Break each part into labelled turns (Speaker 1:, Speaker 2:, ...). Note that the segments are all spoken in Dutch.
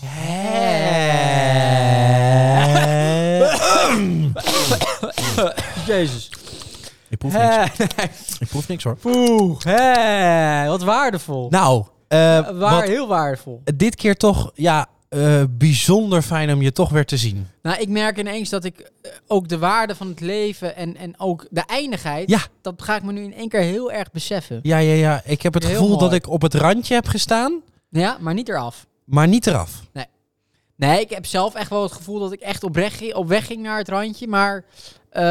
Speaker 1: Eh. Jezus.
Speaker 2: Ik proef niks.
Speaker 1: Hé,
Speaker 2: Ik proef niks hoor.
Speaker 1: poeh, hé, wat waardevol.
Speaker 2: Nou, eh,
Speaker 1: Eh, Waar,
Speaker 2: wat
Speaker 1: heel waardevol.
Speaker 2: dit keer toch ja, eh, bijzonder fijn om je toch weer te zien.
Speaker 1: Nou, ik merk ineens dat ik eh, ook de waarde van het leven en, en ook de eindigheid,
Speaker 2: Ja.
Speaker 1: dat ga ik me nu in één keer heel erg beseffen.
Speaker 2: Ja, ja, ja. Ik heb het
Speaker 1: Heel
Speaker 2: gevoel
Speaker 1: mooi.
Speaker 2: dat ik op het randje heb gestaan,
Speaker 1: Ja, maar niet eraf.
Speaker 2: maar niet eraf.
Speaker 1: Nee, ik heb zelf echt wel het gevoel dat ik echt op, reg- op weg ging naar het randje, maar eh,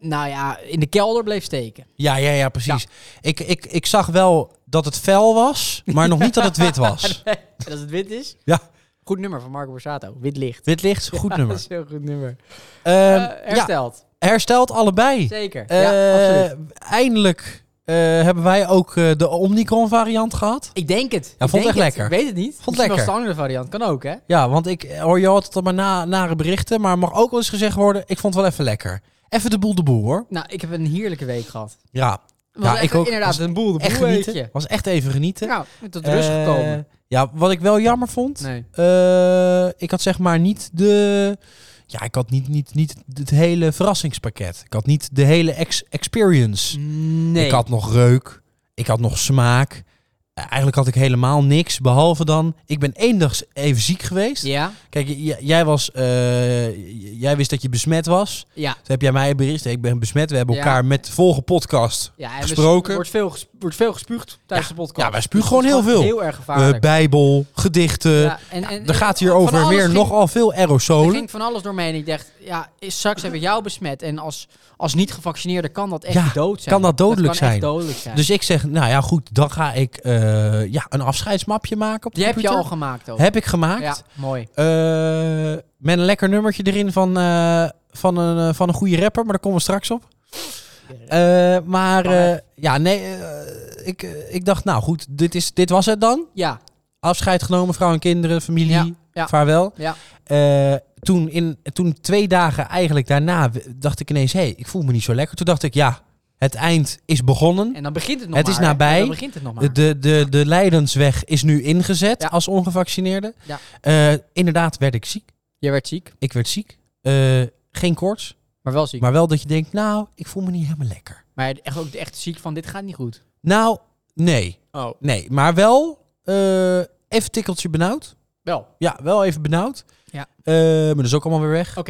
Speaker 1: nou ja, in de kelder bleef steken.
Speaker 2: Ja, ja, ja, precies. Ik, ik, ik zag wel dat het fel was, maar nog niet dat het wit was.
Speaker 1: En als het wit is,
Speaker 2: Ja.
Speaker 1: goed nummer van Marco Borsato, wit licht.
Speaker 2: Wit licht, goed
Speaker 1: Dat
Speaker 2: nummer.
Speaker 1: is een heel goed nummer.
Speaker 2: Ehm,
Speaker 1: Eh,
Speaker 2: ja,
Speaker 1: hersteld,
Speaker 2: herstelt allebei.
Speaker 1: zeker.
Speaker 2: Eh,
Speaker 1: ja, absoluut.
Speaker 2: Eindelijk eh, hebben wij ook eh, de Omnicron variant gehad.
Speaker 1: Ik denk het. ik
Speaker 2: vond het
Speaker 1: denk
Speaker 2: echt lekker.
Speaker 1: Ik weet het niet.
Speaker 2: het
Speaker 1: Misschien
Speaker 2: lekker.
Speaker 1: was de andere variant. Kan ook, hè?
Speaker 2: Ja, want ik hoor je altijd allemaal na, nare berichten, maar mag ook wel eens gezegd worden, ik vond het wel even lekker. Even de boel de boel hoor.
Speaker 1: Nou, ik heb een heerlijke week gehad.
Speaker 2: Ja,
Speaker 1: Was
Speaker 2: Ja, ik ook.
Speaker 1: Inderdaad,
Speaker 2: Was
Speaker 1: een boel de
Speaker 2: echt
Speaker 1: boel
Speaker 2: genieten.
Speaker 1: weekje.
Speaker 2: Was echt even genieten.
Speaker 1: Nou, tot rust
Speaker 2: Eh,
Speaker 1: gekomen.
Speaker 2: Ja, wat ik wel jammer vond,
Speaker 1: Nee.
Speaker 2: eh, ik had zeg maar niet de... Ja, ik had niet, niet, niet het hele verrassingspakket. Ik had niet de hele ex experience.
Speaker 1: Nee.
Speaker 2: Ik had nog reuk. Ik had nog smaak. Eh, Eigenlijk had ik helemaal niks, behalve dan... Ik ben één dag even ziek geweest.
Speaker 1: Ja?
Speaker 2: Kijk, j- j- jij, was, eh, j- jij wist dat je besmet was.
Speaker 1: Ja.
Speaker 2: Toen heb jij mij bericht. Ik ben besmet. We hebben
Speaker 1: Ja.
Speaker 2: elkaar met de vorige podcast.
Speaker 1: ja en we-
Speaker 2: Gesproken.
Speaker 1: Er wordt veel, ges- wordt veel gespuugd tijdens de podcast.
Speaker 2: ja, wij spugen
Speaker 1: Dus het
Speaker 2: gewoon
Speaker 1: is
Speaker 2: heel
Speaker 1: Heel erg
Speaker 2: eh,
Speaker 1: gevaarlijk.
Speaker 2: Bijbel, gedichten.
Speaker 1: Ja, en, en,
Speaker 2: er gaat hier
Speaker 1: van
Speaker 2: over
Speaker 1: alles
Speaker 2: weer
Speaker 1: ging-
Speaker 2: nogal veel
Speaker 1: Er
Speaker 2: aerosolen.
Speaker 1: ging van alles door mij en ik dacht, ja, is- straks heb ik jou besmet. En als, als niet-gevaccineerde kan dat echt
Speaker 2: Ja,
Speaker 1: dood zijn.
Speaker 2: kan dat dodelijk
Speaker 1: kan echt
Speaker 2: zijn.
Speaker 1: dodelijk zijn.
Speaker 2: Dus ik zeg, nou ja, goed, dan ga ik eh, ja, een afscheidsmapje maken op de
Speaker 1: Die heb je al
Speaker 2: computer.
Speaker 1: gemaakt ook.
Speaker 2: Heb ik gemaakt.
Speaker 1: Ja, mooi.
Speaker 2: Eh, met een lekker nummertje erin van, eh, van, een, eh, van een goede rapper, maar daar komen we straks op. Eh, maar eh, ja, nee, eh, ik, eh, ik dacht, nou goed, dit, is, dit was het dan.
Speaker 1: Ja,
Speaker 2: Afscheid genomen, vrouw en kinderen, familie,
Speaker 1: ja, ja.
Speaker 2: vaarwel.
Speaker 1: Ja.
Speaker 2: Eh, toen, in, toen twee dagen eigenlijk daarna w- dacht ik ineens, hé, hey, ik voel me niet zo lekker. Toen dacht ik, ja, het eind is begonnen.
Speaker 1: En dan begint het nog
Speaker 2: Hm? Het
Speaker 1: maar.
Speaker 2: is
Speaker 1: hè?
Speaker 2: nabij.
Speaker 1: Dan begint het nog maar.
Speaker 2: De, de, de, de Leidensweg is nu ingezet
Speaker 1: Ja.
Speaker 2: als ongevaccineerde.
Speaker 1: Ja.
Speaker 2: Eh, inderdaad werd ik ziek.
Speaker 1: Je werd ziek,
Speaker 2: Ik werd ziek. Eh, geen koorts,
Speaker 1: maar wel ziek. Maar,
Speaker 2: maar wel dat je denkt, nou, ik voel me niet helemaal lekker.
Speaker 1: echt ook echt ziek van dit gaat niet goed.
Speaker 2: Nou, nee,
Speaker 1: Oh,
Speaker 2: nee. Maar wel eh, even tikkeltje benauwd.
Speaker 1: wel. Oké.
Speaker 2: Ja, wel even benauwd.
Speaker 1: Ja.
Speaker 2: Eh, maar dat is ook allemaal weer weg.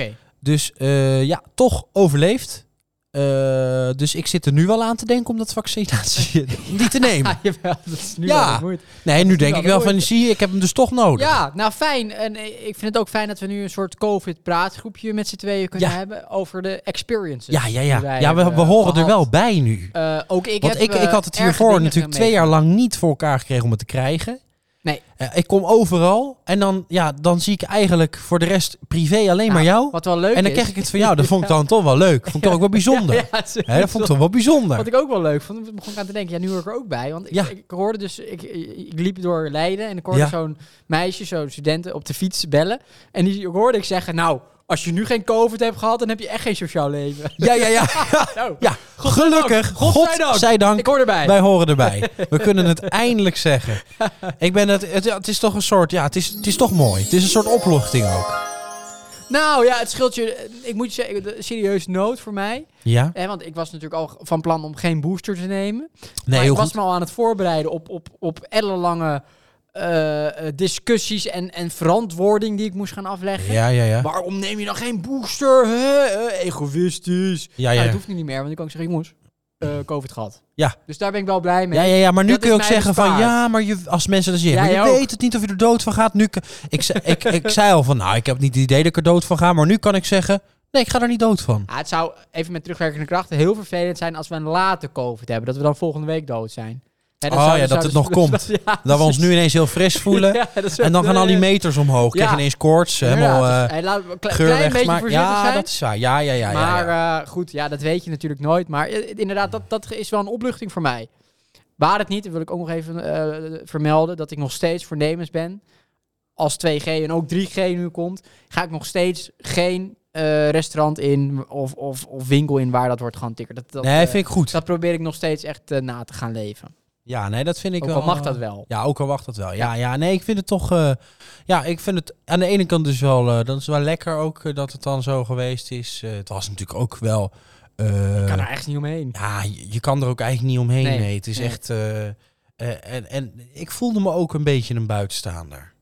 Speaker 2: Dus eh, ja, toch overleefd. Eh, dus ik zit er nu wel aan te denken om dat vaccinatie om die te nemen.
Speaker 1: Ja, jawel, dat is nu
Speaker 2: Ja.
Speaker 1: wel de moeite.
Speaker 2: Nee, nu
Speaker 1: is
Speaker 2: denk
Speaker 1: wel
Speaker 2: ik wel
Speaker 1: mooi.
Speaker 2: van, zie je, ik heb hem dus toch nodig.
Speaker 1: Ja, nou fijn. En eh, ik vind het ook fijn dat we nu een soort COVID-praatgroepje met z'n tweeën kunnen
Speaker 2: Ja.
Speaker 1: hebben over de experiences.
Speaker 2: ja, ja.
Speaker 1: die
Speaker 2: Ja,
Speaker 1: wij
Speaker 2: ja we,
Speaker 1: hebben
Speaker 2: we horen er
Speaker 1: gehad.
Speaker 2: wel bij nu.
Speaker 1: Eh, ook ik
Speaker 2: Want
Speaker 1: heb,
Speaker 2: ik,
Speaker 1: eh,
Speaker 2: ik had het
Speaker 1: erge
Speaker 2: hiervoor
Speaker 1: dingen
Speaker 2: natuurlijk
Speaker 1: mee-
Speaker 2: twee jaar lang niet voor elkaar gekregen om het te krijgen.
Speaker 1: Nee.
Speaker 2: Eh, ik kom overal en dan, ja, dan zie ik eigenlijk voor de rest privé alleen maar
Speaker 1: Nou,
Speaker 2: jou.
Speaker 1: Wat wel leuk
Speaker 2: En dan
Speaker 1: is-
Speaker 2: krijg ik het van jou. Dat vond ik dan toch wel leuk. Vond ik toch ook wel bijzonder.
Speaker 1: Ja, dat is-
Speaker 2: Hè, dat vond ik toch wel
Speaker 1: Wat
Speaker 2: bijzonder.
Speaker 1: ik ook wel leuk vond, ik begon ik aan te denken, ja, nu hoor ik er ook bij. Want ik,
Speaker 2: Ja.
Speaker 1: ik hoorde dus, ik, ik liep door Leiden en ik hoorde
Speaker 2: Ja.
Speaker 1: zo'n meisje, zo'n studenten op de fiets bellen. En die hoorde ik zeggen, nou, als je nu geen COVID hebt gehad, dan heb je echt geen sociaal leven.
Speaker 2: Ja, ja, ja.
Speaker 1: Nou,
Speaker 2: Ja, gelukkig.
Speaker 1: Godzijdank.
Speaker 2: Godzijdank.
Speaker 1: ik hoor erbij.
Speaker 2: Wij horen erbij. We kunnen het eindelijk zeggen. Ik ben het, het, het is toch een soort, ja, het is, het is toch mooi. Het is een soort opluchting ook.
Speaker 1: Nou ja, het scheelt je, ik moet je zeggen, de- serieus nood voor mij.
Speaker 2: Ja?
Speaker 1: Hè, want ik was natuurlijk al van plan om geen booster te nemen.
Speaker 2: Nee,
Speaker 1: maar
Speaker 2: heel
Speaker 1: ik was
Speaker 2: goed.
Speaker 1: me al aan het voorbereiden op, op, op ellenlange eh, eh, discussies en, en verantwoording die ik moest gaan afleggen.
Speaker 2: Ja, ja, ja.
Speaker 1: Waarom neem je dan geen booster? Hè? Eh, egoïstisch.
Speaker 2: Ja,
Speaker 1: Nou,
Speaker 2: ja.
Speaker 1: dat hoeft nu niet meer, want ik kan ook zeggen, jongens, eh, COVID gehad.
Speaker 2: Ja.
Speaker 1: Dus daar ben ik wel blij mee.
Speaker 2: Ja, ja, ja, maar nu
Speaker 1: Dat
Speaker 2: kun je
Speaker 1: is
Speaker 2: ook
Speaker 1: mij
Speaker 2: zeggen van
Speaker 1: bespaard.
Speaker 2: ja, maar je, als mensen dat zeggen,
Speaker 1: Ja,
Speaker 2: maar je
Speaker 1: jij ook.
Speaker 2: weet het niet of je er dood van gaat. Nu, kan- ik, ze- ik, ik zei al van nou, ik heb niet het idee dat ik er dood van ga, maar nu kan ik zeggen, nee, ik ga er niet dood van.
Speaker 1: Ah, het zou even met terugwerkende krachten heel vervelend zijn als we een late COVID hebben. Dat we dan volgende week dood zijn. Hè,
Speaker 2: Oh
Speaker 1: zou-
Speaker 2: ja,
Speaker 1: zou
Speaker 2: dat het
Speaker 1: dus-
Speaker 2: nog komt.
Speaker 1: ja,
Speaker 2: Dat we ons nu ineens heel fris voelen
Speaker 1: Ja, dat is-
Speaker 2: en dan gaan al die meters omhoog. Krijg je
Speaker 1: Eh, Ja.
Speaker 2: ineens koorts,
Speaker 1: Ja,
Speaker 2: helemaal
Speaker 1: het is-
Speaker 2: eh
Speaker 1: hey, laten we een kle-
Speaker 2: geur
Speaker 1: klein
Speaker 2: weg.
Speaker 1: beetje
Speaker 2: Maar
Speaker 1: voorzichtig
Speaker 2: ja,
Speaker 1: zijn.
Speaker 2: dat is waar. Ja, ja, ja, ja.
Speaker 1: maar
Speaker 2: ja.
Speaker 1: eh, goed, ja, dat weet je natuurlijk nooit. Maar eh, inderdaad, dat, dat is wel een opluchting voor mij. Waar het niet, dat wil ik ook nog even eh, vermelden, dat ik nog steeds voornemens ben. Als 2G en ook 3G nu komt, ga ik nog steeds geen eh, restaurant in of, of, of winkel in waar dat wordt gaan tikken. Dat, dat,
Speaker 2: nee,
Speaker 1: eh,
Speaker 2: vind ik goed.
Speaker 1: dat probeer ik nog steeds echt eh, na te gaan leven.
Speaker 2: Ja, nee, dat vind ik
Speaker 1: Ook
Speaker 2: wel... eh,
Speaker 1: al mag dat wel.
Speaker 2: Ja, ook al wacht dat wel. Ja, ja nee, ik vind het toch... eh, ja, ik vind het aan de ene kant dus wel... eh, dat is wel lekker ook eh, dat het dan zo geweest is. Eh, het was natuurlijk ook wel... eh,
Speaker 1: Ik kan er echt niet omheen.
Speaker 2: ja, je, je kan er ook eigenlijk niet omheen. Nee,
Speaker 1: Nee,
Speaker 2: het is
Speaker 1: nee.
Speaker 2: echt... eh, eh, en, en ik voelde me ook een beetje een buitenstaander.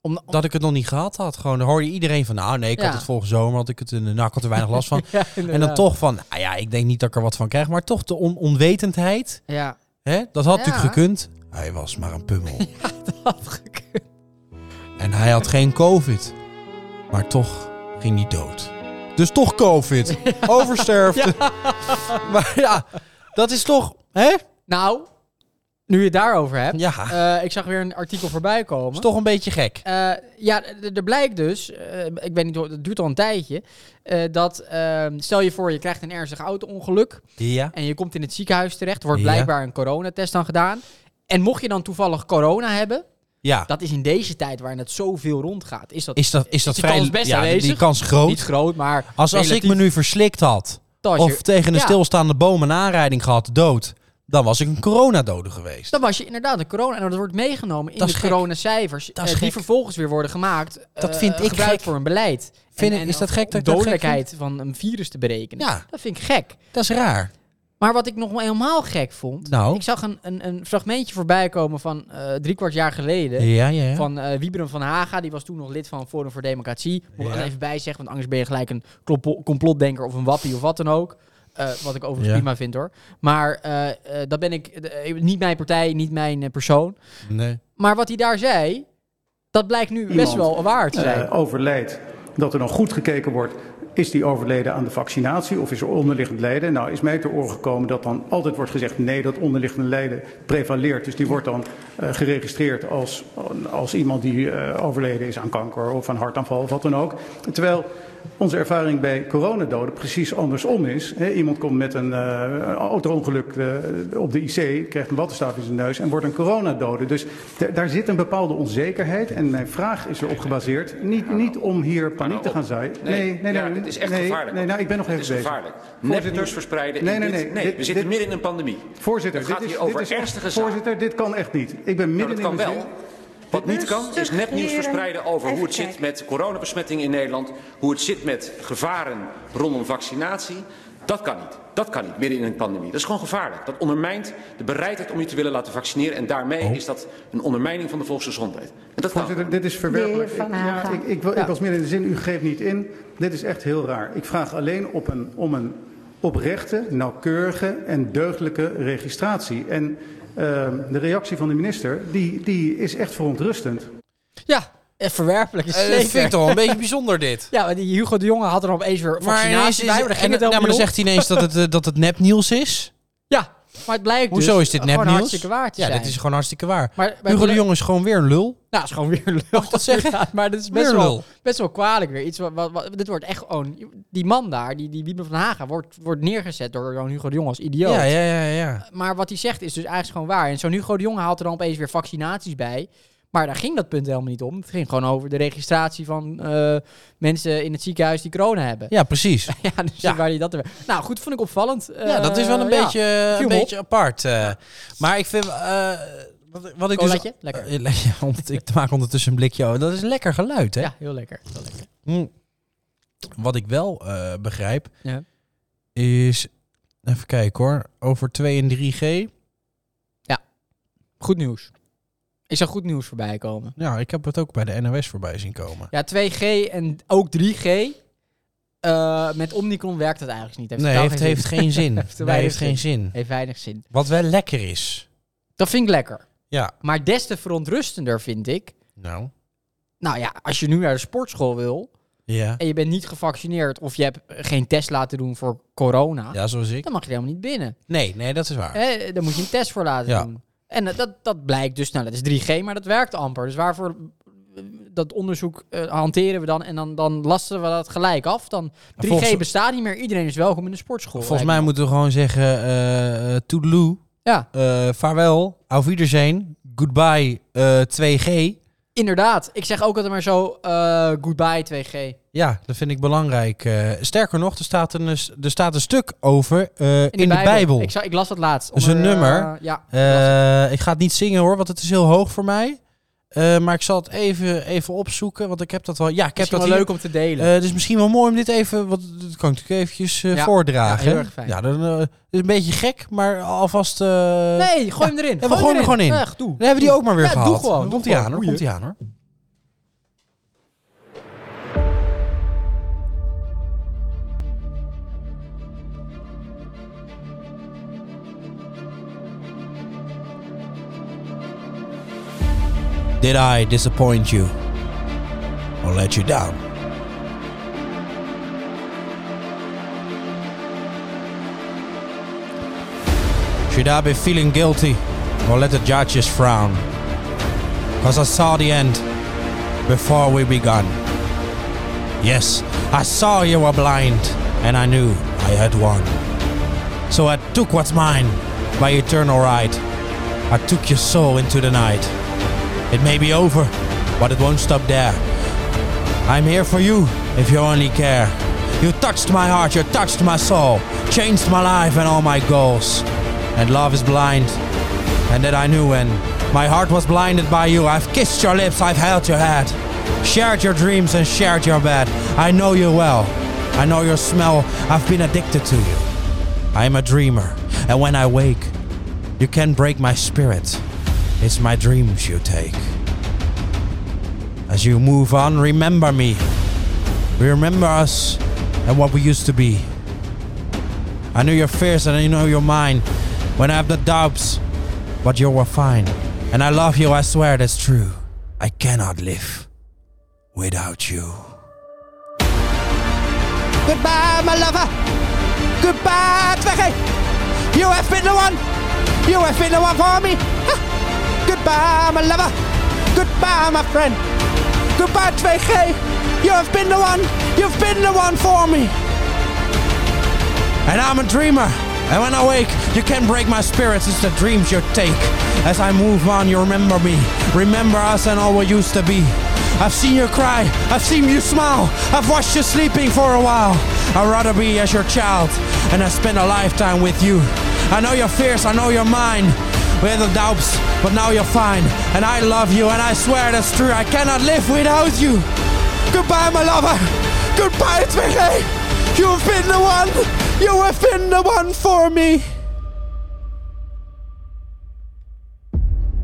Speaker 1: Om, om-
Speaker 2: Dat ik het nog niet gehad had. Gewoon dan hoorde iedereen van... Nou nee, ik had
Speaker 1: Ja.
Speaker 2: het vorige zomer, had ik het in de nak, had er weinig last van.
Speaker 1: Ja,
Speaker 2: en dan
Speaker 1: inderdaad.
Speaker 2: toch van... Nou ja, ik denk niet dat ik er wat van krijg. Maar toch de on- onwetendheid...
Speaker 1: Ja,
Speaker 2: Hè? Dat had
Speaker 1: Ja.
Speaker 2: natuurlijk gekund. Hij was maar een pummel.
Speaker 1: had gekund.
Speaker 2: en hij had geen COVID. Maar toch ging hij dood. Dus toch COVID. Oversterfte. Maar ja, dat is toch... Hè?
Speaker 1: Nou, nu je het daarover hebt.
Speaker 2: Ja,
Speaker 1: eh, ik zag weer een artikel voorbij komen.
Speaker 2: is toch een beetje gek.
Speaker 1: Eh, ja, d- d- er blijkt dus, eh, ik weet niet, hoe- dat duurt al een tijdje, eh, dat ehm, stel je voor je krijgt een ernstig auto-ongeluk
Speaker 2: Ja.
Speaker 1: en je komt in het ziekenhuis terecht, wordt
Speaker 2: Ja.
Speaker 1: blijkbaar een coronatest dan gedaan. En mocht je dan toevallig corona hebben,
Speaker 2: Ja.
Speaker 1: dat is in deze tijd waarin het zoveel rondgaat, is dat
Speaker 2: Is dat, is dat
Speaker 1: die
Speaker 2: vrij...
Speaker 1: kans best
Speaker 2: ja, die- Die
Speaker 1: aanwezig?
Speaker 2: kans
Speaker 1: niet
Speaker 2: groot.
Speaker 1: groot, maar
Speaker 2: Als, als ik me nu verslikt had...
Speaker 1: als je-
Speaker 2: of tegen een
Speaker 1: ja.
Speaker 2: stilstaande boom een aanrijding gehad, dood... dan was ik een coronadode geweest.
Speaker 1: dan was je inderdaad een corona en dat wordt meegenomen in
Speaker 2: Dat is
Speaker 1: de
Speaker 2: gek.
Speaker 1: coronacijfers,
Speaker 2: Dat is
Speaker 1: eh, die
Speaker 2: gek.
Speaker 1: vervolgens weer worden gemaakt,
Speaker 2: Dat
Speaker 1: eh,
Speaker 2: vind ik
Speaker 1: gebruikt
Speaker 2: gek.
Speaker 1: voor een beleid.
Speaker 2: Vind
Speaker 1: En-
Speaker 2: ik-
Speaker 1: en
Speaker 2: is dat gek dat ik dat gek
Speaker 1: dodelijkheid van een virus te berekenen.
Speaker 2: Ja.
Speaker 1: Dat vind ik gek.
Speaker 2: Dat is raar.
Speaker 1: Maar wat ik nog wel helemaal gek vond.
Speaker 2: Nou.
Speaker 1: Ik zag een, een, een fragmentje voorbij komen van eh drie kwart jaar geleden.
Speaker 2: Ja, ja, ja.
Speaker 1: Van eh Wieberen van Haga. Die was toen nog lid van Forum voor Democratie. Moet ik
Speaker 2: Ja.
Speaker 1: er even bij zeggen, want anders ben je gelijk een klopo- complotdenker of een wappie of wat dan ook. Eh, wat ik overigens
Speaker 2: Ja.
Speaker 1: prima vind hoor. Maar eh, eh, dat ben ik. eh, niet mijn partij, niet mijn eh, persoon.
Speaker 2: Nee.
Speaker 1: Maar wat hij daar zei. Dat blijkt nu best
Speaker 3: Iemand,
Speaker 1: wel waar te zijn.
Speaker 3: eh, overlijdt, dat er dan goed gekeken wordt... is die overleden aan de vaccinatie of is er onderliggend lijden? Nou, is mij te oren gekomen dat dan altijd wordt gezegd... nee, dat onderliggende lijden prevaleert. Dus die wordt dan eh, geregistreerd als, als iemand die eh, overleden is aan kanker... of aan hartaanval of wat dan ook. Terwijl onze ervaring bij coronadoden precies andersom is. Hè, iemand komt met een eh auto-ongeluk eh, op de IC, krijgt een wattenstaaf in zijn neus en wordt een coronadode. Dus d- daar zit een bepaalde onzekerheid en mijn vraag is erop gebaseerd. Niet, Ah, niet om hier paniek te gaan zaaien.
Speaker 4: Nou, Nee, ja, dit is echt
Speaker 3: nee,
Speaker 4: gevaarlijk.
Speaker 3: Nee, nou, ik ben nog
Speaker 4: Het
Speaker 3: even
Speaker 4: is
Speaker 3: bezig.
Speaker 4: gevaarlijk.
Speaker 3: Voorzitter-
Speaker 4: Nepnieuws verspreiden.
Speaker 3: Nee,
Speaker 4: in
Speaker 3: nee,
Speaker 4: dit-
Speaker 3: nee. dit-
Speaker 4: we zitten
Speaker 3: dit-
Speaker 4: midden in een pandemie.
Speaker 3: Voorzitter,
Speaker 4: Het gaat
Speaker 3: dit is,
Speaker 4: hier over
Speaker 3: dit is echt,
Speaker 4: ernstige zaken.
Speaker 3: voorzitter, dit kan echt niet. Ik ben
Speaker 4: Nou,
Speaker 3: midden
Speaker 4: dat
Speaker 3: in
Speaker 4: kan
Speaker 3: mijn
Speaker 4: wel.
Speaker 3: zin.
Speaker 4: Wat niet kan, is
Speaker 5: Rustig,
Speaker 4: nepnieuws
Speaker 5: heren.
Speaker 4: verspreiden over hoe het
Speaker 5: Even
Speaker 4: zit
Speaker 5: kijken.
Speaker 4: met coronabesmettingen in Nederland. Hoe het zit met gevaren rondom vaccinatie. Dat kan niet. Dat kan niet midden in een pandemie. Dat is gewoon gevaarlijk. Dat ondermijnt de bereidheid om je te willen laten vaccineren. En daarmee is dat een ondermijning van de volksgezondheid. En dat kan.
Speaker 3: Oh. Voorzitter, dit is
Speaker 5: De
Speaker 3: verwerpelijk.
Speaker 5: heer Van
Speaker 3: Ik- ja,
Speaker 5: Haga.
Speaker 3: ik, ik, wil- ik was meer in de zin, u geeft niet in. Dit is echt heel raar. Ik vraag alleen op een, om een oprechte, nauwkeurige en deugdelijke registratie. En ehm, de reactie van de minister, die, die is echt verontrustend.
Speaker 1: Ja, eh, verwerpelijk is
Speaker 2: Eh,
Speaker 1: zeker.
Speaker 2: dat vind ik toch wel een beetje bijzonder dit.
Speaker 1: Ja, maar die Hugo de Jonge had er opeens weer
Speaker 2: ineens
Speaker 1: vaccinatie
Speaker 2: is-
Speaker 1: bij. Maar daar
Speaker 2: en-
Speaker 1: ging het
Speaker 2: ja,
Speaker 1: helemaal
Speaker 2: maar dan
Speaker 1: niet om.
Speaker 2: zegt hij ineens dat het, eh, dat het nepnieuws is.
Speaker 1: Ja, maar het blijkt
Speaker 2: Hoezo
Speaker 1: dus
Speaker 2: is dit
Speaker 1: gewoon
Speaker 2: nepnieuws?
Speaker 1: hartstikke waar te
Speaker 2: ja,
Speaker 1: zijn.
Speaker 2: dit is gewoon hartstikke waar.
Speaker 1: Maar bij
Speaker 2: Hugo de
Speaker 1: Bele-
Speaker 2: Jong is gewoon weer een lul.
Speaker 1: Nou, het is gewoon weer een lul.
Speaker 2: dat zeggen?
Speaker 1: Ja, maar dit is
Speaker 2: Weer
Speaker 1: best
Speaker 2: een
Speaker 1: wel,
Speaker 2: lul.
Speaker 1: best wel kwalijk weer. Iets wat, wat, wat- dit wordt echt gewoon... Die man daar, die, die Wiebe van Haga, wordt, wordt neergezet door zo'n Hugo de Jonge als idioot.
Speaker 2: Ja, ja, ja, ja.
Speaker 1: Maar wat hij zegt is dus eigenlijk gewoon waar. En zo'n Hugo de Jonge haalt er dan opeens weer vaccinaties bij. Maar daar ging dat punt helemaal niet om. Het ging gewoon over de registratie van eh, mensen in het ziekenhuis die corona hebben.
Speaker 2: Ja, precies.
Speaker 1: Ja, dus
Speaker 2: Ja.
Speaker 1: waar hij dat... er- Nou, goed, vond ik opvallend.
Speaker 2: Ja, dat is wel een
Speaker 1: Eh, ja.
Speaker 2: beetje,
Speaker 1: Viel
Speaker 2: een
Speaker 1: me op.
Speaker 2: beetje apart. eh. Maar ik vind... eh, wat, wat ik dus,
Speaker 1: Colaatje? Oh, Lekker.
Speaker 2: Eh, le- ja, ont- ik maak ondertussen een blikje over. Dat is lekker geluid, hè?
Speaker 1: Ja, heel lekker. Heel lekker.
Speaker 2: Hm. Wat ik wel eh, begrijp,
Speaker 1: Ja.
Speaker 2: is... Even kijken hoor. Over 2 en 3G.
Speaker 1: Goed nieuws. Ik zag goed nieuws voorbij komen.
Speaker 2: Ja, ik heb het ook bij de NOS voorbij zien komen.
Speaker 1: Ja, 2G en ook 3G. Eh, met Omnicron werkt dat eigenlijk niet.
Speaker 2: nee,
Speaker 1: totaal
Speaker 2: heeft, heeft
Speaker 1: zin.
Speaker 2: geen zin.
Speaker 1: Heeft te
Speaker 2: nee,
Speaker 1: weinig
Speaker 2: heeft geen zin.
Speaker 1: Heeft weinig zin.
Speaker 2: Wat wel lekker is.
Speaker 1: Dat vind ik lekker.
Speaker 2: Ja.
Speaker 1: Maar des te verontrustender vind ik...
Speaker 2: Nou.
Speaker 1: Nou ja, als je nu naar de sportschool wil...
Speaker 2: Ja.
Speaker 1: en je bent niet gevaccineerd... of je hebt geen test laten doen voor corona...
Speaker 2: Ja, zoals ik.
Speaker 1: dan mag je helemaal niet binnen.
Speaker 2: Nee, nee, dat is waar.
Speaker 1: Hè, daar moet je een test voor laten
Speaker 2: Ja.
Speaker 1: doen. En eh, dat, dat blijkt dus... Nou, dat is 3G, maar dat werkt amper. Dus waarvoor... eh, Dat onderzoek eh, hanteren we dan en dan, dan lasten we dat gelijk af. Dan 3G
Speaker 2: volgens-
Speaker 1: bestaat niet meer. Iedereen is welkom in de sportschool.
Speaker 2: Volgens mij
Speaker 1: lijkt
Speaker 2: moeten we gewoon zeggen... eh eh, toedeloe.
Speaker 1: me. Ja.
Speaker 2: eh vaarwel. Auf Wiedersehen. Goodbye eh, 2G.
Speaker 1: Inderdaad. Ik zeg ook altijd maar zo, eh, goodbye 2G.
Speaker 2: Ja, dat vind ik belangrijk. Eh, sterker nog, er staat een, er staat een stuk over eh, in, de Bijbel.
Speaker 1: Ik, zou- ik las dat laatst.
Speaker 2: Dus een
Speaker 1: onder,
Speaker 2: nummer.
Speaker 1: eh, ja.
Speaker 2: Eh, ik ga het niet zingen hoor, want het is heel hoog voor mij. Eh, maar ik zal het even, even opzoeken, want ik heb dat wel. Ja, ik
Speaker 1: Ik heb
Speaker 2: heb
Speaker 1: wel
Speaker 2: dat hier.
Speaker 1: leuk om te delen.
Speaker 2: Eh, dus misschien wel mooi om dit even, want dat kan ik natuurlijk eventjes eh,
Speaker 1: Ja.
Speaker 2: voordragen.
Speaker 1: Ja, heel erg fijn.
Speaker 2: Ja, dan, eh, het is een beetje gek, maar alvast. eh,
Speaker 1: nee, gooi hem erin.
Speaker 2: we gooien hem gewoon in.
Speaker 1: Echt, doe.
Speaker 2: Dan hebben we die ook maar weer
Speaker 1: Ja,
Speaker 2: gehad.
Speaker 1: doe gewoon,
Speaker 2: Dan
Speaker 1: doe
Speaker 2: komt hij
Speaker 1: gewoon.
Speaker 2: aan, hoor.
Speaker 1: Goeie.
Speaker 2: Komt hij aan, hoor. Did I disappoint you? Or let you down? Should I be feeling guilty or let the judges frown? Cause I saw the end before we begun. Yes, I saw you were blind and I knew I had won. So I took what's mine by eternal right. I took your soul into the night. It may be over, but it won't stop there. I'm here for you if you only care. You touched my heart, you touched my soul, changed my life and all my goals. And love is blind, and that I knew when my heart was blinded by you. I've kissed your lips, I've held your head, shared your dreams and shared your bed. I know you well, I know your smell, I've been addicted to you. I'm a dreamer, and when I wake, you can break my spirit. It's my dreams you take. As you move on, remember me. Remember us and what we used to be. I know your fears and I know your mind. When I have the doubts, but you were fine. And I love you, I swear that's true. I cannot live without you. Goodbye, my lover. Goodbye, Twiggy. You have been the one. You have been the one for me. Ha. Goodbye, my lover. Goodbye, my friend. Goodbye, 2G. You have been the one. You've been the one for me. And I'm a dreamer. And when I wake, you can break my spirits. It's the dreams you take. As I move on, you remember me. Remember us and all we used to be. I've seen you cry. I've seen you smile. I've watched you sleeping for a while. I'd rather be as your child. And I spend a lifetime with you. I know your fears. I know your mind. We had the doubts, but now you're fine. And I love you. And I swear that's true. I cannot live without you. Goodbye, my lover. Goodbye, Twiggy. You've been the one. You have been the one for me.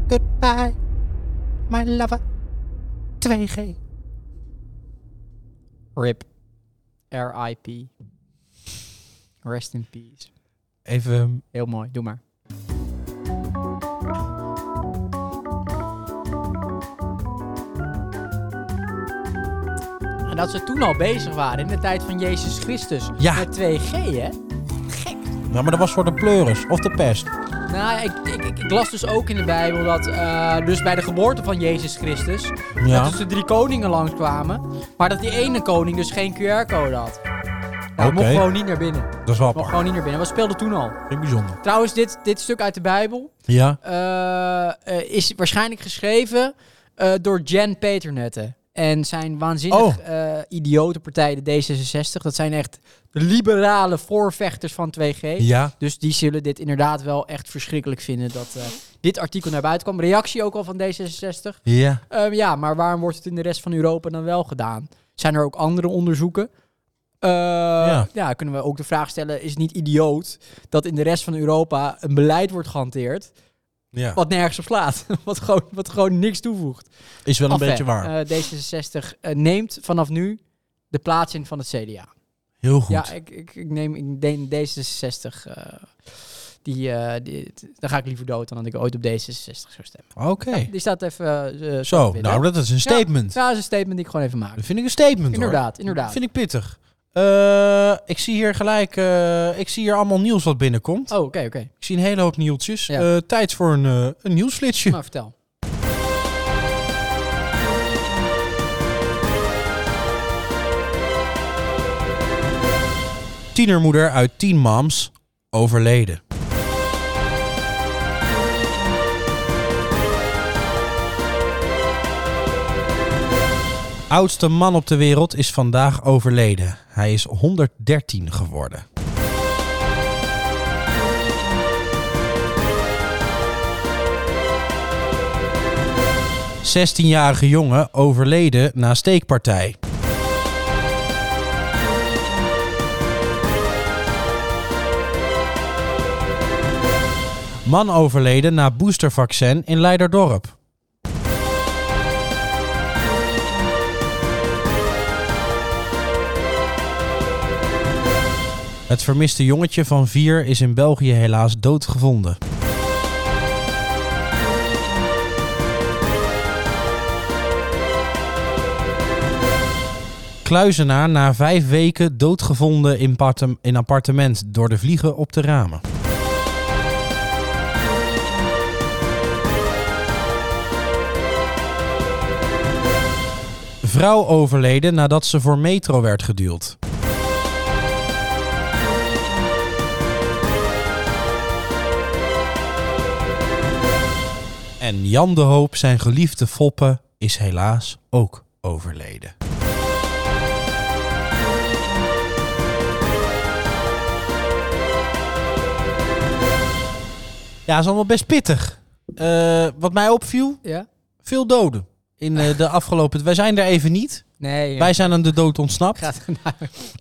Speaker 2: Goodbye, my lover. 2G.
Speaker 1: RIP. R.I.P. Rest in peace.
Speaker 2: Even.
Speaker 1: Heel mooi, doe maar. En dat ze toen al bezig waren in de tijd van Jezus Christus
Speaker 2: Ja.
Speaker 1: met 2G, hè?
Speaker 2: Nou, maar dat was voor de pleuris of de pest.
Speaker 1: Nou, ja, ik, ik, ik, ik las dus ook in de Bijbel dat eh, dus bij de geboorte van Jezus Christus,
Speaker 2: Ja.
Speaker 1: dat dus de drie koningen langskwamen, maar dat die ene koning dus geen QR-code had. Nou, hij mocht
Speaker 2: Oké.
Speaker 1: gewoon niet naar binnen.
Speaker 2: Dat is wel
Speaker 1: Mocht
Speaker 2: apart.
Speaker 1: gewoon niet naar binnen. We speelden toen al.
Speaker 2: Vind ik bijzonder.
Speaker 1: Trouwens, dit, dit stuk uit de Bijbel
Speaker 2: Ja.
Speaker 1: eh, eh, is waarschijnlijk geschreven eh, door Jan Peternetten. En zijn waanzinnig
Speaker 2: Oh.
Speaker 1: eh, idiote partij, de D66, dat zijn echt de liberale voorvechters van 2G.
Speaker 2: Ja.
Speaker 1: Dus die zullen dit inderdaad wel echt verschrikkelijk vinden dat eh, dit artikel naar buiten kwam. Reactie ook al van D66.
Speaker 2: Ja.
Speaker 1: Ehm, ja, maar waarom wordt het in de rest van Europa dan wel gedaan? Zijn er ook andere onderzoeken? Eh, ja. kunnen we ook de vraag stellen, is het niet idioot dat in de rest van Europa een beleid wordt gehanteerd
Speaker 2: Ja.
Speaker 1: wat nergens op slaat, wat gewoon, wat gewoon niks toevoegt?
Speaker 2: Is wel een
Speaker 1: Enfin,
Speaker 2: beetje waar.
Speaker 1: eh, D66 eh, neemt vanaf nu de plaats in van het CDA.
Speaker 2: Heel goed.
Speaker 1: Ja, ik, ik, ik neem ik neem D66. eh, die, eh, die- t- dan ga ik liever dood dan dat ik ooit op D66 zou stemmen.
Speaker 2: Oké.
Speaker 1: Die staat even. eh, eh,
Speaker 2: Zo,
Speaker 1: zwart-wit,
Speaker 2: nou
Speaker 1: hè?
Speaker 2: dat is een statement.
Speaker 1: Ja, dat is een statement die ik gewoon even maak.
Speaker 2: Dat vind ik een statement hoor.
Speaker 1: Inderdaad, inderdaad.
Speaker 2: Vind ik pittig. Eh, ik zie hier gelijk, eh, ik zie hier allemaal nieuws wat binnenkomt.
Speaker 1: Oh, oké, oké.
Speaker 2: Ik zie een hele hoop nieuwtjes.
Speaker 1: Ja.
Speaker 2: Eh, tijd voor een, eh, een nieuwsflitsje.
Speaker 1: Nou, vertel.
Speaker 2: Tienermoeder uit Teen Moms overleden. oudste man op de wereld is vandaag overleden. Hij is 113 geworden. Zestienjarige jongen overleden na steekpartij. Man overleden na boostervaccin in Leiderdorp. Het vermiste jongetje van vier is in België helaas doodgevonden. Kluizenaar na vijf weken doodgevonden in, partem- in appartement door de vliegen op de ramen. Vrouw overleden nadat ze voor metro werd geduwd. En Jan de Hoop, zijn geliefde Foppe, is helaas ook overleden. Ja, is allemaal best pittig. Eh, wat mij opviel,
Speaker 1: Ja?
Speaker 2: veel doden in eh, de afgelopen... Wij zijn er even niet.
Speaker 1: Nee. ja.
Speaker 2: Wij zijn aan de dood ontsnapt.
Speaker 1: Gaat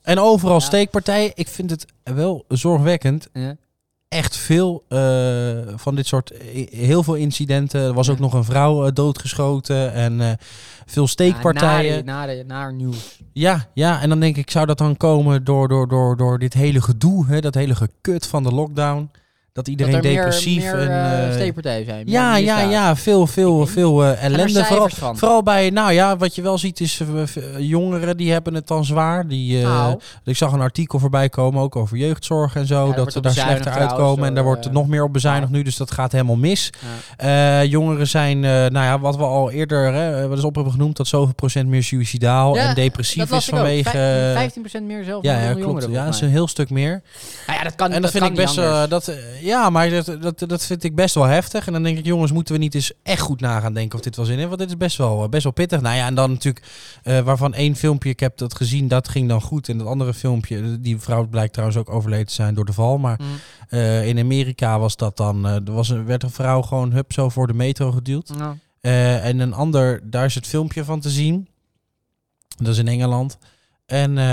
Speaker 2: En overal
Speaker 1: Ja.
Speaker 2: steekpartijen. Ik vind het wel zorgwekkend.
Speaker 1: Ja.
Speaker 2: Echt veel eh, van dit soort... eh, Heel veel incidenten. Er was ook
Speaker 1: Ja.
Speaker 2: nog een vrouw eh, doodgeschoten. En eh, veel steekpartijen.
Speaker 1: Ja, naar, naar, naar nieuws.
Speaker 2: Ja, ja, en dan denk ik, zou dat dan komen door, door, door, door dit hele gedoe, hè, dat hele gekut van de lockdown? Dat iedereen
Speaker 1: dat er meer-
Speaker 2: depressief
Speaker 1: meer,
Speaker 2: en.
Speaker 1: eh,
Speaker 2: eh,
Speaker 1: steekpartijen zijn. meer
Speaker 2: ja, ja,
Speaker 1: misdaden.
Speaker 2: ja, veel, veel,
Speaker 1: Ik-
Speaker 2: veel eh, ellende.
Speaker 1: cijfers
Speaker 2: Vooral,
Speaker 1: van?
Speaker 2: vooral bij, nou ja, wat je wel ziet is eh, v- eh, jongeren die hebben het dan zwaar. Die, eh,
Speaker 1: Nou,
Speaker 2: ik zag een artikel voorbij komen, ook over jeugdzorg en zo,
Speaker 1: daar
Speaker 2: dat
Speaker 1: wordt
Speaker 2: ze
Speaker 1: op
Speaker 2: daar
Speaker 1: bezuinigd
Speaker 2: slechter
Speaker 1: trouwens,
Speaker 2: uitkomen en daar
Speaker 1: door,
Speaker 2: wordt
Speaker 1: eh,
Speaker 2: nog meer op bezuinigd nu, dus dat gaat helemaal mis.
Speaker 1: ja.
Speaker 2: Eh, jongeren zijn, eh, nou ja, wat we al eerder hè, wat is op hebben genoemd, dat zoveel procent meer suicidaal
Speaker 1: Ja,
Speaker 2: Oh, en
Speaker 1: dat
Speaker 2: depressief
Speaker 1: las
Speaker 2: is
Speaker 1: ik ook.
Speaker 2: vanwege...
Speaker 1: Vijf-
Speaker 2: eh,
Speaker 1: 15% meer zelf
Speaker 2: ja, ja,
Speaker 1: jongeren.
Speaker 2: klopt. Ja, dat
Speaker 1: volgens
Speaker 2: is
Speaker 1: mij.
Speaker 2: een heel stuk meer.
Speaker 1: Nou ja, dat kan
Speaker 2: En dat, vind ik
Speaker 1: kan
Speaker 2: best
Speaker 1: niet
Speaker 2: wel.
Speaker 1: anders.
Speaker 2: dat, eh, ja, maar dat, dat, dat vind ik best wel heftig. En dan denk ik, jongens, moeten we niet eens echt goed na gaan denken of dit wel zin heeft. Want dit is best wel, eh, best wel pittig. Nou ja, en dan natuurlijk, eh, waarvan één filmpje, ik heb dat gezien, dat ging dan goed. En dat andere filmpje, eh, die vrouw blijkt trouwens ook overleden te zijn door de val. Maar
Speaker 1: Mm.
Speaker 2: eh, in Amerika was dat dan, eh, er was een, werd een vrouw gewoon hup zo voor de metro geduwd.
Speaker 1: Ja.
Speaker 2: Eh, en een ander, daar is het filmpje van te zien. Dat is in Engeland. En eh,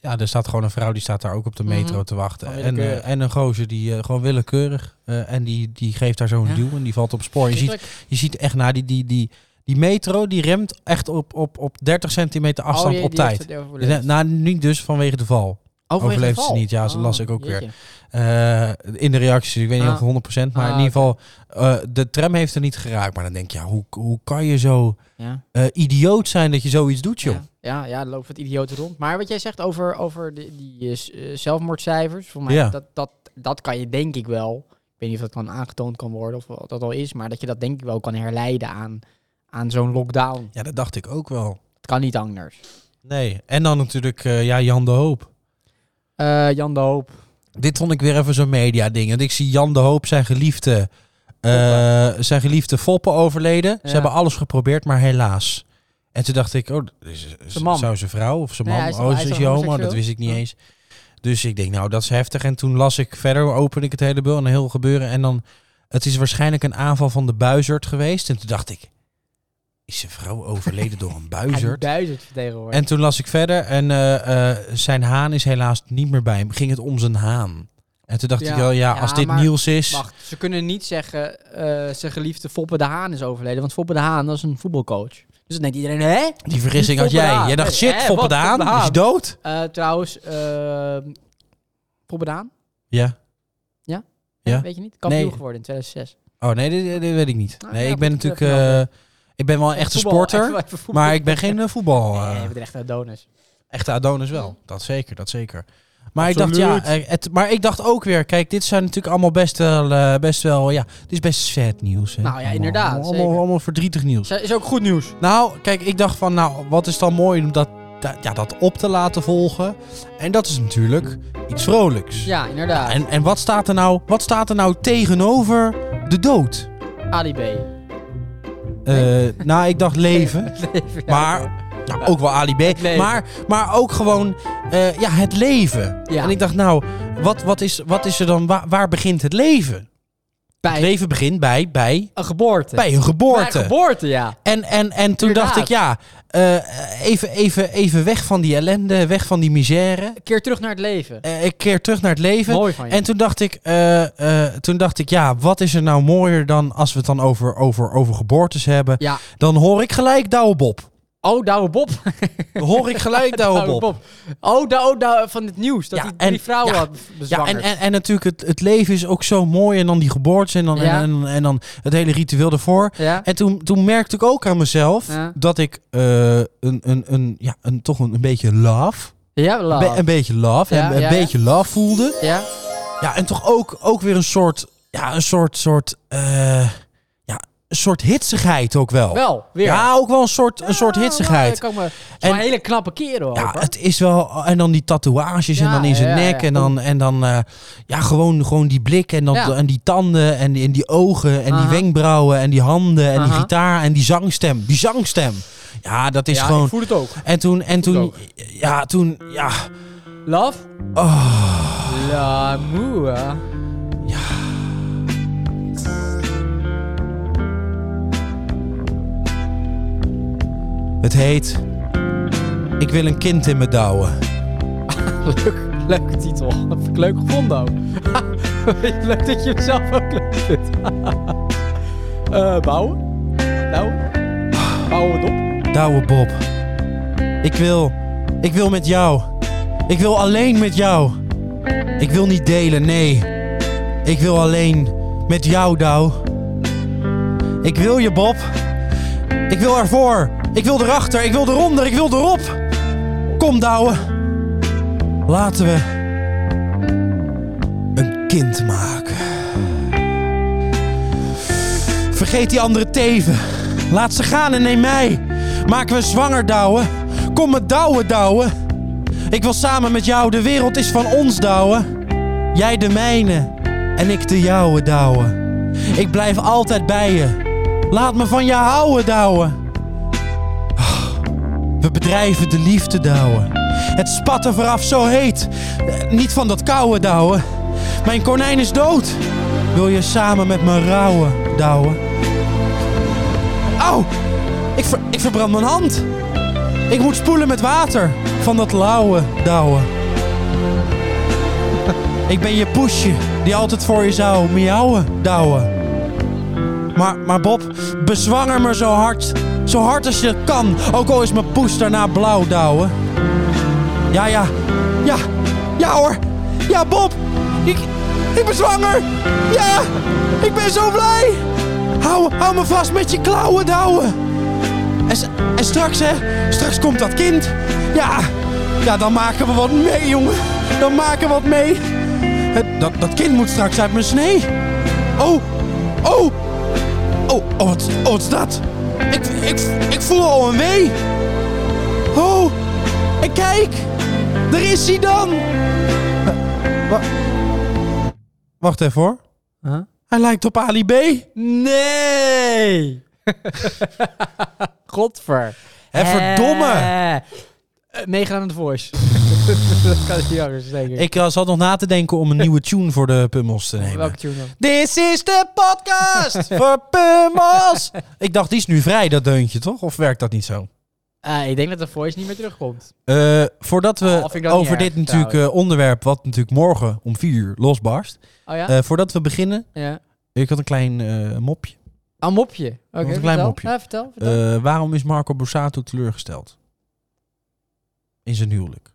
Speaker 2: ja, er staat gewoon een vrouw die staat daar ook op de metro
Speaker 1: Mhm.
Speaker 2: te wachten.
Speaker 1: Gewoon
Speaker 2: En, eh,
Speaker 1: willekeurig.
Speaker 2: en een gozer die eh, gewoon willekeurig. eh, en die, die geeft daar zo'n
Speaker 1: Ja.
Speaker 2: duw en die valt op spoor. Je ziet,
Speaker 1: Schrikkelijk.
Speaker 2: je ziet echt na die, die, die, die metro die remt echt op, op, op 30 centimeter afstand
Speaker 1: Oh, die-
Speaker 2: op
Speaker 1: die heeft
Speaker 2: tijd.
Speaker 1: het overleefd.
Speaker 2: Na, nou, niet dus vanwege de val.
Speaker 1: Overleefd
Speaker 2: overleeft ze
Speaker 1: val.
Speaker 2: niet. Ja, ze
Speaker 1: Oh,
Speaker 2: las ik ook weer.
Speaker 1: jeetje.
Speaker 2: Eh, in de reacties, ik weet niet
Speaker 1: Ah.
Speaker 2: of het 100%, maar
Speaker 1: Ah,
Speaker 2: in ieder geval, eh, de tram heeft er niet geraakt. Maar dan denk je, ja, hoe, hoe kan je zo
Speaker 1: Ja.
Speaker 2: eh, idioot zijn dat je zoiets doet, joh?
Speaker 1: Ja, ja, ja, er loopt wat idioten rond. Maar wat jij zegt over, over de- die eh, s- eh, zelfmoordcijfers, voor mij,
Speaker 2: Ja.
Speaker 1: dat, dat, dat kan je denk ik wel. Ik weet niet of dat kan aangetoond kan worden of wat dat al is, maar dat je dat denk ik wel kan herleiden aan, aan zo'n lockdown.
Speaker 2: Ja, dat dacht ik ook wel.
Speaker 1: Het kan niet anders.
Speaker 2: Nee, en dan natuurlijk eh, ja, Jan de Hoop.
Speaker 1: Eh, Jan de Hoop.
Speaker 2: Dit vond ik weer even zo'n media-ding. Want ik zie Jan de Hoop, zijn geliefde, eh, zijn geliefde Foppen overleden.
Speaker 1: Ja.
Speaker 2: Ze hebben alles geprobeerd, maar helaas. En toen dacht ik, oh, is, is-
Speaker 1: Zijn man.
Speaker 2: zou zijn vrouw of zijn
Speaker 1: Nee,
Speaker 2: man?
Speaker 1: hij is toch-
Speaker 2: oh,
Speaker 1: hij
Speaker 2: is,
Speaker 1: is
Speaker 2: is
Speaker 1: toch
Speaker 2: je homo? Dat
Speaker 1: homoseksueel?
Speaker 2: wist ik niet
Speaker 1: Ja.
Speaker 2: eens. Dus ik denk, nou, dat is heftig. En toen las ik verder, open ik het hele bul en een heel gebeuren. En dan, het is waarschijnlijk een aanval van de buizerd geweest. En toen dacht ik, is zijn vrouw overleden door een buizerd?
Speaker 1: Duizend vertegenwoordigd.
Speaker 2: En toen las ik verder en eh, eh, zijn haan is helaas niet meer bij hem. Ging het om zijn haan? En toen dacht
Speaker 1: Ja.
Speaker 2: ik wel, ja,
Speaker 1: Ja,
Speaker 2: als dit
Speaker 1: maar-
Speaker 2: Niels is...
Speaker 1: Wacht, ze kunnen niet zeggen, eh zijn geliefde Foppe de Haan is overleden, want Foppe de Haan dat is een voetbalcoach. Dus dan denkt iedereen, hè?
Speaker 2: Die vergissing
Speaker 1: Die
Speaker 2: had jij.
Speaker 1: Foppe de Haan.
Speaker 2: Jij dacht,
Speaker 1: Nee,
Speaker 2: shit,
Speaker 1: hè,
Speaker 2: Foppe
Speaker 1: wat,
Speaker 2: de
Speaker 1: Foppe de
Speaker 2: Haan,
Speaker 1: Haan?
Speaker 2: is dood?
Speaker 1: Eh, trouwens, eh Foppe de Haan?
Speaker 2: Ja.
Speaker 1: Ja?
Speaker 2: Ja.
Speaker 1: Weet je niet? Kampioen
Speaker 2: Nee.
Speaker 1: geworden in 2006
Speaker 2: Oh, nee, dit, dit- dit weet ik niet.
Speaker 1: Nou,
Speaker 2: Nee,
Speaker 1: ja,
Speaker 2: ik ben
Speaker 1: goed,
Speaker 2: natuurlijk...
Speaker 1: even wel,
Speaker 2: eh, ik ben wel een echte
Speaker 1: Voetbal,
Speaker 2: sporter,
Speaker 1: even- even voetbal.
Speaker 2: maar ik ben geen eh, voetbal...
Speaker 1: Nee,
Speaker 2: eh,
Speaker 1: we hebben er echt Adonis.
Speaker 2: Echte Adonis wel. Dat zeker, dat zeker. Maar ik, dacht,
Speaker 1: Absoluut.
Speaker 2: ja, eh, het, maar ik dacht ook weer, kijk, dit zijn natuurlijk allemaal best wel, eh, best wel ja, dit is best sad nieuws. Hè.
Speaker 1: Nou ja,
Speaker 2: Allemaal-
Speaker 1: inderdaad,
Speaker 2: Allemaal, allemaal,
Speaker 1: zeker.
Speaker 2: allemaal verdrietig nieuws.
Speaker 1: Is ook goed nieuws.
Speaker 2: Nou, kijk, ik dacht van, nou, wat is dan mooi om dat, da- ja, dat op te laten volgen. En dat is natuurlijk iets vrolijks.
Speaker 1: Ja, inderdaad.
Speaker 2: En, en wat, staat er nou, wat staat er nou tegenover de dood?
Speaker 1: Ali B.
Speaker 2: Eh, nou, ik dacht leven.
Speaker 1: Leven, ja.
Speaker 2: Maar nou, ook wel Ali B.
Speaker 1: leven.
Speaker 2: Maar, maar ook gewoon eh, ja, het leven.
Speaker 1: Ja.
Speaker 2: En ik dacht, nou, wat, wat, is, wat is er dan? Waar, waar begint het leven?
Speaker 1: Bij
Speaker 2: Het leven begint bij, bij,
Speaker 1: een geboorte.
Speaker 2: bij een
Speaker 1: Bij
Speaker 2: geboorte.
Speaker 1: een geboorte, ja.
Speaker 2: En, en, en toen
Speaker 1: Inderdaad.
Speaker 2: dacht ik, ja, eh, even, even, even weg van die ellende, weg van die misère.
Speaker 1: Een keer terug naar het leven.
Speaker 2: Eh, ik keer terug naar het leven.
Speaker 1: Mooi van je.
Speaker 2: En toen dacht ik, eh, eh, toen dacht ik, ja, wat is er nou mooier dan als we het dan over, over, over geboortes hebben?
Speaker 1: Ja.
Speaker 2: Dan hoor ik gelijk Douwe Bob.
Speaker 1: Oh, Douwe Bob.
Speaker 2: Dan hoor ik gelijk Douwe Bob.
Speaker 1: Oh, Douwe, Douwe van het nieuws. Dat
Speaker 2: Ja,
Speaker 1: die, die
Speaker 2: en-
Speaker 1: vrouw
Speaker 2: ja.
Speaker 1: had
Speaker 2: Ja,
Speaker 1: bezwangerd.
Speaker 2: en, en, en natuurlijk, het, het leven is ook zo mooi. En dan die geboortes en dan,
Speaker 1: Ja.
Speaker 2: en, en, en dan het hele ritueel ervoor.
Speaker 1: Ja?
Speaker 2: En toen, toen merkte ik ook aan mezelf
Speaker 1: Ja.
Speaker 2: dat ik eh, een, een, een, ja, een, toch een, een beetje love,
Speaker 1: Ja, love.
Speaker 2: Be- een beetje love,
Speaker 1: Ja,
Speaker 2: en een
Speaker 1: ja, ja.
Speaker 2: beetje love voelde.
Speaker 1: ja?
Speaker 2: Ja, en toch ook, ook weer een soort, ja, een soort, soort, eh, ja, een soort hitsigheid ook wel.
Speaker 1: Wel, weer.
Speaker 2: Ja, ook wel een soort, een soort
Speaker 1: Ja, nou, dat
Speaker 2: hitsigheid.
Speaker 1: kan me-
Speaker 2: En-
Speaker 1: Zo'n hele knappe kerel. ook,
Speaker 2: Ja,
Speaker 1: hoor.
Speaker 2: het is wel. En dan die tatoeages en
Speaker 1: Ja,
Speaker 2: dan in zijn
Speaker 1: ja, ja,
Speaker 2: nek.
Speaker 1: ja.
Speaker 2: En dan, en dan eh, ja, gewoon, gewoon die blik en, dan,
Speaker 1: Ja.
Speaker 2: en die tanden en, die- en die ogen en
Speaker 1: Aha.
Speaker 2: die wenkbrauwen en die handen en die
Speaker 1: Aha.
Speaker 2: gitaar en die zangstem. Die zangstem. Ja, dat is
Speaker 1: Ja,
Speaker 2: gewoon.
Speaker 1: ik voel het ook.
Speaker 2: En toen, en toen,
Speaker 1: ook.
Speaker 2: ja, toen, ja.
Speaker 1: Love? Oh. L'amour.
Speaker 2: Het heet. Ik wil een kind in me douwen.
Speaker 1: Leuk, leuke titel. Vind ik Leuk gevonden ook. leuk dat je hem zelf ook leuk vindt. Eh, bouwen? Nou, bouwen we het op.
Speaker 2: Douwe Bob. Ik wil. Ik wil met jou. Ik wil alleen met jou. Ik wil niet delen, nee. Ik wil alleen met jou, Douw. Ik wil je, Bob. Ik wil ervoor. Ik wil erachter. Ik wil eronder. Ik wil erop. Kom, Douwe. Laten we een kind maken. Vergeet die andere teven. Laat ze gaan en neem mij. Maken we zwanger, Douwe. Kom me douwen, Douwe. Ik wil samen met jou. De wereld is van ons, Douwe. Jij de mijne en ik de jouwe, Douwe. Ik blijf altijd bij je. Laat me van je houden, Douwe. Ah, We bedrijven de liefde, Douwe. Het spatten vooraf zo heet. Eh, Niet van dat koude, Douwe. Mijn konijn is dood. Wil je samen met me rouwen, Douwe? Au! Ik, ver- ik verbrand mijn hand. Ik moet spoelen met water van dat lauwe douwe. ik ben je poesje die altijd voor je zou miauwen douwen. Maar, maar Bob, bezwanger me zo hard. Zo hard als je kan. Ook al is mijn poes daarna blauw douwen. Ja, ja. Ja. Ja hoor. Ja, Bob. Ik, ik ben zwanger. Ja. Ik ben zo blij. Hou, hou me vast met je klauwen douwen. En, s- en straks, hè? Straks komt dat kind. Ja, ja, dan maken we wat mee, jongen. Dan maken we wat mee. Het- dat, dat kind moet straks uit mijn snee. Oh, oh. Oh, oh, wat, oh, wat is dat? Ik, ik, ik voel al een wee. Oh, en kijk. Daar is hij dan. Wacht even hoor. Hij lijkt op Ali B.
Speaker 1: Nee! Godver.
Speaker 2: Hé, verdomme!
Speaker 1: Eh, meegedaan aan de voice. dat kan ik niet anders, denk ik.
Speaker 2: Ik eh, zat nog na te denken om een nieuwe tune voor de Pummels te nemen.
Speaker 1: Welke tune dan?
Speaker 2: This is the podcast voor Pummels! Ik dacht, die is nu vrij, dat deuntje, toch? Of werkt dat niet zo?
Speaker 1: Eh, ik denk dat de voice niet meer terugkomt.
Speaker 2: Eh, voordat we
Speaker 1: Oh, vind ik dat
Speaker 2: over
Speaker 1: niet
Speaker 2: dit
Speaker 1: erg,
Speaker 2: natuurlijk eh, onderwerp, wat natuurlijk morgen om vier uur losbarst.
Speaker 1: Oh ja?
Speaker 2: eh, voordat we beginnen,
Speaker 1: ja.
Speaker 2: ik had een klein eh, mopje.
Speaker 1: Ah, Een mopje. Oké,
Speaker 2: een klein
Speaker 1: vertel.
Speaker 2: mopje.
Speaker 1: Ja, vertel. vertel.
Speaker 2: Eh, waarom is Marco Borsato teleurgesteld? In zijn huwelijk.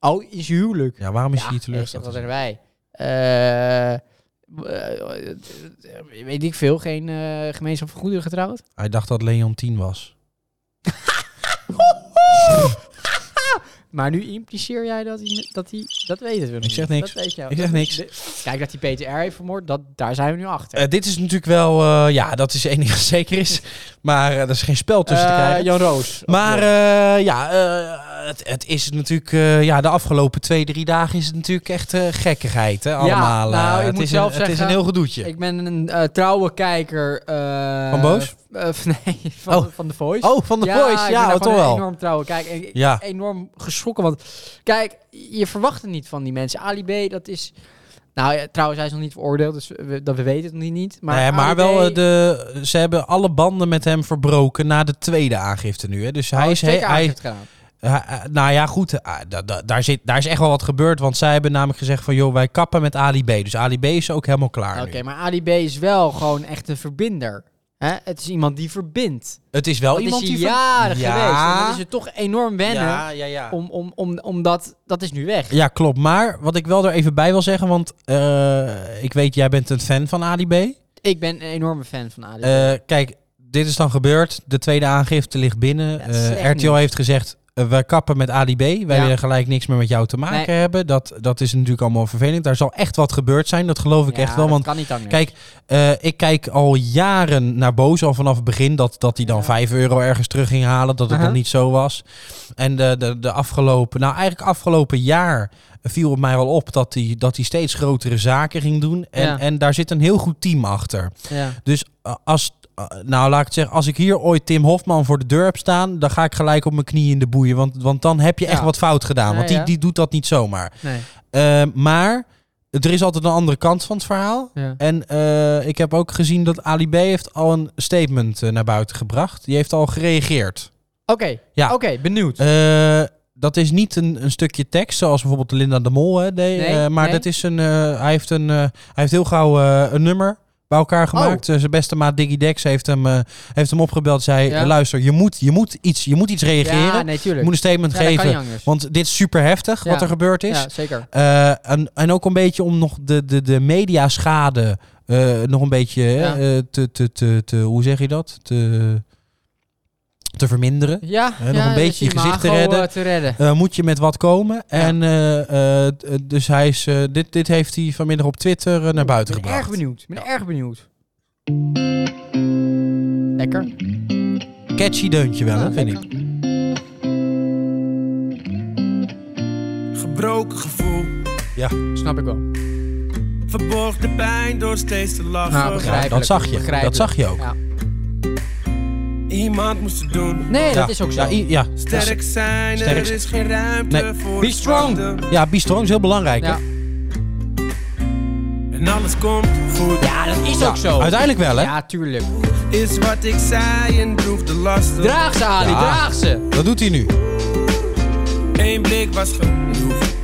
Speaker 1: oh, is je huwelijk.
Speaker 2: Ja, waarom is
Speaker 1: Ja,
Speaker 2: hij
Speaker 1: ik-
Speaker 2: teleurgesteld?
Speaker 1: Wat zijn wij? Eh, eh, weet ik veel, geen eh, gemeenschap van goederen getrouwd?
Speaker 2: Hij dacht dat Leon 10 was.
Speaker 1: Maar nu impliceer jij dat hij... Dat, hij, dat weet het wel
Speaker 2: Ik zeg niks.
Speaker 1: Dat weet je wel.
Speaker 2: Ik zeg niks.
Speaker 1: De- Kijk, dat hij Peter R. heeft vermoord, dat, daar zijn we nu achter.
Speaker 2: Eh, dit is natuurlijk wel, eh, ja, dat is het enige wat zeker is. Maar eh, er is geen spel tussen te
Speaker 1: Eh,
Speaker 2: krijgen.
Speaker 1: Jan Roos. Oh,
Speaker 2: Maar eh, ja, eh, het, het is natuurlijk, eh, ja, de afgelopen twee, drie dagen is het natuurlijk echt eh, gekkigheid, hè, allemaal.
Speaker 1: nou,
Speaker 2: Eh,
Speaker 1: ik
Speaker 2: het
Speaker 1: moet
Speaker 2: is
Speaker 1: zelf
Speaker 2: een, het is
Speaker 1: zeggen,
Speaker 2: een heel gedoetje.
Speaker 1: Ik ben een eh, trouwe kijker... eh,
Speaker 2: Van Boos?
Speaker 1: eh, van, nee, van,
Speaker 2: Oh.
Speaker 1: van The Voice.
Speaker 2: Oh, van de
Speaker 1: ja,
Speaker 2: voice.
Speaker 1: ik ben
Speaker 2: Ja,
Speaker 1: daar
Speaker 2: oh,
Speaker 1: gewoon
Speaker 2: toch wel.
Speaker 1: enorm trouwen. Kijk, ik-
Speaker 2: Ja.
Speaker 1: enorm geschrokken. Want kijk, je verwacht het niet van die mensen. Ali B, dat is... Nou ja, trouwens, hij is nog niet veroordeeld, dus we, dat we weten het nog niet. Maar,
Speaker 2: Maar, nee, maar
Speaker 1: Ali
Speaker 2: wel,
Speaker 1: B
Speaker 2: eh, de, ze hebben alle banden met hem verbroken na de tweede aangifte nu. Hè. Dus hij
Speaker 1: Oh, heeft
Speaker 2: is...
Speaker 1: twee
Speaker 2: Hij,
Speaker 1: keer
Speaker 2: hij-
Speaker 1: aangifte gedaan.
Speaker 2: hij- eh, nou ja, goed. eh, da- da- daar, zit, daar is echt wel wat gebeurd. Want zij hebben namelijk gezegd van... joh, wij kappen met Ali B. Dus Ali B is ook helemaal klaar
Speaker 1: Oké,
Speaker 2: nu.
Speaker 1: maar Ali B is wel gewoon echt een verbinder. hè? Het is iemand die verbindt.
Speaker 2: Het is wel
Speaker 1: dat
Speaker 2: Oh, iemand
Speaker 1: is hij
Speaker 2: die... ver-
Speaker 1: jaren
Speaker 2: Ja.
Speaker 1: geweest. En dat is het toch enorm wennen.
Speaker 2: Ja, ja, ja.
Speaker 1: Om, om, om, omdat dat is nu weg.
Speaker 2: Ja, klopt. Maar wat ik wel er even bij wil zeggen, want eh, ik weet, jij bent een fan van Ali B.
Speaker 1: Ik ben een enorme fan van Ali. B.
Speaker 2: Eh, kijk, dit is dan gebeurd. De tweede aangifte ligt binnen.
Speaker 1: Ja, dat is
Speaker 2: Eh,
Speaker 1: echt
Speaker 2: RTL
Speaker 1: niet.
Speaker 2: heeft gezegd, eh, we kappen met Ali B. Wij
Speaker 1: Ja.
Speaker 2: willen gelijk niks meer met jou te maken
Speaker 1: Nee.
Speaker 2: hebben. Dat, dat is natuurlijk allemaal vervelend. Daar zal echt wat gebeurd zijn, dat geloof ik
Speaker 1: Ja,
Speaker 2: echt wel.
Speaker 1: dat
Speaker 2: Want
Speaker 1: kan niet langer.
Speaker 2: kijk, eh, ik kijk al jaren naar Boos, al vanaf het begin, dat, dat hij dan
Speaker 1: Ja.
Speaker 2: 5 euro ergens terug ging halen, dat het
Speaker 1: Aha.
Speaker 2: nog niet zo was. En de, de, de afgelopen, nou eigenlijk afgelopen jaar viel het mij wel op dat hij, dat hij steeds grotere zaken ging doen. En,
Speaker 1: Ja.
Speaker 2: en daar zit een heel goed team achter.
Speaker 1: ja.
Speaker 2: Dus eh, als, eh, nou laat ik het zeggen, als ik hier ooit Tim Hofman voor de deur heb staan, dan ga ik gelijk op mijn knieën in de boeien. Want, want dan heb je echt
Speaker 1: Ja.
Speaker 2: wat fout gedaan. Want
Speaker 1: Nee,
Speaker 2: die,
Speaker 1: ja.
Speaker 2: die doet dat niet zomaar.
Speaker 1: Nee.
Speaker 2: Eh, maar er is altijd een andere kant van het verhaal.
Speaker 1: Ja.
Speaker 2: En eh, ik heb ook gezien dat Ali B heeft al een statement eh, naar buiten gebracht. Die heeft al gereageerd.
Speaker 1: Oké,
Speaker 2: Ja.
Speaker 1: oké, benieuwd.
Speaker 2: Eh, dat is niet een, een stukje tekst, zoals bijvoorbeeld Linda de Mol hè, deed.
Speaker 1: Nee,
Speaker 2: eh, maar
Speaker 1: nee.
Speaker 2: dat is een, eh, hij, heeft een, eh, hij heeft heel gauw eh, een nummer bij
Speaker 1: Oh.
Speaker 2: elkaar gemaakt. Eh, zijn beste maat Diggy Dex heeft hem, eh, heeft hem opgebeld. Zei,
Speaker 1: Ja.
Speaker 2: eh, luister, je moet, je, moet iets, je moet iets reageren.
Speaker 1: Ja, nee,
Speaker 2: je
Speaker 1: tuurlijk.
Speaker 2: moet een statement
Speaker 1: Ja, dat kan
Speaker 2: geven.
Speaker 1: niet anders.
Speaker 2: Want dit is super heftig
Speaker 1: Ja.
Speaker 2: wat er gebeurd is.
Speaker 1: Ja, zeker.
Speaker 2: Eh, en, en ook een beetje om nog de, de, de mediaschade eh, nog een beetje
Speaker 1: Ja.
Speaker 2: eh, te, te, te, te, hoe zeg je dat? Te, te verminderen.
Speaker 1: Ja,
Speaker 2: Eh, nog
Speaker 1: ja,
Speaker 2: een beetje
Speaker 1: dus
Speaker 2: je gezicht te
Speaker 1: imago,
Speaker 2: redden.
Speaker 1: eh, te redden.
Speaker 2: Eh, moet je met wat komen. En eh, eh, eh, dus hij is, eh, dit, dit heeft hij vanmiddag op Twitter eh, naar buiten
Speaker 1: Ik ben
Speaker 2: gebracht.
Speaker 1: erg benieuwd. Ik ben erg benieuwd. Lekker.
Speaker 2: Catchy deuntje wel, hè,
Speaker 1: Ja,
Speaker 2: vind
Speaker 1: lekker.
Speaker 2: ik.
Speaker 5: Gebroken gevoel,
Speaker 1: Snap ik wel.
Speaker 5: verborg de pijn door steeds te lachen.
Speaker 1: Nou, begrijpelijk.
Speaker 2: dat zag je.
Speaker 1: Begrijpelijk.
Speaker 2: Dat zag je ook.
Speaker 1: Ja.
Speaker 5: Iemand moest het doen.
Speaker 1: Nee, dat
Speaker 2: Ja.
Speaker 1: is ook zo.
Speaker 2: Ja, i- ja.
Speaker 5: Sterk zijn,
Speaker 2: Sterk
Speaker 5: er
Speaker 2: zijn.
Speaker 5: is geen ruimte
Speaker 2: Nee.
Speaker 5: voor
Speaker 1: Be strong.
Speaker 5: zwakte.
Speaker 2: ja be strong is heel belangrijk.
Speaker 1: Ja.
Speaker 2: hè?
Speaker 5: En alles komt goed.
Speaker 1: Ja, dat is ook zo.
Speaker 2: Uiteindelijk wel, hè?
Speaker 1: Ja, tuurlijk.
Speaker 5: Is wat ik zei en droeg de lasten.
Speaker 1: Draag ze, Ali.
Speaker 2: Ja.
Speaker 1: Draag ze.
Speaker 2: Dat doet hij nu.
Speaker 5: Eén blik was genoeg.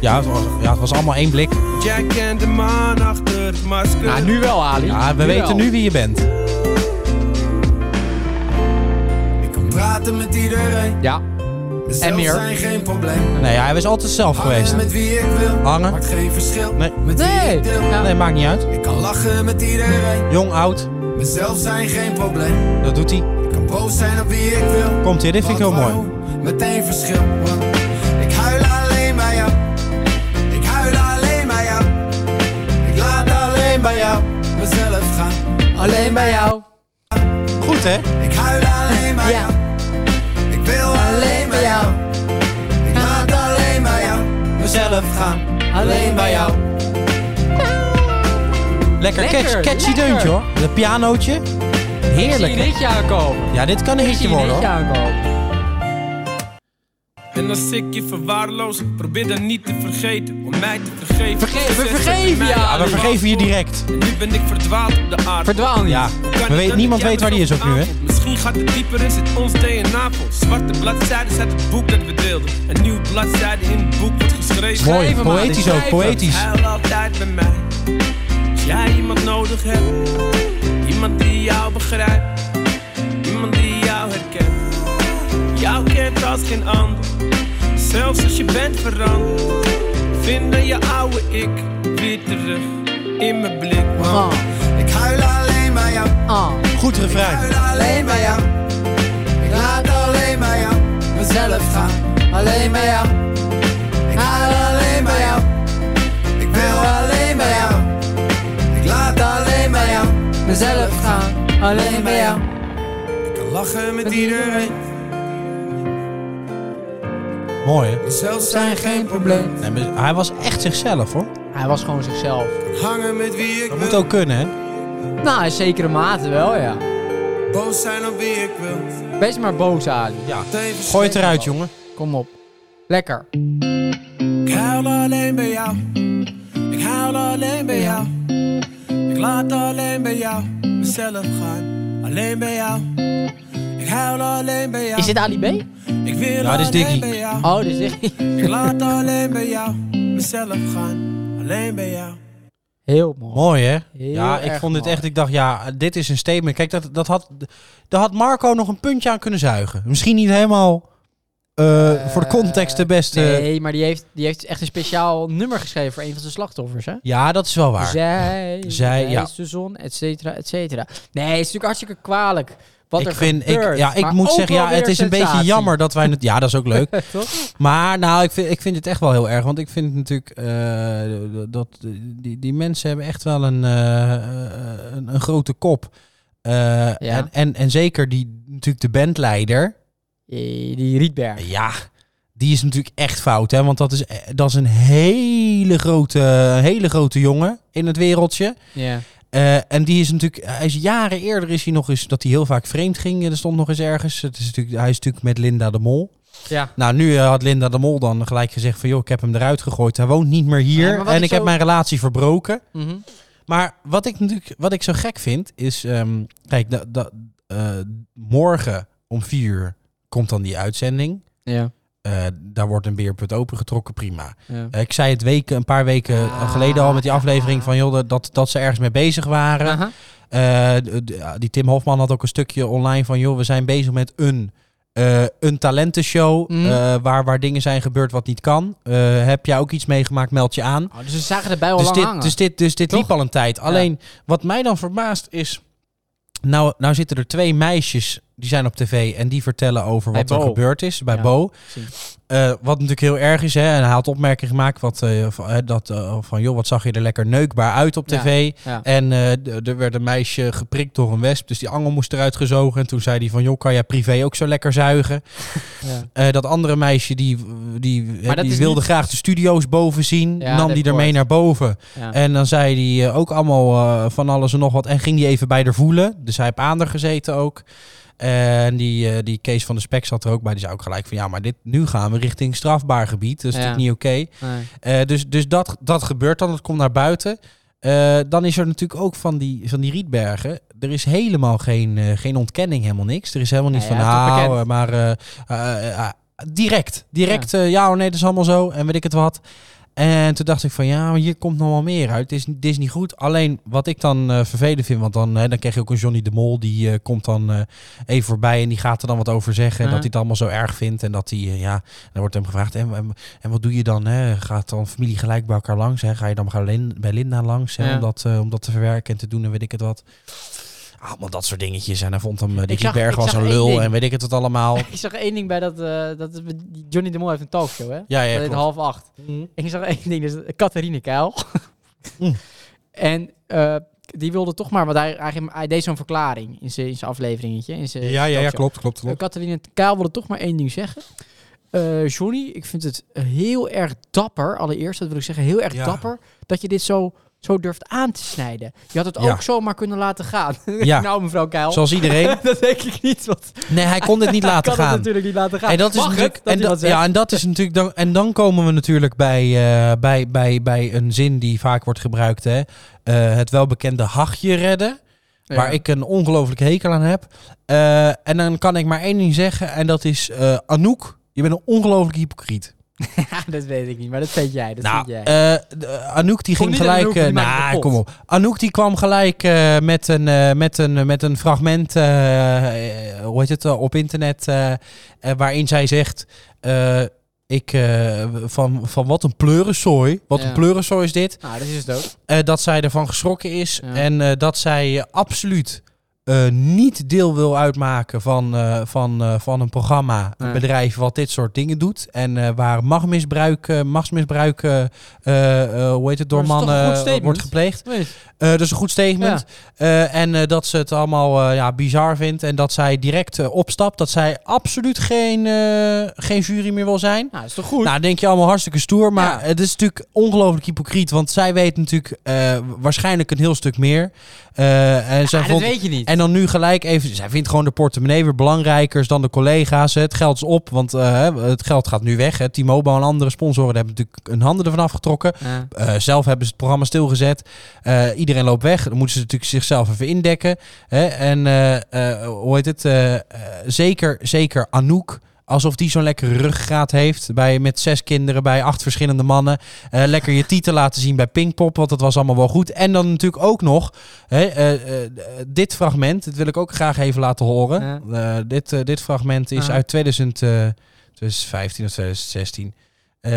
Speaker 2: Ja, het was, ja, het was allemaal één blik.
Speaker 5: Jij kent de man achter het masker.
Speaker 1: Nou, nu wel, Ali.
Speaker 2: Ja, we weten
Speaker 1: wel.
Speaker 2: nu wie je bent.
Speaker 6: Ik kan praten met iedereen.
Speaker 1: Ja.
Speaker 6: Zelf
Speaker 1: meer.
Speaker 6: zijn geen probleem.
Speaker 2: Nee, hij was altijd zelf geweest.
Speaker 6: Hangen met wie ik wil.
Speaker 2: Hangen.
Speaker 6: Maakt geen verschil.
Speaker 2: Nee.
Speaker 6: Met wie
Speaker 1: Nee.
Speaker 6: ik deel.
Speaker 1: Ja.
Speaker 2: Nee, maakt niet uit.
Speaker 6: Ik kan lachen met iedereen.
Speaker 2: Jong, oud,
Speaker 6: Mezelf zijn geen probleem.
Speaker 2: dat doet hij.
Speaker 6: Ik kan boos zijn op wie ik wil.
Speaker 2: Komt hier, dit vind ik heel
Speaker 6: Want
Speaker 2: mooi.
Speaker 6: waarom? Meteen verschil. Want ik huil alleen bij jou. Ik huil alleen bij jou. Ik laat alleen bij jou mezelf gaan.
Speaker 1: Alleen bij jou.
Speaker 2: Goed hè?
Speaker 6: Ik huil alleen bij
Speaker 1: Ja.
Speaker 6: jou. Ik wil alleen bij jou. Ik laat alleen bij jou mezelf gaan. Alleen bij jou.
Speaker 2: Lekker,
Speaker 1: Lekker,
Speaker 2: catch- catchy
Speaker 1: lekker.
Speaker 2: deuntje hoor. Dat pianootje. Heerlijk.
Speaker 1: Ik zie
Speaker 2: hè?
Speaker 1: dit jaar komen.
Speaker 2: Ja, dit kan een
Speaker 1: Ik
Speaker 2: hitje
Speaker 1: zie
Speaker 2: worden
Speaker 1: dit
Speaker 2: hoor.
Speaker 1: jaar komen.
Speaker 5: En als ik je verwaarloos, probeer dan niet te vergeten. Om mij te vergeven.
Speaker 1: Vergeven,
Speaker 5: Ze zeggen
Speaker 1: vergeven,
Speaker 5: mij,
Speaker 1: ja.
Speaker 2: Ja, we vergeven je direct.
Speaker 5: En nu ben ik verdwaald op de aarde.
Speaker 1: Verdwaal niet.
Speaker 2: Ja,
Speaker 5: Kan het
Speaker 2: we
Speaker 5: dat
Speaker 2: weten,
Speaker 5: ik
Speaker 2: niemand
Speaker 5: jou
Speaker 2: weet waar die is ook nu hè.
Speaker 5: aanvond? Misschien gaat het dieper in zit ons DNA vol. Zwarte bladzijden uit het boek dat we deelden. Een nieuwe bladzijde in het boek wordt geschreven.
Speaker 2: Mooi,
Speaker 1: Schrijven, man,
Speaker 2: poëtisch ook,
Speaker 1: schrijven.
Speaker 2: poëtisch.
Speaker 5: Huil altijd bij mij. Als jij iemand nodig hebt. Iemand die jou begrijpt. Iemand die jou herkent. Jou kent als geen ander. Zelfs als je bent veranderd. Vind dan je oude ik weer terug in mijn blik.
Speaker 1: Ah,
Speaker 6: Ik huil alleen bij jou,
Speaker 1: ah.
Speaker 2: Goed refrein.
Speaker 6: huil alleen bij jou. Ik laat alleen bij jou mezelf gaan. Alleen bij jou. Ik huil alleen bij jou. Ik wil alleen bij jou. Ik laat alleen bij jou mezelf gaan.
Speaker 1: Alleen bij jou.
Speaker 6: Ik kan lachen met iedereen,
Speaker 2: Mooi hè.
Speaker 6: zelf zijn geen probleem.
Speaker 2: Nee, maar hij was echt zichzelf hoor.
Speaker 1: Hij was gewoon zichzelf.
Speaker 6: Hangen met wie ik
Speaker 2: Dat
Speaker 6: wil.
Speaker 2: moet ook kunnen hè.
Speaker 1: Nou, in zekere mate wel, ja.
Speaker 5: Boos zijn op wie ik wil.
Speaker 1: Wees maar boos, Ali.
Speaker 2: Ja.
Speaker 5: Tevens
Speaker 2: Gooi het eruit, jongen.
Speaker 1: Kom op. Lekker.
Speaker 5: Ik huil alleen bij jou. Ik huil alleen bij jou. Ik laat alleen bij jou mezelf gaan. Alleen bij jou. Ik huil alleen bij jou.
Speaker 1: Is dit Ali B?
Speaker 5: Ik wil
Speaker 2: Ja, dit is
Speaker 5: alleen
Speaker 2: Dickie.
Speaker 5: bij jou.
Speaker 1: Oh, dus echt
Speaker 5: Ik laat alleen bij jou mezelf gaan. Alleen bij jou.
Speaker 1: heel mooi.
Speaker 2: Mooi, hè?
Speaker 1: Heel
Speaker 2: ja, ik
Speaker 1: erg
Speaker 2: vond dit
Speaker 1: mooi.
Speaker 2: echt... Ik dacht, ja, dit is een statement. Kijk, dat, dat had, daar had Marco nog een puntje aan kunnen zuigen. Misschien niet helemaal eh, voor de context de beste...
Speaker 1: Nee, maar die heeft, die heeft echt een speciaal nummer geschreven voor een van zijn slachtoffers, hè?
Speaker 2: Ja, dat is wel waar.
Speaker 1: Zij,
Speaker 2: Zij, ja.
Speaker 1: is de zon, et cetera, et cetera. Nee, het is natuurlijk hartstikke kwalijk wat
Speaker 2: ik
Speaker 1: er
Speaker 2: vind,
Speaker 1: gebeurt.
Speaker 2: ik, ja, ik
Speaker 1: maar
Speaker 2: moet
Speaker 1: ook
Speaker 2: zeggen,
Speaker 1: wel
Speaker 2: ja,
Speaker 1: weer
Speaker 2: het is een beetje
Speaker 1: sensatie.
Speaker 2: jammer dat wij het. Ja, dat is ook leuk.
Speaker 1: Toch?
Speaker 2: Maar nou, ik vind, ik vind het echt wel heel erg. Want ik vind natuurlijk eh, dat die, die mensen hebben echt wel een, eh, eh, een, een grote kop. Eh, en, en, en zeker die natuurlijk de bandleider.
Speaker 1: Eh, Die Rietberg.
Speaker 2: Ja, die is natuurlijk echt fout. Hè? Want dat is, eh, dat is een hele grote, hele grote jongen in het wereldje.
Speaker 1: Ja.
Speaker 2: Eh, en die is natuurlijk, hij is jaren eerder is hij nog eens dat hij heel vaak vreemd ging. eh, Er stond nog eens ergens. Het is natuurlijk, hij is natuurlijk met Linda de Mol.
Speaker 1: ja.
Speaker 2: Nou, nu eh, had Linda de Mol dan gelijk gezegd van joh, ik heb hem eruit gegooid. Hij woont niet meer hier.
Speaker 1: Nee, maar wat
Speaker 2: en
Speaker 1: ik
Speaker 2: ik heb
Speaker 1: zo-
Speaker 2: mijn relatie verbroken.
Speaker 1: Mhm.
Speaker 2: Maar wat ik natuurlijk, wat ik zo gek vind, is ehm, kijk, da, da- eh, morgen om vier uur komt dan die uitzending.
Speaker 1: ja.
Speaker 2: Eh, daar wordt een beerput opengetrokken, prima.
Speaker 1: ja.
Speaker 2: Eh, ik zei het weken, een paar weken
Speaker 1: Ah.
Speaker 2: geleden al met die aflevering van joh, dat- dat, dat ze ergens mee bezig waren.
Speaker 1: Aha.
Speaker 2: Eh, d- d- ja, die Tim Hofman had ook een stukje online van... joh, we zijn bezig met een, eh, een talentenshow...
Speaker 1: Mhm.
Speaker 2: eh, waar, waar dingen zijn gebeurd wat niet kan. Eh, heb jij ook iets meegemaakt, meld je aan.
Speaker 1: Oh, dus ze zagen de bijl al
Speaker 2: Dus
Speaker 1: lang
Speaker 2: dit,
Speaker 1: hangen.
Speaker 2: dus dit, dus dit
Speaker 1: Toch?
Speaker 2: liep al een tijd. Alleen, wat mij dan verbaast is... Nou, nou zitten er twee meisjes, die zijn op tv... en die vertellen over
Speaker 1: Bij
Speaker 2: wat er
Speaker 1: Bo.
Speaker 2: gebeurd is bij
Speaker 1: Ja,
Speaker 2: Bo.
Speaker 1: precies.
Speaker 2: Eh, wat natuurlijk heel erg is, hè, en hij had opmerkingen gemaakt... Wat, eh, van, eh, dat, eh, van, joh, wat zag je er lekker neukbaar uit op
Speaker 1: Ja.
Speaker 2: tv...
Speaker 1: ja.
Speaker 2: En eh, d- er werd een meisje geprikt door een wesp. Dus die angel moest eruit gezogen. En toen zei hij van, joh, kan jij privé ook zo lekker zuigen?
Speaker 1: Ja.
Speaker 2: Eh, dat andere meisje, die, die, eh,
Speaker 1: dat
Speaker 2: die
Speaker 1: is
Speaker 2: wilde
Speaker 1: niet-
Speaker 2: graag de studio's boven zien.
Speaker 1: Ja, dat
Speaker 2: nam
Speaker 1: heb
Speaker 2: die
Speaker 1: ik
Speaker 2: ermee
Speaker 1: gehoord.
Speaker 2: naar boven.
Speaker 1: Ja.
Speaker 2: En dan zei hij eh, ook allemaal eh, van alles en nog wat. En ging die even bij haar voelen. Dus hij heeft aan haar gezeten ook. En die, eh, die Kees van de Spek zat er ook bij. Die zei ook gelijk van, ja, maar dit, nu gaan we richting strafbaar gebied. Dus Dat is
Speaker 1: Ja.
Speaker 2: natuurlijk niet oké.
Speaker 1: Nee.
Speaker 2: Eh, dus dus dat, dat gebeurt dan, dat komt naar buiten. Eh, dan is er natuurlijk ook van die, van die rietbergen. Er is helemaal geen, eh, geen ontkenning, helemaal niks. Er is helemaal niet
Speaker 1: Ja,
Speaker 2: van,
Speaker 1: ja, het wordt
Speaker 2: nou,
Speaker 1: bekend.
Speaker 2: eh, maar eh, eh, eh, direct. Direct, ja. ja of nee, dat is allemaal zo. En weet ik het wat. En toen dacht ik van, ja, maar hier komt nog wel meer uit. Dit is, dit is niet goed. Alleen, wat ik dan eh, vervelend vind, want dan, hè, dan krijg je ook een Johnny de Mol. Die eh, komt dan eh, even voorbij en die gaat er dan wat over zeggen. En
Speaker 1: Ja.
Speaker 2: dat hij het allemaal zo erg vindt. En dat hij, eh, ja, dan wordt hem gevraagd, en, en, en wat doe je dan? Hè? Gaat dan familie gelijk bij elkaar langs? Hè? Ga je dan bij Lin- bij Linda langs hè?
Speaker 1: Ja.
Speaker 2: Om, dat, eh, om dat te verwerken en te doen en weet ik het wat. Allemaal dat soort dingetjes. En hij vond hem, eh, die
Speaker 1: Ik zag-
Speaker 2: Rietberg
Speaker 1: ik
Speaker 2: was
Speaker 1: zag
Speaker 2: een
Speaker 1: één
Speaker 2: lul
Speaker 1: ding.
Speaker 2: en weet ik het wat allemaal.
Speaker 1: Ik zag één ding bij dat, eh, dat die Johnny de Mol heeft een talkshow, hè?
Speaker 2: Ja,
Speaker 1: Dat
Speaker 2: ja,
Speaker 1: heet
Speaker 2: klopt.
Speaker 1: half acht. Ik zag één ding, dus Catharine Kuil.
Speaker 2: Mm.
Speaker 1: En eh, die wilde toch maar, want hij, hij, hij deed zo'n verklaring in zijn in zijn afleveringetje. In zijn
Speaker 2: Ja, ja, ja,
Speaker 1: talkshow.
Speaker 2: klopt, klopt, klopt.
Speaker 1: Eh, Catharine Kuil wilde toch maar één ding zeggen. Eh, Johnny, ik vind het heel erg dapper, allereerst, dat wil ik zeggen, heel erg
Speaker 2: Ja.
Speaker 1: dapper, dat je dit zo, zo durft aan te snijden. Je had het
Speaker 2: Ja.
Speaker 1: ook zomaar kunnen laten gaan.
Speaker 2: Ja.
Speaker 1: nou, mevrouw Kuil.
Speaker 2: Zoals iedereen.
Speaker 1: dat denk ik niet, want
Speaker 2: Nee, hij kon dit niet laten
Speaker 1: kan het
Speaker 2: gaan.
Speaker 1: natuurlijk niet laten gaan.
Speaker 2: En dat is
Speaker 1: Mag het,
Speaker 2: natuurlijk.
Speaker 1: dat
Speaker 2: en,
Speaker 1: hij wat
Speaker 2: dat,
Speaker 1: zegt?
Speaker 2: ja, en dat is natuurlijk. Dan, en dan komen we natuurlijk bij, eh, bij, bij, bij een zin die vaak wordt gebruikt. Hè? Eh, het welbekende hachje redden.
Speaker 1: Ja.
Speaker 2: Waar ik een ongelooflijk hekel aan heb. Eh, en dan kan ik maar één ding zeggen. En dat is eh, Anouk. Je bent een ongelooflijk hypocriet.
Speaker 1: Ja, dat weet ik niet, maar dat vind jij. Dat
Speaker 2: nou,
Speaker 1: vind jij.
Speaker 2: eh, d- eh, Anouk die
Speaker 1: Kom
Speaker 2: ging
Speaker 1: niet aan
Speaker 2: gelijk.
Speaker 1: Anouk, die
Speaker 2: eh,
Speaker 1: maakt het
Speaker 2: nou,
Speaker 1: kapot.
Speaker 2: kom op. Anouk die kwam gelijk eh, met, een, eh, met, een, met een fragment. eh, eh, hoe heet het? eh, op internet. eh, eh, waarin zij zegt. eh, ik, eh, van, van wat een pleurenzooi. Wat
Speaker 1: Ja.
Speaker 2: een pleurenzooi is dit.
Speaker 1: nou, dat is het ook.
Speaker 2: Eh, dat zij ervan geschrokken is.
Speaker 1: Ja.
Speaker 2: En eh, dat zij eh, absoluut eh, niet deel wil uitmaken van, eh, van, eh, van een programma, een
Speaker 1: Nee.
Speaker 2: bedrijf wat dit soort dingen doet. En eh, waar machtmisbruik, eh, machtsmisbruik, eh, eh, eh, hoe heet het, door
Speaker 1: Maar dat is toch een goed
Speaker 2: mannen eh,
Speaker 1: statement?
Speaker 2: wordt gepleegd. Eh, dat is een goed statement. Eh, en eh, dat ze het allemaal eh, ja, bizar vindt. En dat zij direct eh, opstapt. Dat zij absoluut geen, eh, geen jury meer wil zijn.
Speaker 1: Nou, dat is toch goed?
Speaker 2: Nou, dan denk je allemaal hartstikke stoer. Maar
Speaker 1: Ja.
Speaker 2: het is natuurlijk ongelooflijk hypocriet. Want zij weet natuurlijk eh, waarschijnlijk een heel stuk meer. Eh, en zij
Speaker 1: Ah,
Speaker 2: vond,
Speaker 1: dat weet je niet.
Speaker 2: en en dan nu gelijk even. Zij vindt gewoon de portemonnee weer belangrijker dan de collega's. hè. Het geld is op, want eh, het geld gaat nu weg. hè. T-Mobile en andere sponsoren hebben natuurlijk hun handen ervan afgetrokken.
Speaker 1: Ja.
Speaker 2: Eh, zelf hebben ze het programma stilgezet. Eh, iedereen loopt weg. Dan moeten ze natuurlijk zichzelf even indekken. Hè? En eh, eh, hoe heet het? Eh, eh, zeker, zeker Anouk. Alsof die zo'n lekkere ruggraat heeft. Bij, met zes kinderen bij acht verschillende mannen. Eh, lekker je titel laten zien bij Pinkpop. Want dat was allemaal wel goed. En dan natuurlijk ook nog. Hè, eh, eh, dit fragment. Dit wil ik ook graag even laten horen. Eh, dit, eh, dit fragment is
Speaker 1: Ja.
Speaker 2: uit 2000, eh, 2015 of 2016. Eh,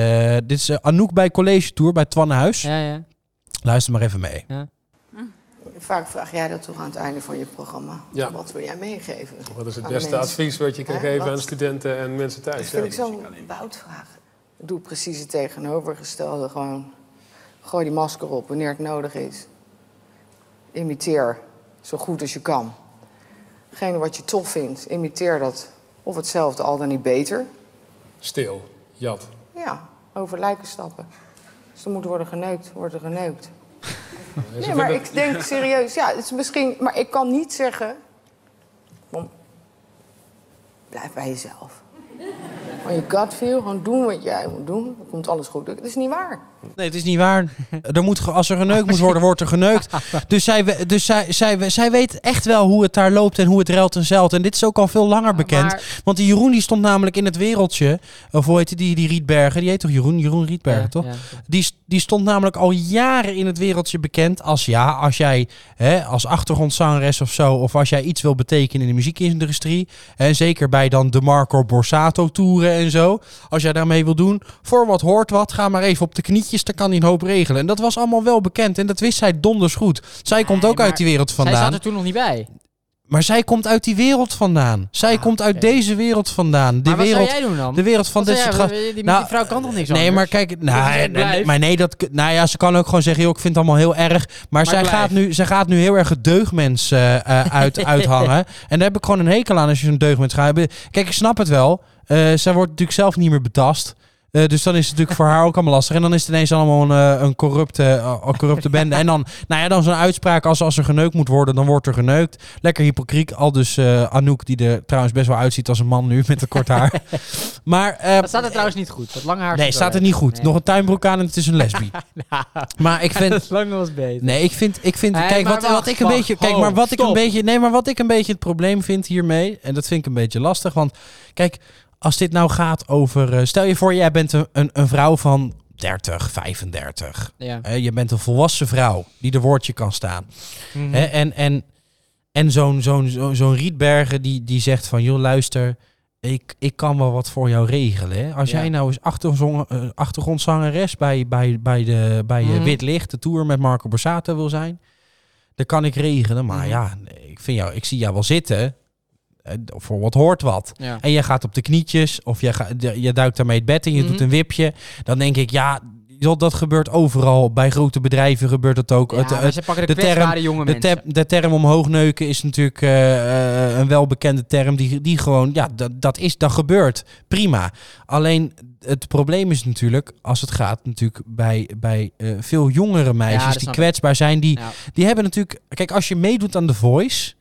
Speaker 2: dit is eh, Anouk bij College Tour bij Twannehuis.
Speaker 1: Ja, ja.
Speaker 2: Luister maar even mee.
Speaker 7: Vaak vraag jij dat toch aan het einde van je programma.
Speaker 8: Ja.
Speaker 7: Wat wil jij meegeven?
Speaker 8: Wat is het
Speaker 7: aan
Speaker 8: beste
Speaker 7: mensen?
Speaker 8: advies wat je kan
Speaker 7: Hè,
Speaker 8: geven
Speaker 7: wat?
Speaker 8: aan studenten en mensen
Speaker 7: Dat
Speaker 8: thuis?
Speaker 7: vind ik
Speaker 8: Ja.
Speaker 7: zo'n boutvraag. Ik doe precies het tegenovergestelde. Gewoon gooi die masker op wanneer het nodig is. Imiteer zo goed als je kan. Hetgene wat je tof vindt, imiteer dat. Of hetzelfde, al dan niet beter.
Speaker 8: Stil, jat.
Speaker 7: Ja, over lijken stappen. Als er moet worden geneukt, wordt er geneukt.
Speaker 8: ze
Speaker 7: Nee, maar
Speaker 8: vinden-
Speaker 7: ik denk serieus, ja, het is misschien... Maar ik kan niet zeggen... Van, blijf bij jezelf. Want je gut feel, gewoon doen wat jij moet doen. Dan komt alles goed. Dat is niet waar.
Speaker 2: Nee, het is niet waar. Er moet, ge- als er geneukt moet worden, wordt er geneukt. Dus, zij, we- dus zij, zij, zij weet echt wel hoe het daar loopt en hoe het ruilt en zeilt. En dit is ook al veel langer bekend.
Speaker 1: maar-
Speaker 2: Want die Jeroen die stond namelijk in het wereldje. Of hoe heette die, die Rietbergen? Die heet toch Jeroen? Jeroen Rietbergen,
Speaker 1: Ja,
Speaker 2: toch?
Speaker 1: ja.
Speaker 2: Die, st- die stond namelijk al jaren in het wereldje bekend als ja, als jij hè, als achtergrondzangeres of zo, of als jij iets wil betekenen in de muziekindustrie, en zeker bij dan de Marco Borsato toeren en zo, als jij daarmee wil doen, voor wat hoort wat, ga maar even op de knietjes, dan kan hij een hoop regelen. En dat was allemaal wel bekend en dat wist zij donders goed. Zij komt
Speaker 1: Nee,
Speaker 2: ook
Speaker 1: maar
Speaker 2: uit die wereld vandaan.
Speaker 1: Zij zat er toen nog niet bij.
Speaker 2: Maar zij komt uit die wereld vandaan. Zij
Speaker 1: Ah,
Speaker 2: komt uit
Speaker 1: oké.
Speaker 2: deze wereld vandaan. Die
Speaker 1: maar wat
Speaker 2: wereld,
Speaker 1: zou jij doen dan?
Speaker 2: de wereld van
Speaker 1: Wat
Speaker 2: dit
Speaker 1: zou
Speaker 2: soort
Speaker 1: jij-
Speaker 2: graf-
Speaker 1: die- die,
Speaker 2: Nou,
Speaker 1: die vrouw kan toch niks
Speaker 2: Nee, maar
Speaker 1: anders?
Speaker 2: kijk,
Speaker 1: Dus
Speaker 2: nou,
Speaker 1: ik
Speaker 2: nee,
Speaker 1: blijf.
Speaker 2: maar nee, dat, nou ja, ze kan ook gewoon zeggen, joh, ik vind het allemaal heel erg. Maar, zij,
Speaker 1: blijf.
Speaker 2: gaat nu, zij gaat nu heel erg het deugdmens eh, eh, uit, uithangen. En daar heb ik gewoon een hekel aan als je zo'n deugdmens gaat hebben. Kijk, ik snap het wel. Eh, zij wordt natuurlijk zelf niet meer betast. Eh, dus dan is het natuurlijk voor haar ook allemaal lastig. En dan is het ineens allemaal een, eh, een corrupte, eh, een corrupte bende. En dan, nou ja, dan zo'n uitspraak als als er geneukt moet worden, dan wordt er geneukt. Lekker hypocriet. Al dus eh, Anouk, die er trouwens best wel uitziet als een man nu met een kort haar. maar eh,
Speaker 1: Dat staat er trouwens niet goed. Dat lange haar
Speaker 2: Nee,
Speaker 1: zit
Speaker 2: staat er
Speaker 1: wel
Speaker 2: niet
Speaker 1: weg.
Speaker 2: goed.
Speaker 1: Nee. Nou.
Speaker 2: Nog een tuinbroek aan en het is een lesbie. Maar ik vind...
Speaker 1: Dat lange was beter.
Speaker 2: Nee, ik vind... Ik vind
Speaker 1: Hey,
Speaker 2: kijk,
Speaker 1: maar
Speaker 2: wat,
Speaker 1: wacht,
Speaker 2: wat ik een
Speaker 1: wacht,
Speaker 2: beetje... Kijk,
Speaker 1: ho,
Speaker 2: maar wat ik een
Speaker 1: stop.
Speaker 2: beetje... Nee, maar wat ik een beetje het probleem vind hiermee... En dat vind ik een beetje lastig, want... Kijk, als dit nou gaat over... eh, stel je voor, jij bent een, een, een vrouw van 30, 35.
Speaker 1: Ja.
Speaker 2: Hè, je bent een volwassen vrouw die de woordje kan staan.
Speaker 1: Mhm.
Speaker 2: Hè, en en, en zo'n zo'n zo'n zo'n Rietbergen die, die zegt van... joh, luister, ik, ik kan wel wat voor jou regelen. Hè? Als
Speaker 1: Ja.
Speaker 2: jij nou eens achterzong- eh, achtergrondzangeres bij, bij, bij, de, bij eh,
Speaker 1: Mhm.
Speaker 2: Wit Licht... de tour met Marco Borsato wil zijn... dan kan ik regelen. Maar
Speaker 1: Mhm.
Speaker 2: ja, nee, ik, vind jou, ik zie jou wel zitten... eh, voor wat hoort wat.
Speaker 1: Ja.
Speaker 2: En je gaat op de knietjes of je, ga- de- je duikt daarmee het bed in, je
Speaker 1: Mhm.
Speaker 2: doet een wipje. Dan denk ik, ja, joh, dat gebeurt overal. Bij grote bedrijven gebeurt dat ook.
Speaker 1: Ja,
Speaker 2: Het-
Speaker 1: maar
Speaker 2: het-
Speaker 1: ze pakken
Speaker 2: de
Speaker 1: de,
Speaker 2: term-
Speaker 1: kwetsbare jonge
Speaker 2: de,
Speaker 1: mensen.
Speaker 2: ter- de term omhoog neuken is natuurlijk eh, eh, een welbekende term die, die gewoon, ja, dat, dat is, dat gebeurt. Prima. Alleen het probleem is natuurlijk, als het gaat natuurlijk bij, bij eh, veel jongere meisjes
Speaker 1: dat
Speaker 2: die
Speaker 1: snap ik.
Speaker 2: kwetsbaar zijn, die,
Speaker 1: Ja.
Speaker 2: die hebben natuurlijk, kijk, als je meedoet aan The Voice,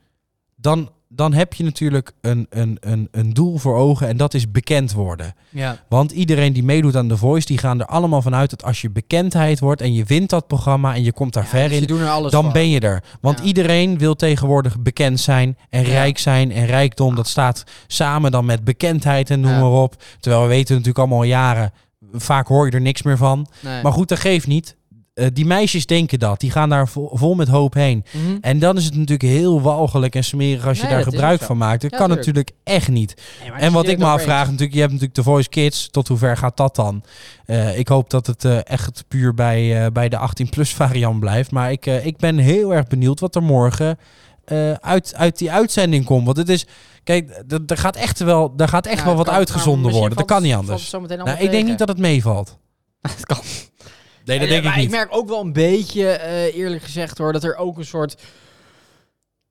Speaker 2: dan, dan heb je natuurlijk een, een, een, een doel voor ogen en dat is bekend worden.
Speaker 1: Ja.
Speaker 2: Want iedereen die meedoet aan The Voice, die gaan er allemaal van uit dat als je bekendheid wordt en je wint dat programma en je komt daar ver
Speaker 1: dus
Speaker 2: in,
Speaker 1: die doen er alles
Speaker 2: dan
Speaker 1: voor.
Speaker 2: ben je er. Want
Speaker 1: Ja.
Speaker 2: iedereen wil tegenwoordig bekend zijn en
Speaker 1: Ja.
Speaker 2: rijk zijn. En rijkdom, dat staat samen dan met bekendheid en noem
Speaker 1: Ja.
Speaker 2: maar op. Terwijl we weten natuurlijk allemaal al jaren, vaak hoor je er niks meer van.
Speaker 1: Nee.
Speaker 2: Maar goed, dat geeft niet. Eh, die meisjes denken dat. Die gaan daar vol, vol met hoop heen.
Speaker 1: Mhm.
Speaker 2: En dan is het natuurlijk heel walgelijk en smerig als je
Speaker 1: Nee,
Speaker 2: daar
Speaker 1: dat is
Speaker 2: gebruik
Speaker 1: ook zo.
Speaker 2: van maakt. Dat
Speaker 1: Ja,
Speaker 2: kan
Speaker 1: tuurlijk.
Speaker 2: natuurlijk echt niet.
Speaker 1: Nee, maar
Speaker 2: En wat
Speaker 1: zie
Speaker 2: ik me
Speaker 1: ook weer
Speaker 2: afvraag,
Speaker 1: eens.
Speaker 2: natuurlijk, je hebt natuurlijk de Voice Kids. Tot hoever gaat dat dan? Eh, ik hoop dat het eh, echt puur bij, eh, bij de 18-plus variant blijft. Maar ik, eh, ik ben heel erg benieuwd wat er morgen eh, uit, uit die uitzending komt. Want het is, kijk, d- er gaat echt wel, daar gaat echt
Speaker 1: Ja,
Speaker 2: wel
Speaker 1: het
Speaker 2: wat
Speaker 1: kan, maar
Speaker 2: uitgezonden
Speaker 1: misschien
Speaker 2: worden. Dat kan
Speaker 1: valt
Speaker 2: niet
Speaker 1: het- valt
Speaker 2: anders.
Speaker 1: het zo meteen
Speaker 2: Nou,
Speaker 1: allemaal
Speaker 2: ik denk niet
Speaker 1: tegen.
Speaker 2: dat het meevalt.
Speaker 1: Het kan.
Speaker 2: Nee,
Speaker 1: Ja, maar ik merk ook wel een beetje, eh, eerlijk gezegd hoor, dat er ook een soort...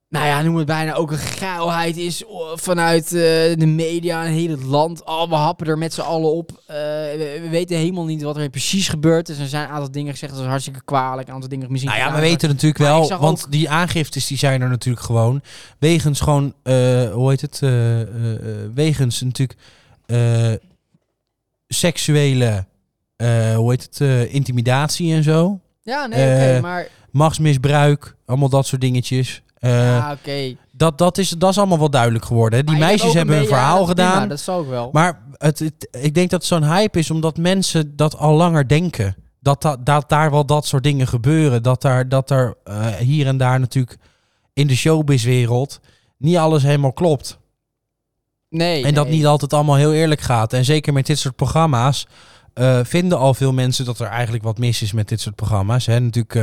Speaker 1: nou ja, noem het bijna ook een geilheid is oh, vanuit eh, de media en heel het land. Oh, we happen er met z'n allen op. Eh, we, we weten helemaal niet wat er precies gebeurd is. Er zijn een aantal dingen gezegd, dat is hartstikke kwalijk. Een aantal dingen misschien
Speaker 2: Nou ja, we
Speaker 1: gedaan, maar-
Speaker 2: weten natuurlijk
Speaker 1: Maar ik
Speaker 2: wel,
Speaker 1: zag
Speaker 2: want
Speaker 1: ook-
Speaker 2: die aangiftes die zijn er natuurlijk gewoon. Wegens gewoon, eh, hoe heet het? eh, eh, eh, wegens natuurlijk eh, seksuele, eh, hoe heet het? eh, intimidatie en zo.
Speaker 1: Ja, nee, oké,
Speaker 2: Eh,
Speaker 1: maar...
Speaker 2: Machtsmisbruik, allemaal dat soort dingetjes. Eh,
Speaker 1: ja, Ah, oké.
Speaker 2: dat, dat, is, dat is allemaal wel duidelijk geworden. Hè? Die
Speaker 1: Maar je bent
Speaker 2: meisjes
Speaker 1: ook
Speaker 2: hebben
Speaker 1: een
Speaker 2: hun
Speaker 1: media-
Speaker 2: verhaal
Speaker 1: ja, dat is
Speaker 2: gedaan.
Speaker 1: prima, dat zal ook wel.
Speaker 2: Maar het, het- ik denk dat het zo'n hype is omdat mensen dat al langer denken. Dat, da- dat daar wel dat soort dingen gebeuren. Dat daar, dat er eh, hier en daar natuurlijk in de showbizwereld niet alles helemaal klopt.
Speaker 1: nee,
Speaker 2: En dat
Speaker 1: nee.
Speaker 2: niet altijd allemaal heel eerlijk gaat. En zeker met dit soort programma's eh, vinden al veel mensen dat er eigenlijk wat mis is met dit soort programma's. Hè. Natuurlijk,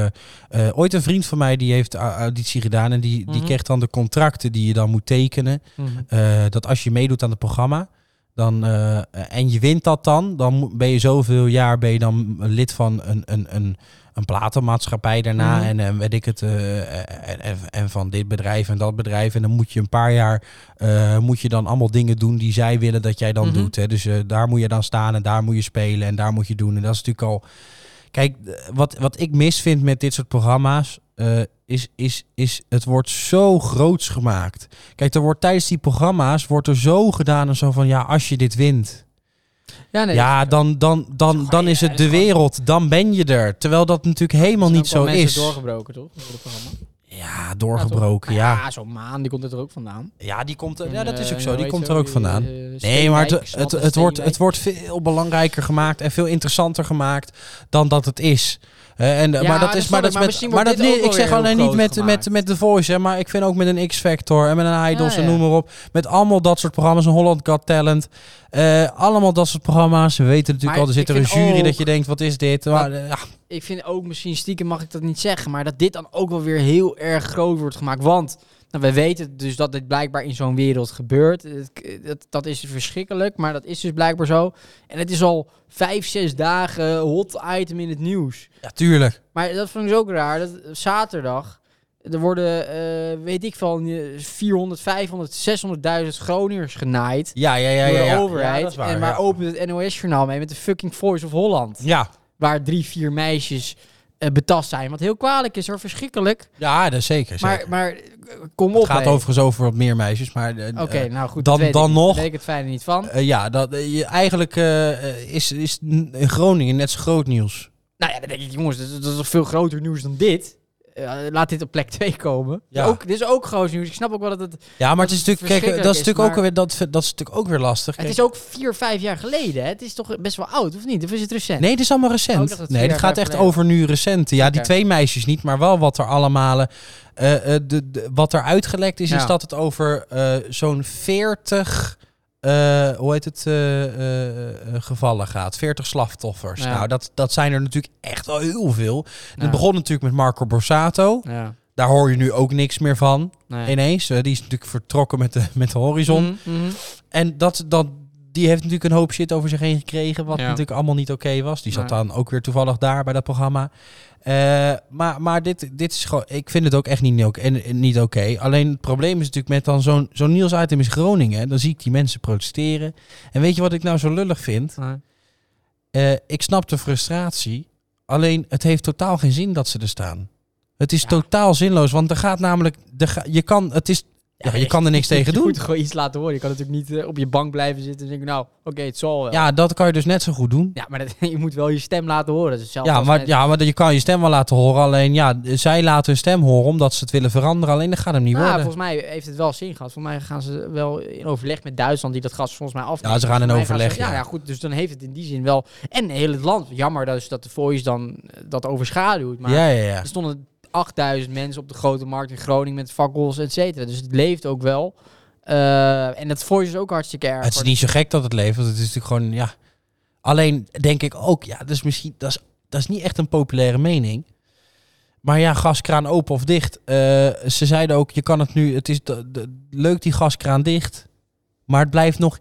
Speaker 2: eh, eh, ooit een vriend van mij die heeft a- auditie gedaan en die, die
Speaker 1: Mhm.
Speaker 2: kreeg dan de contracten die je dan moet tekenen.
Speaker 1: Mhm.
Speaker 2: Eh, dat als je meedoet aan het programma dan, eh, en je wint dat dan, dan mo- ben je zoveel jaar ben je dan lid van een, een, een, een platenmaatschappij daarna.
Speaker 1: Mhm.
Speaker 2: En, eh, weet ik het, eh, en, en, en van dit bedrijf en dat bedrijf. En dan moet je een paar jaar, eh, moet je dan allemaal dingen doen die zij willen dat jij dan
Speaker 1: Mhm.
Speaker 2: doet. Hè? Dus eh, daar moet je dan staan en daar moet je spelen en daar moet je doen. En dat is natuurlijk al... Kijk, eh, wat, wat ik mis vind met dit soort programma's, eh, is, is, is het wordt zo groots gemaakt. Kijk, er wordt tijdens die programma's wordt er zo gedaan en zo van ja, als je dit wint,
Speaker 1: Ja, nee.
Speaker 2: ja, dan, dan, dan, dan is het de wereld, dan ben je er. Terwijl dat natuurlijk helemaal
Speaker 1: Er zijn ook
Speaker 2: niet
Speaker 1: wel
Speaker 2: zo
Speaker 1: mensen
Speaker 2: is.
Speaker 1: doorgebroken, toch? Door het programma.
Speaker 2: Ja, doorgebroken,
Speaker 1: Ja,
Speaker 2: ja.
Speaker 1: ja zo'n maan, die komt er ook vandaan.
Speaker 2: Ja, die komt, er- ja,
Speaker 1: En,
Speaker 2: dat is
Speaker 1: eh,
Speaker 2: ook zo,
Speaker 1: hoe
Speaker 2: die
Speaker 1: heet
Speaker 2: komt
Speaker 1: ze
Speaker 2: er ook
Speaker 1: die,
Speaker 2: vandaan.
Speaker 1: eh,
Speaker 2: Nee, maar
Speaker 1: Steenwijk,
Speaker 2: het, het,
Speaker 1: Smalle
Speaker 2: het, wordt, het
Speaker 1: Steenwijk.
Speaker 2: wordt veel belangrijker gemaakt en veel interessanter gemaakt dan dat het is. Eh, en,
Speaker 1: Ja,
Speaker 2: maar dat
Speaker 1: dat
Speaker 2: is
Speaker 1: snap
Speaker 2: maar
Speaker 1: ik,
Speaker 2: dat,
Speaker 1: maar
Speaker 2: met-
Speaker 1: misschien
Speaker 2: maar
Speaker 1: wordt
Speaker 2: dat
Speaker 1: dit
Speaker 2: niet-
Speaker 1: ook
Speaker 2: ik zeg
Speaker 1: wel weer
Speaker 2: alleen
Speaker 1: heel
Speaker 2: niet met,
Speaker 1: groot
Speaker 2: met, met The Voice, hè, maar ik vind ook met een X-Factor en met een Idols
Speaker 1: Ah, Ja,
Speaker 2: en
Speaker 1: ja.
Speaker 2: noem maar op. Met allemaal dat soort programma's, een Holland Got Talent. eh, allemaal dat soort programma's. We weten
Speaker 1: Maar
Speaker 2: natuurlijk al, er
Speaker 1: ik
Speaker 2: zit er een
Speaker 1: vind
Speaker 2: jury dat
Speaker 1: ook-
Speaker 2: je denkt, wat is dit? Maar, eh, ja,
Speaker 1: ik vind ook misschien stiekem mag ik dat niet zeggen, maar dat dit dan ook wel weer heel erg groot wordt gemaakt. Want nou, we weten dus dat dit blijkbaar in zo'n wereld gebeurt. Het- dat, dat is verschrikkelijk, maar dat is dus blijkbaar zo. En het is al vijf, zes dagen hot item in het nieuws.
Speaker 2: ja, tuurlijk.
Speaker 1: Maar dat vond ik dus ook raar. Dat, zaterdag, er worden, eh, weet ik veel, eh, 400, 500, 600.000 Groningers genaaid.
Speaker 2: Ja, ja, ja, ja.
Speaker 1: door de
Speaker 2: ja.
Speaker 1: overheid.
Speaker 2: Ja, dat is waar,
Speaker 1: en waar
Speaker 2: ja.
Speaker 1: opent het NOS-journaal mee met de fucking Voice of Holland
Speaker 2: Ja.
Speaker 1: waar drie, vier meisjes eh, betast zijn. Wat heel kwalijk is hoor, verschrikkelijk.
Speaker 2: Ja, dat is zeker.
Speaker 1: Maar,
Speaker 2: zeker.
Speaker 1: maar eh, kom op.
Speaker 2: het gaat
Speaker 1: hé.
Speaker 2: overigens over wat meer meisjes, maar... eh,
Speaker 1: Oké,
Speaker 2: eh,
Speaker 1: nou goed.
Speaker 2: dan-
Speaker 1: dat weet
Speaker 2: dan
Speaker 1: ik,
Speaker 2: nog.
Speaker 1: Daar weet ik het fijne niet van.
Speaker 2: Eh, ja, dat, eh, je- eigenlijk eh, eh, is, is n- in Groningen net zo groot nieuws.
Speaker 1: Nou ja, dan denk ik, jongens, dat, dat is nog veel groter nieuws dan dit. Eh, laat dit op plek 2 komen.
Speaker 2: Ja.
Speaker 1: Ook, dit is ook groot nieuws. Ik snap ook wel dat het...
Speaker 2: Ja, maar
Speaker 1: het
Speaker 2: het is natuurlijk, kijk, eh,
Speaker 1: verschrikkelijk
Speaker 2: dat is
Speaker 1: is,
Speaker 2: natuurlijk, ook,
Speaker 1: maar-
Speaker 2: weer, dat, dat is natuurlijk ook weer lastig.
Speaker 1: Het
Speaker 2: Kijk,
Speaker 1: is ook vier, vijf jaar geleden. Hè? Het is toch best wel oud, of niet? Of is het recent?
Speaker 2: Nee, dit is allemaal
Speaker 1: Oh,
Speaker 2: recent.
Speaker 1: ik dacht dat het
Speaker 2: nee, dit
Speaker 1: vier jaar
Speaker 2: gaat echt
Speaker 1: geleden
Speaker 2: over nu recent. Ja, die
Speaker 1: Oké.
Speaker 2: twee meisjes niet, maar wel wat er allemaal... eh, eh, de, de- wat er uitgelekt is, is
Speaker 1: Ja.
Speaker 2: dat het over eh, zo'n 40... eh, hoe heet het? eh, eh, eh, gevallen gaat. 40 slachtoffers.
Speaker 1: Ja.
Speaker 2: Nou, dat, dat zijn er natuurlijk echt wel heel veel. Het
Speaker 1: Ja.
Speaker 2: begon natuurlijk met Marco Borsato.
Speaker 1: Ja.
Speaker 2: Daar hoor je nu ook niks meer van.
Speaker 1: Nee.
Speaker 2: ineens. Eh, die is natuurlijk vertrokken met de, met de horizon.
Speaker 1: Mhm, mhm.
Speaker 2: En dat, dat, die heeft natuurlijk een hoop shit over zich heen gekregen. Wat
Speaker 1: Ja.
Speaker 2: natuurlijk allemaal niet oké was. Die zat
Speaker 1: Nee.
Speaker 2: dan ook weer toevallig daar bij dat programma. Eh, maar maar dit, dit is gewoon, ik vind het ook echt niet, no- en- en niet oké. Alleen het probleem is natuurlijk met dan zo'n zo'n nieuwsitem is Groningen. hè. Dan zie ik die mensen protesteren. En weet je wat ik nou zo lullig vind?
Speaker 1: Nee.
Speaker 2: Eh, ik snap de frustratie. Alleen het heeft totaal geen zin dat ze er staan. Het is totaal zinloos, want er gaat namelijk, er ga- je kan, het is, ja, je kan er niks tegen
Speaker 1: Je
Speaker 2: doen.
Speaker 1: moet gewoon iets laten horen. Je kan natuurlijk niet eh, op je bank blijven zitten en denken, nou, oké, het zal wel.
Speaker 2: Ja, dat kan je dus net zo goed doen.
Speaker 1: Ja, maar dat- je moet wel je stem laten horen. Dat is hetzelfde
Speaker 2: Ja,
Speaker 1: als
Speaker 2: maar,
Speaker 1: met-
Speaker 2: ja, maar je kan je stem wel laten horen. Alleen ja, zij laten hun stem horen omdat ze het willen veranderen. Alleen dat gaat hem niet
Speaker 1: Nou,
Speaker 2: worden.
Speaker 1: volgens mij heeft het wel zin gehad. Volgens mij gaan ze wel in overleg met Duitsland, die dat gas volgens mij af.
Speaker 2: Ja, ze gaan in overleg,
Speaker 1: ja.
Speaker 2: ja.
Speaker 1: ja, goed. Dus dan heeft het in die zin wel. En heel het land. Jammer dus dat de Voice dan eh, dat overschaduwt. Maar
Speaker 2: ja, ja, ja.
Speaker 1: er stonden 8000 mensen op de grote markt in Groningen met fakkels, et cetera. Dus het leeft ook wel. Eh, en dat Voice is ook hartstikke erg.
Speaker 2: Het is
Speaker 1: hoor.
Speaker 2: niet zo gek dat het leeft. Want het is natuurlijk gewoon, ja. Alleen denk ik ook, ja, dat is misschien, dat is, dat is niet echt een populaire mening. Maar ja, gaskraan open of dicht. Eh, ze zeiden ook, je kan het nu, het is de- de- leuk die gaskraan dicht. Maar het blijft nog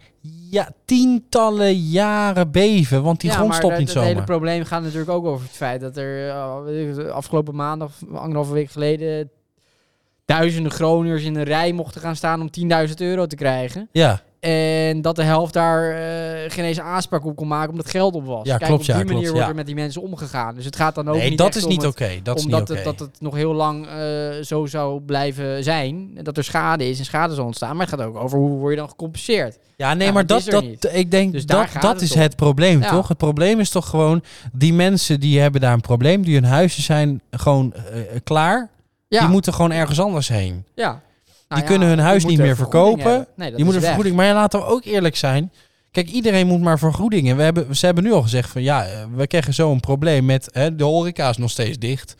Speaker 2: ja, tientallen jaren beven. Want die
Speaker 1: Ja,
Speaker 2: grond
Speaker 1: maar
Speaker 2: stopt
Speaker 1: dat-
Speaker 2: niet
Speaker 1: Het
Speaker 2: zomaar.
Speaker 1: hele probleem gaat natuurlijk ook over het feit dat er eh, weet ik, afgelopen maandag, anderhalve week geleden, duizenden Groningers in een rij mochten gaan staan om 10.000 euro te krijgen.
Speaker 2: Ja,
Speaker 1: En dat de helft daar eh, geen eens aanspraak op kon maken omdat geld op was.
Speaker 2: Ja,
Speaker 1: Kijk,
Speaker 2: klopt,
Speaker 1: op
Speaker 2: ja,
Speaker 1: die manier
Speaker 2: klopt,
Speaker 1: wordt
Speaker 2: ja.
Speaker 1: er met die mensen omgegaan. Dus het gaat dan ook
Speaker 2: nee,
Speaker 1: niet
Speaker 2: dat
Speaker 1: echt
Speaker 2: is
Speaker 1: om
Speaker 2: niet
Speaker 1: het-
Speaker 2: oké. Dat is niet
Speaker 1: omdat
Speaker 2: oké.
Speaker 1: het, dat het nog heel lang eh, zo zou blijven zijn. En Dat er schade is en schade zal ontstaan. Maar het gaat ook over hoe word je dan gecompenseerd.
Speaker 2: Ja, nee,
Speaker 1: Ja,
Speaker 2: maar
Speaker 1: dat
Speaker 2: dat,
Speaker 1: is er
Speaker 2: dat,
Speaker 1: niet.
Speaker 2: ik denk
Speaker 1: Dus daar
Speaker 2: dat,
Speaker 1: gaat
Speaker 2: dat
Speaker 1: het
Speaker 2: is
Speaker 1: om.
Speaker 2: het probleem,
Speaker 1: Ja.
Speaker 2: toch? Het probleem is toch gewoon, die mensen die hebben daar een probleem, die hun huizen zijn gewoon eh, klaar.
Speaker 1: Ja,
Speaker 2: Die moeten gewoon ergens anders heen.
Speaker 1: ja. Nou ja,
Speaker 2: kunnen hun huis niet
Speaker 1: moeten
Speaker 2: meer
Speaker 1: vergoeding
Speaker 2: verkopen.
Speaker 1: hebben. Nee, dat
Speaker 2: je moet
Speaker 1: is
Speaker 2: een
Speaker 1: weg.
Speaker 2: vergoeding, maar ja, laten we ook eerlijk zijn. Kijk, iedereen moet maar vergoeding. En we hebben, ze hebben nu al gezegd van ja, eh, we krijgen zo een probleem met hè, de horeca is nog steeds dicht.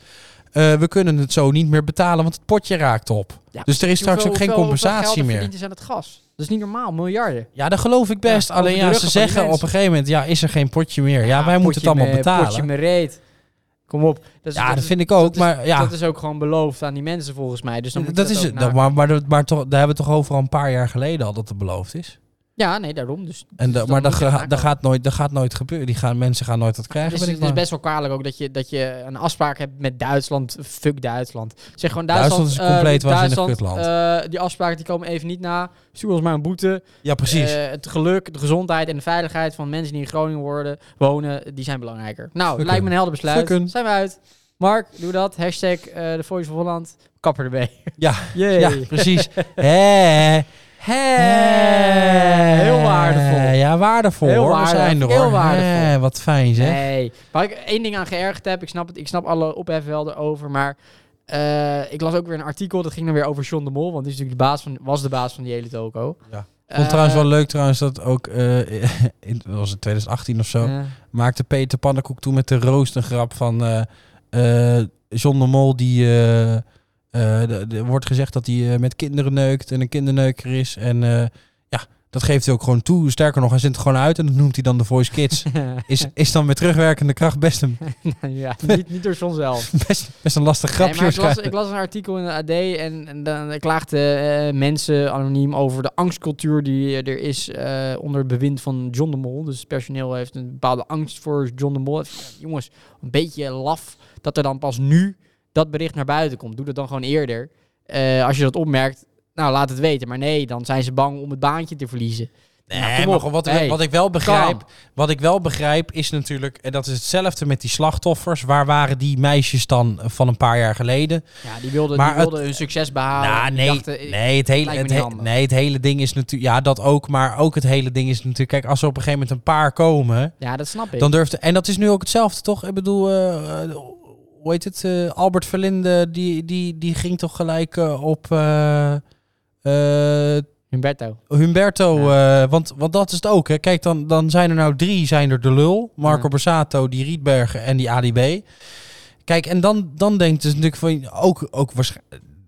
Speaker 2: Eh, we kunnen het zo niet meer betalen, want het potje raakt op.
Speaker 1: Ja,
Speaker 2: dus er is straks ook geen compensatie meer.
Speaker 1: Het is aan het gas. Dat is niet normaal, miljarden.
Speaker 2: Ja, dat geloof ik best.
Speaker 1: Ja,
Speaker 2: Alleen
Speaker 1: over de
Speaker 2: ja, ze
Speaker 1: ruggen van die
Speaker 2: zeggen op
Speaker 1: mensen.
Speaker 2: een gegeven moment, ja, is er geen potje meer. Ja,
Speaker 1: Ja,
Speaker 2: wij moeten
Speaker 1: potje
Speaker 2: het allemaal
Speaker 1: me- Potje
Speaker 2: betalen.
Speaker 1: me reet. Kom op. Dat is,
Speaker 2: ja, dat
Speaker 1: is-
Speaker 2: vind ik ook.
Speaker 1: is-
Speaker 2: maar ja,
Speaker 1: Dat is ook gewoon beloofd aan die mensen volgens mij. Dus dan moet
Speaker 2: dat,
Speaker 1: je
Speaker 2: is
Speaker 1: ook
Speaker 2: het.
Speaker 1: na-
Speaker 2: Maar, maar, dat- maar toch, daar hebben we toch overal een paar jaar geleden al dat het beloofd is.
Speaker 1: Ja, nee, daarom. Dus,
Speaker 2: En
Speaker 1: dus
Speaker 2: dat-
Speaker 1: dan
Speaker 2: maar dat,
Speaker 1: moet je
Speaker 2: ga-
Speaker 1: eraan
Speaker 2: dat,
Speaker 1: komen.
Speaker 2: gaat nooit, dat gaat nooit gebeuren. Die gaan, mensen gaan nooit wat krijgen.
Speaker 1: Dus
Speaker 2: ben
Speaker 1: het
Speaker 2: ik
Speaker 1: is
Speaker 2: bang.
Speaker 1: best wel kwalijk ook dat je, dat je een afspraak hebt met Duitsland. Fuck Duitsland. Zeg gewoon
Speaker 2: Duitsland
Speaker 1: Duitsland.
Speaker 2: is compleet
Speaker 1: eh,
Speaker 2: waanzinnig
Speaker 1: Duitsland,
Speaker 2: kutland.
Speaker 1: eh, die afspraken die komen even niet na. Stuur ons maar een boete.
Speaker 2: ja, precies.
Speaker 1: Eh, het geluk, de gezondheid en de veiligheid van mensen die in Groningen worden, wonen, die zijn belangrijker. Nou,
Speaker 2: Fucken.
Speaker 1: lijkt me een helder besluit.
Speaker 2: Fucken.
Speaker 1: Zijn we uit. Mark, doe dat. Hashtag eh de Voice of Holland. Kapper erbij.
Speaker 2: ja,
Speaker 1: Jee.
Speaker 2: ja, precies. Hè. Hè.
Speaker 1: Heel waardevol.
Speaker 2: Ja, waardevol
Speaker 1: Heel
Speaker 2: hoor.
Speaker 1: waardevol.
Speaker 2: We zijn er
Speaker 1: Heel
Speaker 2: hoor.
Speaker 1: waardevol.
Speaker 2: Hè, wat fijn zeg.
Speaker 1: Nee. Waar ik één ding aan geërgerd heb, ik snap het, ik snap alle ophef wel erover, maar eh, ik las ook weer een artikel, dat ging dan weer over John de Mol, want die is natuurlijk de baas van, was de baas van die hele toko.
Speaker 2: Ja.
Speaker 1: Eh,
Speaker 2: vond trouwens wel leuk trouwens dat ook, eh, in, was het 2018 of zo,
Speaker 1: Eh,
Speaker 2: maakte Peter Pannenkoek toen met de roost een grap van eh, eh, John de Mol die eh, eh, de- de- wordt gezegd dat hij eh, met kinderen neukt en een kinderneuker is en eh, ja dat geeft hij ook gewoon toe. Sterker nog, hij zendt het gewoon uit en dat noemt hij dan de Voice Kids. Is, is dan met terugwerkende kracht best een,
Speaker 1: nou ja, niet, niet door John zelf.
Speaker 2: best, best een lastig grapje.
Speaker 1: Nee, maar ik, las,
Speaker 2: waarschijnlijk.
Speaker 1: ik las een artikel in de AD en, en dan klaagden eh, mensen anoniem over de angstcultuur die eh, er is eh, onder het bewind van John de Mol. Dus het personeel heeft een bepaalde angst voor John de Mol. Ik vind, ja, jongens, een beetje laf dat er dan pas nu dat bericht naar buiten komt. Doe dat dan gewoon eerder. Eh, als je dat opmerkt, nou laat het weten. Maar nee, dan zijn ze bang om het baantje te verliezen.
Speaker 2: Nee,
Speaker 1: Nou, kom
Speaker 2: maar
Speaker 1: op.
Speaker 2: gewoon wat,
Speaker 1: Hey,
Speaker 2: wat ik wel
Speaker 1: kalm.
Speaker 2: begrijp, wat ik wel begrijp is natuurlijk, en dat is hetzelfde met die slachtoffers. Waar waren die meisjes dan van een paar jaar geleden?
Speaker 1: Ja, die wilden,
Speaker 2: Maar
Speaker 1: die wilden
Speaker 2: het-
Speaker 1: hun succes behalen.
Speaker 2: nou,
Speaker 1: Die
Speaker 2: nee,
Speaker 1: dachten, eh,
Speaker 2: nee, het hele,
Speaker 1: lijkt me
Speaker 2: het
Speaker 1: niet
Speaker 2: he-
Speaker 1: handig.
Speaker 2: nee, het hele ding is natuurlijk, ja, dat ook, maar ook het hele ding is natuurlijk, kijk, als er op een gegeven moment een paar komen,
Speaker 1: Ja, dat snap ik.
Speaker 2: dan durft, en dat is nu ook hetzelfde, toch? Ik bedoel, eh, eh, hoe heet het? eh, Albert Verlinde, die, die, die ging toch gelijk eh, op. eh, eh,
Speaker 1: Humberto.
Speaker 2: Humberto, eh, want, want dat is het ook. Hè. Kijk, dan, dan zijn er nou drie, zijn er de lul. Marco
Speaker 1: Ja.
Speaker 2: Borsato, die Rietbergen en die ADB. Kijk, en dan, dan denkt dus natuurlijk van, ook, ook, waarsch-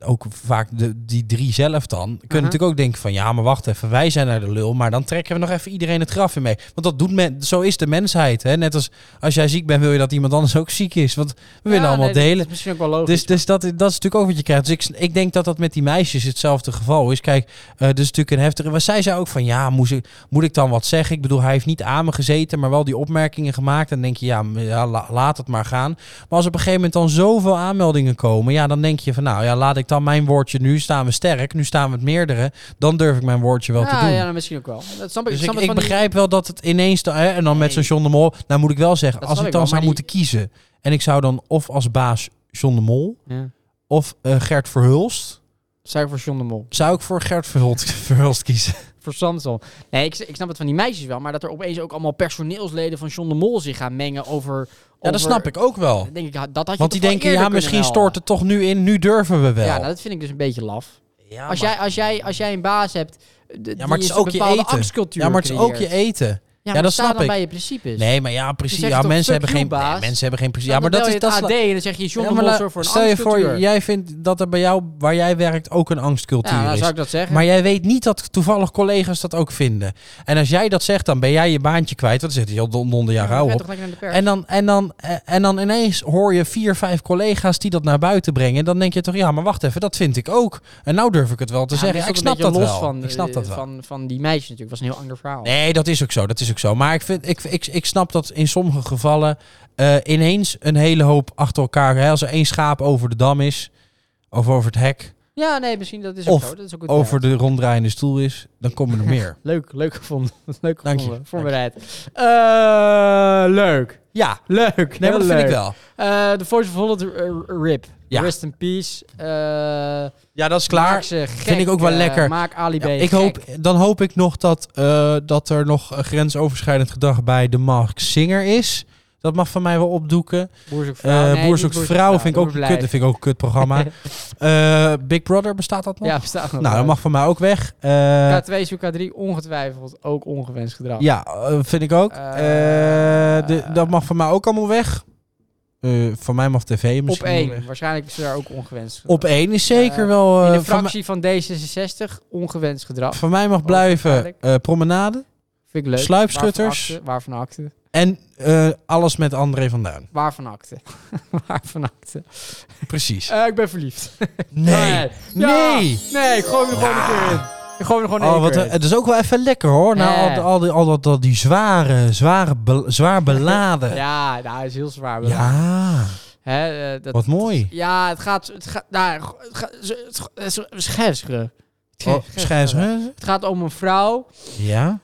Speaker 2: ook vaak de, die drie zelf dan, kunnen
Speaker 1: Aha.
Speaker 2: natuurlijk ook denken van, ja, maar wacht even, wij zijn naar de lul, maar dan trekken we nog even iedereen het graf in mee. Want dat doet men, zo is de mensheid. Hè. Net als als jij ziek bent, wil je dat iemand anders ook ziek is. Want we willen
Speaker 1: Ja,
Speaker 2: allemaal
Speaker 1: nee, dat is
Speaker 2: delen.
Speaker 1: Misschien ook wel logisch.
Speaker 2: Dus, dus dat, dat is natuurlijk ook wat je krijgt. Dus ik, ik denk dat dat met die meisjes hetzelfde geval is. Kijk, eh dus natuurlijk een heftige. Maar zij zei ook van ja, moest ik, moet ik dan wat zeggen? Ik bedoel, hij heeft niet aan me gezeten, maar wel die opmerkingen gemaakt. En dan denk je, ja, m- ja, la- laat het maar gaan. Maar als op een gegeven moment dan zoveel aanmeldingen komen, ja, dan denk je van nou ja, laat ik dan mijn woordje nu staan we sterk. Nu staan we het meerdere. Dan durf ik mijn woordje wel
Speaker 1: ja,
Speaker 2: te doen.
Speaker 1: ja, nou, misschien ook wel. Dat snap ik.
Speaker 2: Dus ik,
Speaker 1: snap
Speaker 2: ik
Speaker 1: het van die-
Speaker 2: begrijp wel dat het ineens... da- hè, en dan met zo'n John de Mol... Nou moet ik wel zeggen,
Speaker 1: Dat
Speaker 2: als
Speaker 1: snap
Speaker 2: ik
Speaker 1: ik
Speaker 2: dan
Speaker 1: wel,
Speaker 2: zou
Speaker 1: maar
Speaker 2: moeten kiezen... En ik zou dan of als baas John de Mol...
Speaker 1: Ja.
Speaker 2: Of eh, Gert Verhulst.
Speaker 1: Zou ik voor John de Mol.
Speaker 2: Zou ik voor Gert Verhulst, Verhulst kiezen?
Speaker 1: Voor Samson. Nee, ik, ik snap het van die meisjes wel. Maar dat er opeens ook allemaal personeelsleden van John de Mol zich gaan mengen over...
Speaker 2: Ja, dat snap ik ook wel.
Speaker 1: Denk ik, dat had je
Speaker 2: Want die
Speaker 1: toch wel
Speaker 2: denken,
Speaker 1: eerder
Speaker 2: ja,
Speaker 1: kunnen
Speaker 2: misschien
Speaker 1: melden.
Speaker 2: stort het toch nu in. Nu durven we wel.
Speaker 1: Ja, nou, dat vind ik dus een beetje laf.
Speaker 2: Ja,
Speaker 1: als, jij, als, jij, als jij een baas hebt... eh,
Speaker 2: Ja, maar het is ook je eten. Ja, maar het is ook je eten.
Speaker 1: Ja,
Speaker 2: dat
Speaker 1: dat snap
Speaker 2: snap
Speaker 1: dan
Speaker 2: ik.
Speaker 1: bij je principes.
Speaker 2: Nee, maar ja, precies.
Speaker 1: zegt
Speaker 2: Ja,
Speaker 1: toch,
Speaker 2: mensen
Speaker 1: fuck
Speaker 2: hebben,
Speaker 1: you,
Speaker 2: geen, nee,
Speaker 1: baas.
Speaker 2: mensen hebben geen principe.
Speaker 1: Dan
Speaker 2: Ja, maar dat
Speaker 1: bel
Speaker 2: is...
Speaker 1: je
Speaker 2: Dat is
Speaker 1: het AD en dan zeg je John
Speaker 2: ja,
Speaker 1: de
Speaker 2: maar
Speaker 1: Mol
Speaker 2: la-
Speaker 1: zorgt voor een
Speaker 2: stel je voor,
Speaker 1: angstcultuur.
Speaker 2: jij vindt dat er bij jou, waar jij werkt, ook een angstcultuur
Speaker 1: ja, dan
Speaker 2: is.
Speaker 1: zou ik dat zeggen.
Speaker 2: Maar jij weet niet dat toevallig collega's dat ook vinden. En als jij dat zegt, dan ben jij je baantje kwijt. Want dan zit hij al onder
Speaker 1: Ja,
Speaker 2: jou
Speaker 1: dan
Speaker 2: rauw
Speaker 1: ga je
Speaker 2: op.
Speaker 1: toch lekker naar de pers.
Speaker 2: En dan, en, dan, eh, en dan ineens hoor je vier, vijf collega's die dat naar buiten brengen. En dan denk je toch, ja, maar wacht even, dat vind ik ook. En nou durf ik het wel te
Speaker 1: Ja, maar
Speaker 2: zeggen. Ja,
Speaker 1: dat
Speaker 2: ik
Speaker 1: is
Speaker 2: snap
Speaker 1: toch een
Speaker 2: dat
Speaker 1: beetje
Speaker 2: wel.
Speaker 1: los van,
Speaker 2: ik snap
Speaker 1: eh,
Speaker 2: dat wel.
Speaker 1: Van, van die meisjes natuurlijk. was een heel ander verhaal.
Speaker 2: Nee, dat is ook zo. Dat is ook zo. Maar ik, vind, ik, ik, ik snap dat in sommige gevallen eh, ineens een hele hoop achter elkaar. Hè, als er één schaap over de dam is, of over het hek,
Speaker 1: Ja, nee, misschien dat is ook
Speaker 2: Of
Speaker 1: zo. Dat is ook goed
Speaker 2: over de ronddraaiende stoel is, dan komen er meer.
Speaker 1: Leuk, leuk gevonden. leuk
Speaker 2: Dank je,
Speaker 1: gevonden.
Speaker 2: dank
Speaker 1: Voorbereid.
Speaker 2: je.
Speaker 1: Eh, leuk.
Speaker 2: Ja,
Speaker 1: Leuk.
Speaker 2: nee, maar
Speaker 1: heel
Speaker 2: dat
Speaker 1: leuk.
Speaker 2: vind ik wel.
Speaker 1: Eh, The Voice of Holland eh, RIP.
Speaker 2: Ja.
Speaker 1: Rest in peace. Eh,
Speaker 2: Ja, dat is
Speaker 1: Maak
Speaker 2: klaar.
Speaker 1: ze gek.
Speaker 2: ik ook wel
Speaker 1: eh,
Speaker 2: lekker.
Speaker 1: maak Ali
Speaker 2: Ja,
Speaker 1: B
Speaker 2: ik
Speaker 1: gek.
Speaker 2: hoop, dan hoop ik nog dat, eh, dat er nog eh, grensoverschrijdend gedrag bij de Mark Singer is. Dat mag van mij wel opdoeken.
Speaker 1: Boer zoekt
Speaker 2: Eh
Speaker 1: vrouw. Nee,
Speaker 2: Boer
Speaker 1: niet
Speaker 2: zoekt vrouw vind ik ook
Speaker 1: Boer
Speaker 2: kut.
Speaker 1: blijft.
Speaker 2: Dat vind ik ook een kut programma. Eh, Big Brother, bestaat dat nog?
Speaker 1: Ja, bestaat nog.
Speaker 2: nou, dat mag van mij ook weg. Eh,
Speaker 1: K2 zoekt K3 ongetwijfeld ook ongewenst gedrag.
Speaker 2: ja, eh, vind ik ook.
Speaker 1: Eh,
Speaker 2: Eh, de- dat mag van mij ook allemaal weg. Eh, van mij mag tv
Speaker 1: Op
Speaker 2: misschien wel weg.
Speaker 1: één. Waarschijnlijk is ze daar ook ongewenst gedrag.
Speaker 2: Op één is zeker
Speaker 1: Eh,
Speaker 2: wel... eh,
Speaker 1: In de
Speaker 2: van, mij-
Speaker 1: fractie van D66 ongewenst gedrag.
Speaker 2: van mij mag blijven
Speaker 1: waarschijnlijk.
Speaker 2: eh, Promenade
Speaker 1: Vind ik leuk.
Speaker 2: Sluipschutters.
Speaker 1: Waarvan acte?
Speaker 2: en eh, alles met André van Duin.
Speaker 1: Waarvan acte? Waarvan acte?
Speaker 2: Precies.
Speaker 1: Eh, ik ben verliefd.
Speaker 2: Nee.
Speaker 1: Ja.
Speaker 2: Nee.
Speaker 1: Nee, ik gooi hem er gewoon een keer in. Ik gooi hem er gewoon
Speaker 2: Oh,
Speaker 1: een
Speaker 2: wat,
Speaker 1: keer in.
Speaker 2: het is ook wel even lekker hoor. Na al,
Speaker 1: Eh.
Speaker 2: die- al, die, al, dat, al die zware, zware, be- zwaar beladen. Ja,
Speaker 1: Ja, nou, hij is heel zwaar. wel. Hè, eh, dat,
Speaker 2: wat mooi.
Speaker 1: Ja, het gaat... Het gaat... Nou, het gaat... het gaat- het gaat- Scherpscheren.
Speaker 2: Oh, schijs-
Speaker 1: Het gaat om een vrouw.
Speaker 2: Ja,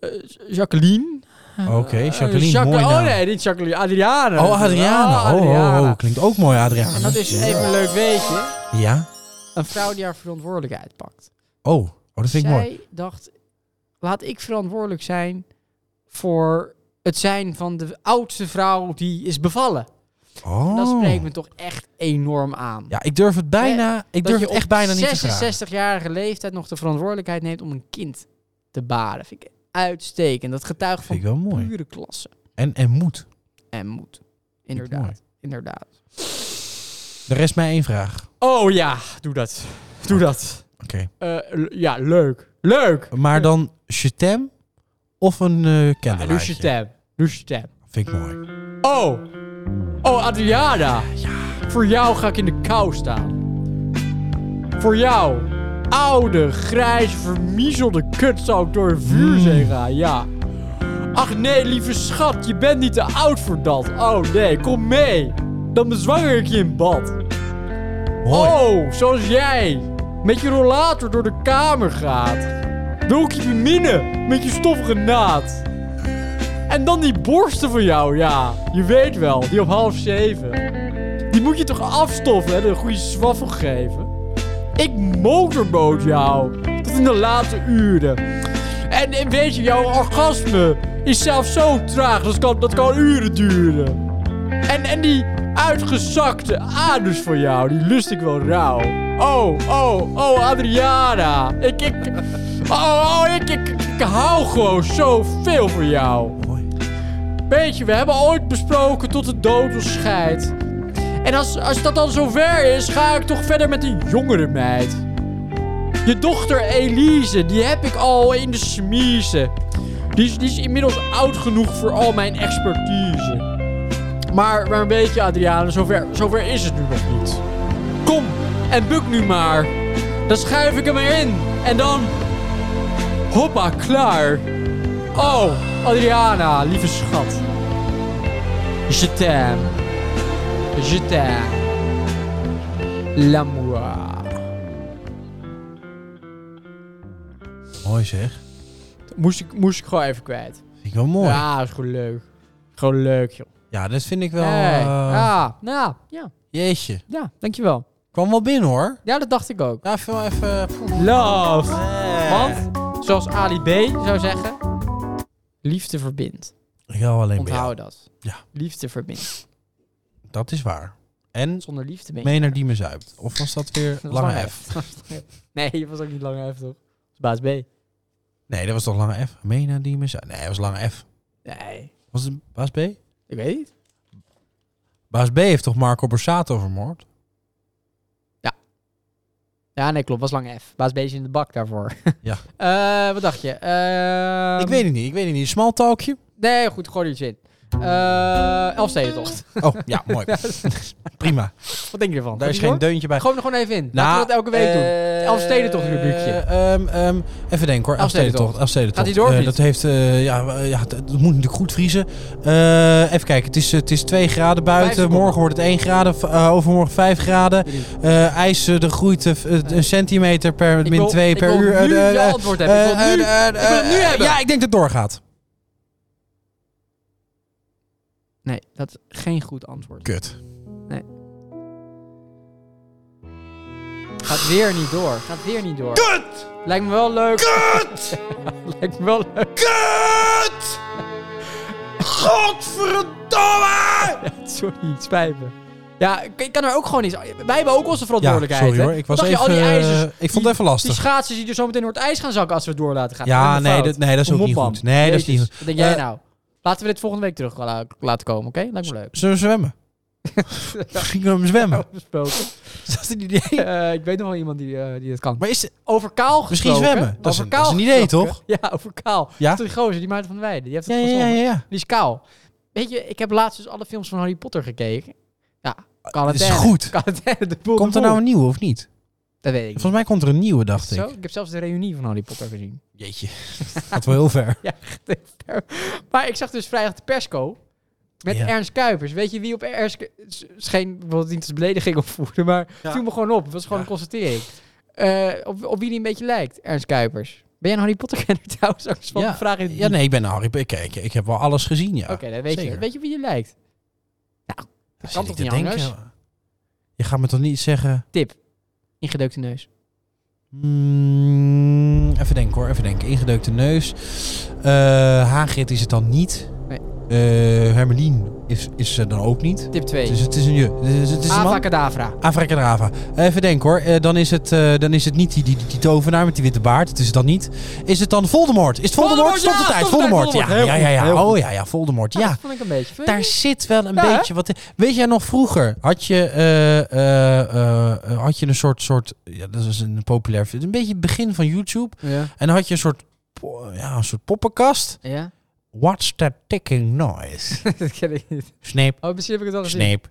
Speaker 1: eh, Jacqueline.
Speaker 2: oké. Jacqueline,
Speaker 1: Eh, Jacque-
Speaker 2: mooi nou.
Speaker 1: Oh
Speaker 2: naam.
Speaker 1: nee, niet Jacqueline. Adriana.
Speaker 2: Oh, Adriana. Oh, oh,
Speaker 1: Adriana.
Speaker 2: oh, klinkt ook mooi,
Speaker 1: En
Speaker 2: Adriana.
Speaker 1: dat is even een leuk weetje.
Speaker 2: Ja.
Speaker 1: Een vrouw die haar verantwoordelijkheid pakt.
Speaker 2: Oh, oh dat vind ik
Speaker 1: Zij
Speaker 2: mooi.
Speaker 1: dacht, laat ik verantwoordelijk zijn voor het zijn van de oudste vrouw die is bevallen. En Dat
Speaker 2: Oh.
Speaker 1: spreekt me toch echt enorm aan.
Speaker 2: Ja, ik durf het bijna, ik
Speaker 1: Dat
Speaker 2: durf
Speaker 1: je
Speaker 2: het
Speaker 1: op
Speaker 2: echt bijna niet te vragen.
Speaker 1: 66-jarige leeftijd nog de verantwoordelijkheid neemt om een kind te baren. Vind ik uitstekend. Dat getuigt
Speaker 2: Vind
Speaker 1: van
Speaker 2: ik wel mooi.
Speaker 1: pure klasse
Speaker 2: En, en moed.
Speaker 1: en moed.
Speaker 2: ik mooi.
Speaker 1: Inderdaad. Inderdaad.
Speaker 2: De rest mij één vraag.
Speaker 1: Oh ja, doe dat. Doe dat.
Speaker 2: Oké.
Speaker 1: Eh, l- ja, leuk. Leuk.
Speaker 2: Maar dan Chetem of een eh
Speaker 1: Ja,
Speaker 2: candlelight?
Speaker 1: Lucia Tab. Lucia Tab.
Speaker 2: Vind ik mooi.
Speaker 1: Oh! Oh, Adriana! Voor jou ga ik in de kou staan. Voor jou, oude, grijze, vermiezelde kut, zou ik door een vuurzee gaan, ja. Ach nee, lieve schat, je bent niet te oud voor dat. Oh nee, kom mee. Dan bezwanger ik je in bad.
Speaker 2: Mooi.
Speaker 1: Oh, zoals jij. Met je rollator door de kamer gaat. Wil ik je beminnen met je stoffige naad. En dan die borsten van jou, ja. Je weet wel, die op half zeven. Die moet je toch afstoffen en een goede zwaffel geven. Ik motorboot jou. Tot in de late uren. En, en weet je, jouw orgasme is zelfs zo traag. Dat kan, dat kan uren duren. En, en die uitgezakte anus van jou, die lust ik wel rauw. Oh, oh, oh, Adriana. Ik, ik, oh, oh, ik, ik, ik hou gewoon zoveel van jou.
Speaker 2: Mooi.
Speaker 1: Weet je, we hebben ooit besproken tot de dood ons scheidt. En als, als dat dan zover is, ga ik toch verder met een jongere meid. Je dochter Elise, die heb ik al in de smiezen. Die is, die is inmiddels oud genoeg voor al mijn expertise. Maar, maar een beetje, Adriane, zover, zover is het nu nog niet. Kom en buk nu maar. Dan schuif ik hem erin. En dan. Hoppa, klaar. Oh, Adriana, lieve schat. Je t'aime. Je t'aime. L'amour.
Speaker 2: Mooi zeg.
Speaker 1: Moest ik, moest ik gewoon even kwijt.
Speaker 2: Vind ik wel mooi. Ja,
Speaker 1: Ja, is gewoon leuk. Gewoon leuk, joh.
Speaker 2: dat vind ik wel...
Speaker 1: Hey,
Speaker 2: eh,
Speaker 1: Ja, ja, ja,
Speaker 2: Jeetje.
Speaker 1: ja, dankjewel.
Speaker 2: Kwam wel binnen hoor.
Speaker 1: Ja, dat dacht ik ook.
Speaker 2: Ja, veel even...
Speaker 1: Love.
Speaker 2: Eh.
Speaker 1: Want, zoals Ali B zou zeggen, liefde verbindt.
Speaker 2: Ik hou alleen bij jou.
Speaker 1: Onthoud dat.
Speaker 2: Ja.
Speaker 1: Liefde verbindt.
Speaker 2: Dat is waar. En
Speaker 1: Zonder liefde ben je...
Speaker 2: Mener die me zuipt. Of was dat weer
Speaker 1: Dat was
Speaker 2: Lange F?
Speaker 1: nee, je was ook niet Lange F, toch? Dat is baas B.
Speaker 2: Nee, dat was toch Lange F? Mener die me zuipt. Nee, dat was Lange F.
Speaker 1: Nee,
Speaker 2: Was het Baas B?
Speaker 1: ik weet niet.
Speaker 2: Baas B heeft toch Marco Borsato vermoord?
Speaker 1: Ja, nee, klopt. was Lange F. Baas B is in de bak daarvoor.
Speaker 2: Ja.
Speaker 1: Eh, wat dacht je? Ehm,
Speaker 2: ik weet het niet, ik weet het niet. Smaltalkje?
Speaker 1: Nee, goed, gooi er iets in. Eh Elfstedentocht.
Speaker 2: Oh, ja, mooi. Prima.
Speaker 1: Wat denk je ervan?
Speaker 2: Daar is
Speaker 1: Gaat die
Speaker 2: geen
Speaker 1: door?
Speaker 2: deuntje bij.
Speaker 1: Gooi hem er gewoon even in. Laten we dat elke week doen. Het Elfstedentocht rubriekje.
Speaker 2: Nou, eh, ehm, ehm, even denken hoor.
Speaker 1: Elfstedentocht.
Speaker 2: Elfstedentocht. Elfstedentocht.
Speaker 1: Gaat die door of
Speaker 2: Eh,
Speaker 1: niet?
Speaker 2: dat heeft, eh, ja, eh, ja, het- het moet natuurlijk goed vriezen. Eh, even kijken, het is, eh, het is 2 graden buiten.
Speaker 1: seconden.
Speaker 2: Morgen wordt het 1 graden, v- eh, overmorgen 5 graden.
Speaker 1: Drie.
Speaker 2: Eh, ijs, eh, er groeit eh, eh, een centimeter per
Speaker 1: Ik
Speaker 2: min
Speaker 1: wil-
Speaker 2: 2
Speaker 1: ik
Speaker 2: per
Speaker 1: wil
Speaker 2: uur.
Speaker 1: nu
Speaker 2: Eh,
Speaker 1: je
Speaker 2: eh,
Speaker 1: antwoord hebben. Ik wil
Speaker 2: eh,
Speaker 1: het nu.
Speaker 2: eh, eh,
Speaker 1: Ik wil het nu
Speaker 2: eh,
Speaker 1: hebben.
Speaker 2: Ja, ik denk dat het doorgaat.
Speaker 1: Nee, dat is geen goed antwoord.
Speaker 2: Kut.
Speaker 1: Gaat weer niet door. Gaat weer niet door. Kut! Lijkt me wel leuk. Kut! Lijkt me wel leuk.
Speaker 2: Kut! Godverdomme!
Speaker 1: Sorry, spijt me. Ja, ik ik kan er ook gewoon iets... Wij hebben ook onze verantwoordelijkheid.
Speaker 2: sorry
Speaker 1: hè?
Speaker 2: hoor, ik
Speaker 1: Wat dacht
Speaker 2: was
Speaker 1: je,
Speaker 2: even,
Speaker 1: al die ijzers,
Speaker 2: eh, ik vond het even lastig.
Speaker 1: Die schaatsers die er zo meteen door het ijs gaan zakken als we het door laten gaan.
Speaker 2: Ja,
Speaker 1: vind ik
Speaker 2: nee,
Speaker 1: fout.
Speaker 2: dat- nee, dat is ook
Speaker 1: Kom op,
Speaker 2: niet
Speaker 1: man.
Speaker 2: goed. Nee, dat is niet
Speaker 1: Jezus,
Speaker 2: goed.
Speaker 1: Wat denk jij
Speaker 2: Eh,
Speaker 1: nou? Laten we dit volgende week terug la- laten komen, oké? Lijkt me leuk.
Speaker 2: Zullen we zwemmen? Gingen we hem
Speaker 1: Oh.
Speaker 2: zwemmen?
Speaker 1: Besproken.
Speaker 2: Is dat een idee?
Speaker 1: Eh, ik weet nog wel iemand die, eh, die dat kan.
Speaker 2: Maar is,
Speaker 1: Over kaal
Speaker 2: Misschien
Speaker 1: gesproken.
Speaker 2: zwemmen. Dat is
Speaker 1: Over
Speaker 2: een- dat is een
Speaker 1: kaal
Speaker 2: idee,
Speaker 1: gesproken.
Speaker 2: toch?
Speaker 1: Ja, over kaal.
Speaker 2: Ja?
Speaker 1: Dat is die gozer, die Maarten van der Weijden. Die heeft het
Speaker 2: Ja, ja, ja,
Speaker 1: verzonnen.
Speaker 2: ja. ja.
Speaker 1: Die is kaal. Weet je, ik heb laatst dus alle films van Harry Potter gekeken. Ja,
Speaker 2: dit is
Speaker 1: quarantaine.
Speaker 2: goed.
Speaker 1: Quarantaine, de boel
Speaker 2: Komt
Speaker 1: de
Speaker 2: er nou
Speaker 1: boel.
Speaker 2: een nieuwe of niet?
Speaker 1: Dat weet ik niet.
Speaker 2: Volgens mij komt er een nieuwe, dacht
Speaker 1: Zo,
Speaker 2: ik.
Speaker 1: ik heb zelfs de reunie van Harry Potter gezien.
Speaker 2: Jeetje, gaat wel heel ver.
Speaker 1: maar ik zag dus vrijdag de persco met
Speaker 2: Ja.
Speaker 1: Ernst Kuipers. Weet je wie op Ernst... Ku- s- Scheen bijvoorbeeld niet als belediging opvoerde, maar
Speaker 2: Ja.
Speaker 1: viel me gewoon op. Dat was gewoon een constatering. Eh, op, op wie die een beetje lijkt, Ernst Kuipers. Ben jij een Harry Potter-kenner trouwens? Dat is wel een vraag in het
Speaker 2: ja, nee, ik ben Harry Potter. Kijk, ik heb wel alles gezien, ja.
Speaker 1: Oké, dan weet je,
Speaker 2: zeker.
Speaker 1: weet je wie je lijkt. Nou,
Speaker 2: Ja,
Speaker 1: kan
Speaker 2: zit
Speaker 1: toch
Speaker 2: ik te
Speaker 1: niet
Speaker 2: denken, Je gaat me toch niet zeggen...
Speaker 1: Tip. Ingedeukte neus.
Speaker 2: Mm, even denken hoor, even denken. Ingedeukte neus. Eh Hagrid is het dan niet.
Speaker 1: Nee.
Speaker 2: Eh, Hermelien is, is ze dan ook niet.
Speaker 1: Tip 2.
Speaker 2: Dus het is een je. Dus het is een man.
Speaker 1: Avacadabra.
Speaker 2: Avrakadava. Even denken hoor. Eh, dan, is het, eh, dan is het niet die, die, die tovenaar met die witte baard. Het is het dan niet. Is het dan Voldemort? Is het Voldemort?
Speaker 1: Voldemort,
Speaker 2: Stop de
Speaker 1: ja,
Speaker 2: tijd.
Speaker 1: stop de tijd,
Speaker 2: Voldemort. Ja,
Speaker 1: Voldemort.
Speaker 2: ja,
Speaker 1: Heel
Speaker 2: ja,
Speaker 1: goed,
Speaker 2: ja.
Speaker 1: heel
Speaker 2: Oh ja, ja, Voldemort.
Speaker 1: Ja,
Speaker 2: Ja.
Speaker 1: dat vond ik een beetje. Vond je
Speaker 2: Daar
Speaker 1: niet?
Speaker 2: zit wel een
Speaker 1: Ja, hè?
Speaker 2: beetje wat in. Weet jij nog vroeger had je, eh, eh, eh, eh, had je een soort, soort ja, dat is een populair, een beetje het begin van YouTube.
Speaker 1: Ja.
Speaker 2: En dan had je een soort, po- ja, een soort poppenkast.
Speaker 1: Ja?
Speaker 2: What's that ticking noise?
Speaker 1: dat ken ik niet.
Speaker 2: Snape,
Speaker 1: Oh, misschien heb ik het al gezien.
Speaker 2: Snape,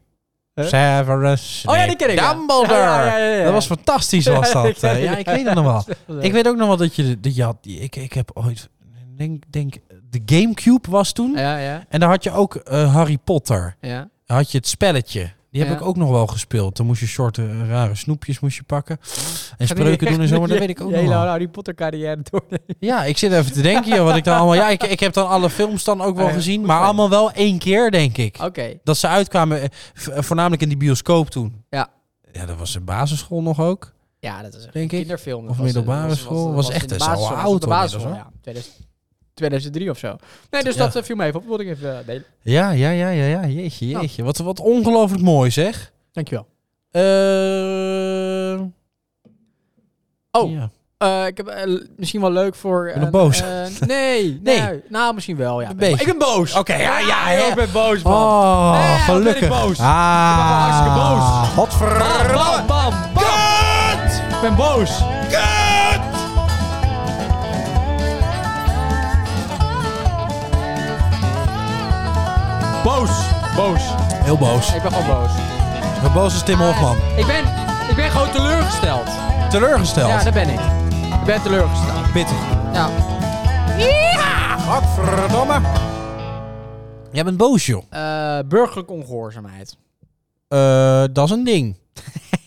Speaker 1: Huh?
Speaker 2: Severus,
Speaker 1: Oh ja,
Speaker 2: Snape,
Speaker 1: die ken ik. ja.
Speaker 2: Dumbledore.
Speaker 1: Ja, ja, ja, ja, ja.
Speaker 2: Dat was fantastisch, was
Speaker 1: Ja,
Speaker 2: dat.
Speaker 1: ik ken
Speaker 2: Eh, ja,
Speaker 1: die.
Speaker 2: ik weet het nog wel.
Speaker 1: Dat was
Speaker 2: Ik
Speaker 1: leuk.
Speaker 2: weet ook nog wel dat je, dat je had, ik, ik heb ooit, denk, denk, de Gamecube was toen.
Speaker 1: Ja, ja,
Speaker 2: En daar had je ook eh, Harry Potter.
Speaker 1: ja.
Speaker 2: Dan had je het spelletje. Die heb
Speaker 1: Ja.
Speaker 2: ik ook nog wel gespeeld. Dan moest je soorten eh, rare snoepjes moest je pakken. En spreuken doen en zo, maar dat weet ik ook
Speaker 1: nog.
Speaker 2: nog
Speaker 1: Hele
Speaker 2: wel.
Speaker 1: Harry Potter carrière doornemen.
Speaker 2: Ja, ik zit even te denken, joh, wat ik dan allemaal... Ja, ik, ik heb dan alle films dan ook wel
Speaker 1: Ah, ja.
Speaker 2: gezien. Maar allemaal wel één keer, denk ik.
Speaker 1: Oké.
Speaker 2: Dat ze uitkwamen, eh, v- eh, voornamelijk in die bioscoop toen.
Speaker 1: Ja.
Speaker 2: Ja, dat was een basisschool nog ook.
Speaker 1: Ja, dat eh, is echt
Speaker 2: Denk
Speaker 1: een
Speaker 2: ik.
Speaker 1: kinderfilm.
Speaker 2: Of middelbare school. Was echt
Speaker 1: een
Speaker 2: best wel oud
Speaker 1: De
Speaker 2: hoor,
Speaker 1: basisschool, ja.
Speaker 2: inmiddels,
Speaker 1: 2000 2003 of zo. Nee, dus
Speaker 2: Ja.
Speaker 1: dat eh, viel me even op. Wilde ik even eh, delen.
Speaker 2: Ja, ja, ja, ja, ja. Jeetje, jeetje. Wat, wat Nou. ongelooflijk mooi, zeg.
Speaker 1: Dankjewel.
Speaker 2: Eh,
Speaker 1: Oh,
Speaker 2: ja.
Speaker 1: Eh, ik heb eh, l- misschien wel leuk voor.
Speaker 2: ben
Speaker 1: een-
Speaker 2: nog boos.
Speaker 1: eh, nee,
Speaker 2: Nee.
Speaker 1: nee. Nou, nou, misschien wel. Ja,
Speaker 2: Een
Speaker 1: Ik ben-
Speaker 2: beetje.
Speaker 1: Ik ben boos.
Speaker 2: Oké, ja, ja, ja.
Speaker 1: Ik ben boos, man.
Speaker 2: Oh,
Speaker 1: Nee, wat
Speaker 2: gelukkig.
Speaker 1: ben ik boos.
Speaker 2: Ah,
Speaker 1: Ik ben wel hartstikke boos. Bam,
Speaker 2: Godver...
Speaker 1: bam, bam, bam. Ik ben boos. Boos. Boos.
Speaker 2: Heel boos.
Speaker 1: Ik ben gewoon boos.
Speaker 2: Heel boos is Tim Hofman.
Speaker 1: Ik ben, ik ben gewoon teleurgesteld.
Speaker 2: Teleurgesteld.
Speaker 1: Ja, dat ben ik. Ik ben teleurgesteld.
Speaker 2: Pittig.
Speaker 1: Ja.
Speaker 2: Godverdomme. Jij bent boos, joh.
Speaker 1: Eh burgerlijk ongehoorzaamheid.
Speaker 2: Eh, dat is een ding.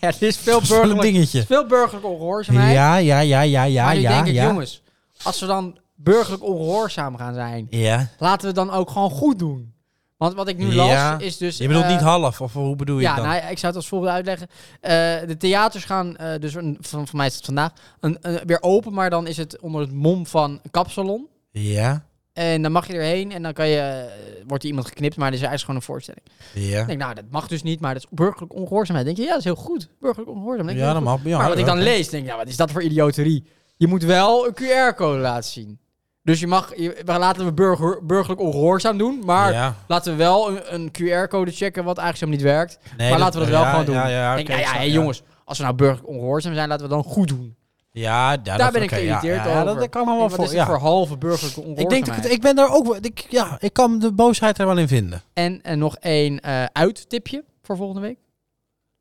Speaker 1: Ja, dit is veel
Speaker 2: Dat is wel een
Speaker 1: burgerlijk,
Speaker 2: dingetje.
Speaker 1: veel burgerlijk ongehoorzaamheid.
Speaker 2: Ja, ja, ja, ja, ja,
Speaker 1: maar nu
Speaker 2: ja.
Speaker 1: denk ik,
Speaker 2: ja.
Speaker 1: jongens, als we dan burgerlijk ongehoorzaam gaan zijn,
Speaker 2: Ja.
Speaker 1: laten we het dan ook gewoon goed doen. Want wat ik nu
Speaker 2: Ja.
Speaker 1: las is dus...
Speaker 2: Je bedoelt
Speaker 1: eh,
Speaker 2: niet half, of hoe bedoel je
Speaker 1: Ja,
Speaker 2: dan?
Speaker 1: nou, ja, ik zou het als volgende uitleggen. Eh, de theaters gaan, eh, dus een, van, van mij is het vandaag, een, een- weer open, maar dan is het onder het mom van een kapsalon.
Speaker 2: Ja,
Speaker 1: En dan mag je erheen en dan kan je, eh, wordt er iemand geknipt, maar er is eigenlijk gewoon een voorstelling.
Speaker 2: ja.
Speaker 1: Ik denk, nou, dat mag dus niet, maar dat is burgerlijk ongehoorzaamheid. Denk je, ja, dat is heel goed. Burgerlijk ongehoorzaamheid.
Speaker 2: Ja, dat mag. Ja,
Speaker 1: maar wat ik dan
Speaker 2: oké.
Speaker 1: lees, denk ik, nou, wat is dat voor idioterie? Je moet wel een QR-code laten zien. Dus je mag, je, we laten we burger, burgerlijk ongehoorzaam doen, maar
Speaker 2: Ja.
Speaker 1: laten we wel een, een QR-code checken wat eigenlijk helemaal niet werkt.
Speaker 2: Nee,
Speaker 1: maar
Speaker 2: dat-
Speaker 1: laten we dat wel
Speaker 2: ja,
Speaker 1: gewoon doen.
Speaker 2: ja, ja,
Speaker 1: Denk, nou
Speaker 2: oké,
Speaker 1: ja,
Speaker 2: ik snap-
Speaker 1: hey,
Speaker 2: ja.
Speaker 1: jongens, als we nou burgerlijk ongehoorzaam zijn, laten we het dan goed doen.
Speaker 2: Ja, ja, dat-
Speaker 1: Daar ben ik
Speaker 2: oké,
Speaker 1: geïrriteerd
Speaker 2: ja, ja,
Speaker 1: over.
Speaker 2: dat, dat kan allemaal
Speaker 1: Wat is
Speaker 2: voor.
Speaker 1: het
Speaker 2: Ja.
Speaker 1: voor halve burgerlijke
Speaker 2: Ik denk dat ik,
Speaker 1: ongehoorzaamheid?
Speaker 2: het- ik ben daar ook wel- ik, ja, ik kan de boosheid er wel in vinden.
Speaker 1: En, en nog één eh uittipje voor volgende week.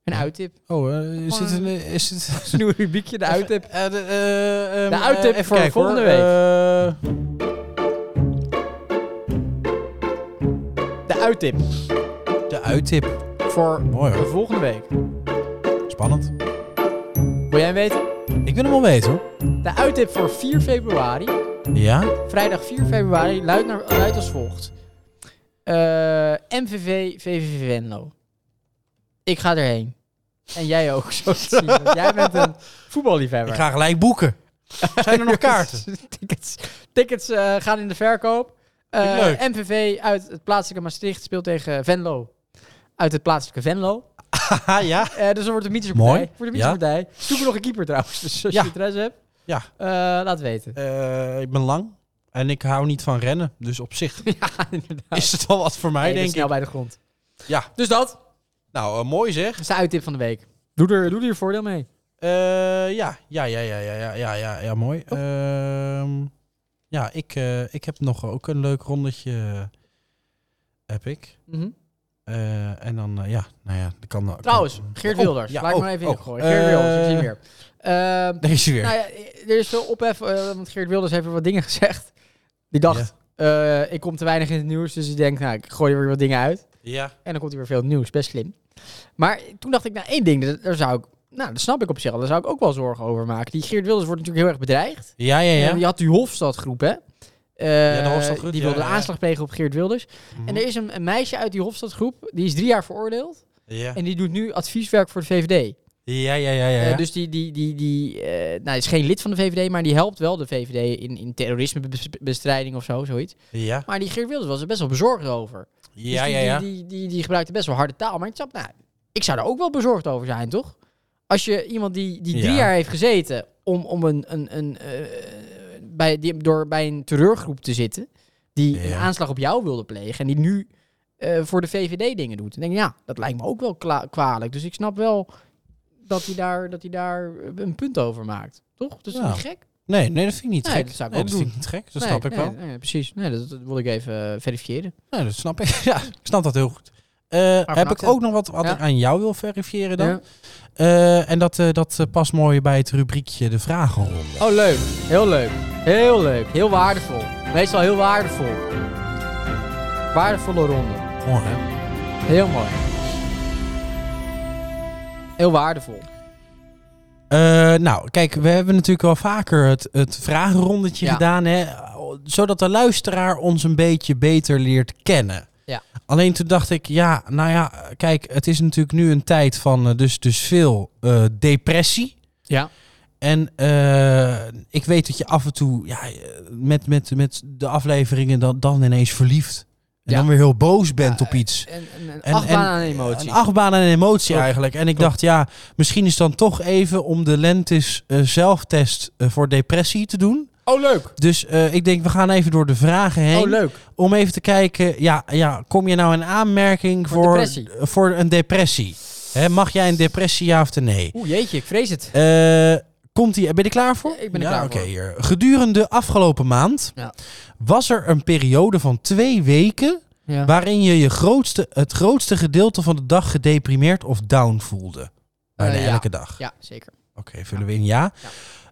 Speaker 1: Een uittip.
Speaker 2: Oh, eh, is het een is het
Speaker 1: Dat is een nieuw rubriekje, de uittip.
Speaker 2: Eh, de, eh, ehm,
Speaker 1: De uittip
Speaker 2: eh, even
Speaker 1: voor
Speaker 2: kijken
Speaker 1: volgende
Speaker 2: hoor.
Speaker 1: week.
Speaker 2: Eh,
Speaker 1: De uittip
Speaker 2: Eh, de uittip.
Speaker 1: voor
Speaker 2: Mooi hoor.
Speaker 1: volgende week.
Speaker 2: Spannend.
Speaker 1: Wil jij hem weten?
Speaker 2: Ik wil hem wel weten hoor.
Speaker 1: De uittip voor 4 februari
Speaker 2: Ja?
Speaker 1: Vrijdag 4 februari luidt, naar, luidt als volgt. Eh, MVV, VVV Venlo. Ik ga erheen. En jij ook, zo te zien. Want jij bent een voetballiefhebber.
Speaker 2: Ik ga gelijk boeken. Zijn er nog kaarten?
Speaker 1: tickets tickets eh, gaan in de verkoop. Eh,
Speaker 2: Leuk.
Speaker 1: MVV uit het plaatselijke Maastricht speelt tegen Venlo. Uit het plaatselijke Venlo.
Speaker 2: Haha, ja.
Speaker 1: Eh, dus er wordt een mythische
Speaker 2: Mooi.
Speaker 1: partij. Voor de mythische
Speaker 2: Ja.
Speaker 1: partij. Zoek er nog een keeper trouwens. Dus als
Speaker 2: Ja.
Speaker 1: je interesse hebt,
Speaker 2: Ja.
Speaker 1: eh, laat weten.
Speaker 2: Eh, ik ben lang. En ik hou niet van rennen. Dus op zich
Speaker 1: ja, inderdaad.
Speaker 2: is het al wat voor mij,
Speaker 1: Hey,
Speaker 2: denk
Speaker 1: snel
Speaker 2: ik.
Speaker 1: bij de grond.
Speaker 2: Ja.
Speaker 1: Dus dat.
Speaker 2: Nou, eh, mooi zeg.
Speaker 1: Dat is de uittip van de week. Doe er, doe er je voordeel mee.
Speaker 2: Eh, ja. Ja, ja, ja, ja, ja, ja, ja, ja, mooi.
Speaker 1: Oh.
Speaker 2: Ehm, ja, ik, eh, ik heb nog ook een leuk rondetje. eh, Heb ik.
Speaker 1: Mhm.
Speaker 2: Eh, en dan, eh, ja, nou ja, dat kan... kan-
Speaker 1: Trouwens, Geert
Speaker 2: Oh,
Speaker 1: Wilders.
Speaker 2: ja,
Speaker 1: Laat ik
Speaker 2: oh,
Speaker 1: maar even
Speaker 2: oh. Eh.
Speaker 1: ingooien. Geert Wilders, ik zie hem weer. Ehm,
Speaker 2: Daar is hij weer.
Speaker 1: nou ja, er is veel ophef, eh, want Geert Wilders heeft weer wat dingen gezegd. Die dacht, eh, ik kom te weinig in het nieuws, dus ik denk, nou, ik gooi er weer wat dingen uit.
Speaker 2: ja.
Speaker 1: En dan komt er weer veel nieuws, best slim. Maar toen dacht ik, nou, één ding, dat- daar zou ik, nou, dat snap ik op zich al, daar zou ik ook wel zorgen over maken. Die Geert Wilders wordt natuurlijk heel erg bedreigd.
Speaker 2: Ja, ja,
Speaker 1: Ja.
Speaker 2: ja.
Speaker 1: je had die Hofstadgroep, hè? Eh,
Speaker 2: Ja, de Hofstadgroep,
Speaker 1: die
Speaker 2: ja,
Speaker 1: wilde
Speaker 2: ja,
Speaker 1: een
Speaker 2: ja.
Speaker 1: aanslag plegen op Geert Wilders.
Speaker 2: Mhm.
Speaker 1: En er is een, een meisje uit die Hofstadgroep, die is drie jaar veroordeeld.
Speaker 2: Ja,
Speaker 1: En die doet nu advieswerk voor de VVD.
Speaker 2: ja, ja, ja. ja,
Speaker 1: Eh,
Speaker 2: ja.
Speaker 1: dus die, die, die, die eh, nou, is geen lid van de VVD, maar die helpt wel de VVD in, in terrorismebestrijding of zo, zoiets.
Speaker 2: ja.
Speaker 1: Maar die Geert Wilders was er best wel bezorgd over. Dus
Speaker 2: Ja,
Speaker 1: die,
Speaker 2: ja, ja.
Speaker 1: Die, die, die, die gebruikte best wel harde taal. Maar ik snap, nou, ik zou er ook wel bezorgd over zijn, toch? Als je iemand die, die drie
Speaker 2: Ja.
Speaker 1: jaar heeft gezeten om, om een, een, een, eh, bij, die, door bij een terreurgroep te zitten, die een
Speaker 2: Ja.
Speaker 1: aanslag op jou wilde plegen en die nu eh, voor de VVD dingen doet. Dan denk ik, ja, dat lijkt me ook wel kla- kwalijk. Dus ik snap wel dat hij daar, dat hij daar eh, een punt over maakt. Toch? Dus
Speaker 2: Ja.
Speaker 1: dat is niet gek.
Speaker 2: Nee, nee, dat vind ik niet
Speaker 1: Nee,
Speaker 2: gek.
Speaker 1: dat zou ik
Speaker 2: nee,
Speaker 1: ook
Speaker 2: dat vind ik niet gek. Dat
Speaker 1: Nee,
Speaker 2: snap ik
Speaker 1: nee,
Speaker 2: wel.
Speaker 1: nee, precies. Nee, dat, dat wil ik even eh, verifiëren.
Speaker 2: Nee, Nou, dat snap ik. Ja, ik snap dat heel goed. Eh, heb ik
Speaker 1: vannacht,
Speaker 2: ook nog wat, wat
Speaker 1: Ja.
Speaker 2: ik aan jou wil verifiëren dan?
Speaker 1: Ja.
Speaker 2: Eh, en dat, eh, dat eh, past mooi bij het rubriekje de vragenronde.
Speaker 1: Oh, leuk. Heel leuk. Heel leuk. Heel waardevol. Meestal heel waardevol. Waardevolle ronde.
Speaker 2: Mooi, hè?
Speaker 1: Heel mooi. Heel waardevol.
Speaker 2: Eh, nou, kijk, we hebben natuurlijk wel vaker het, het vragenrondetje
Speaker 1: Ja.
Speaker 2: gedaan, hè? Zodat de luisteraar ons een beetje beter leert kennen.
Speaker 1: Ja.
Speaker 2: Alleen toen dacht ik, ja, nou ja, kijk, het is natuurlijk nu een tijd van eh, dus, dus veel eh, depressie.
Speaker 1: Ja.
Speaker 2: En eh, ik weet dat je af en toe ja, eh, met, met, met de afleveringen dan, dan ineens verliefd. En
Speaker 1: Ja.
Speaker 2: dan weer heel boos bent op iets.
Speaker 1: En, en, en,
Speaker 2: En-
Speaker 1: achtbaan
Speaker 2: en-
Speaker 1: aan emotie.
Speaker 2: Een achtbaan aan emotie
Speaker 1: Klopt.
Speaker 2: eigenlijk. En ik
Speaker 1: Klopt.
Speaker 2: dacht, ja, misschien is dan toch even om de Lentis eh, zelftest eh, voor depressie te doen.
Speaker 1: oh, leuk.
Speaker 2: Dus eh, ik denk, we gaan even door de vragen heen.
Speaker 1: Oh, leuk.
Speaker 2: Om even te kijken, ja, ja, kom je nou in aanmerking
Speaker 1: Voor
Speaker 2: voor,
Speaker 1: depressie.
Speaker 2: voor een depressie? Hè, mag jij een depressie, ja of nee?
Speaker 1: Oeh, jeetje, ik vrees het.
Speaker 2: Eh, komt ie? Ben je er klaar voor?
Speaker 1: Ja, ik ben er
Speaker 2: ja,
Speaker 1: klaar
Speaker 2: oké,
Speaker 1: voor.
Speaker 2: hier. Gedurende de afgelopen maand
Speaker 1: Ja.
Speaker 2: was er een periode van twee weken
Speaker 1: Ja.
Speaker 2: waarin je, je grootste, het grootste gedeelte van de dag gedeprimeerd of down voelde. Bijna
Speaker 1: Eh, ja.
Speaker 2: elke dag.
Speaker 1: ja, zeker.
Speaker 2: Oké, vullen we in ja.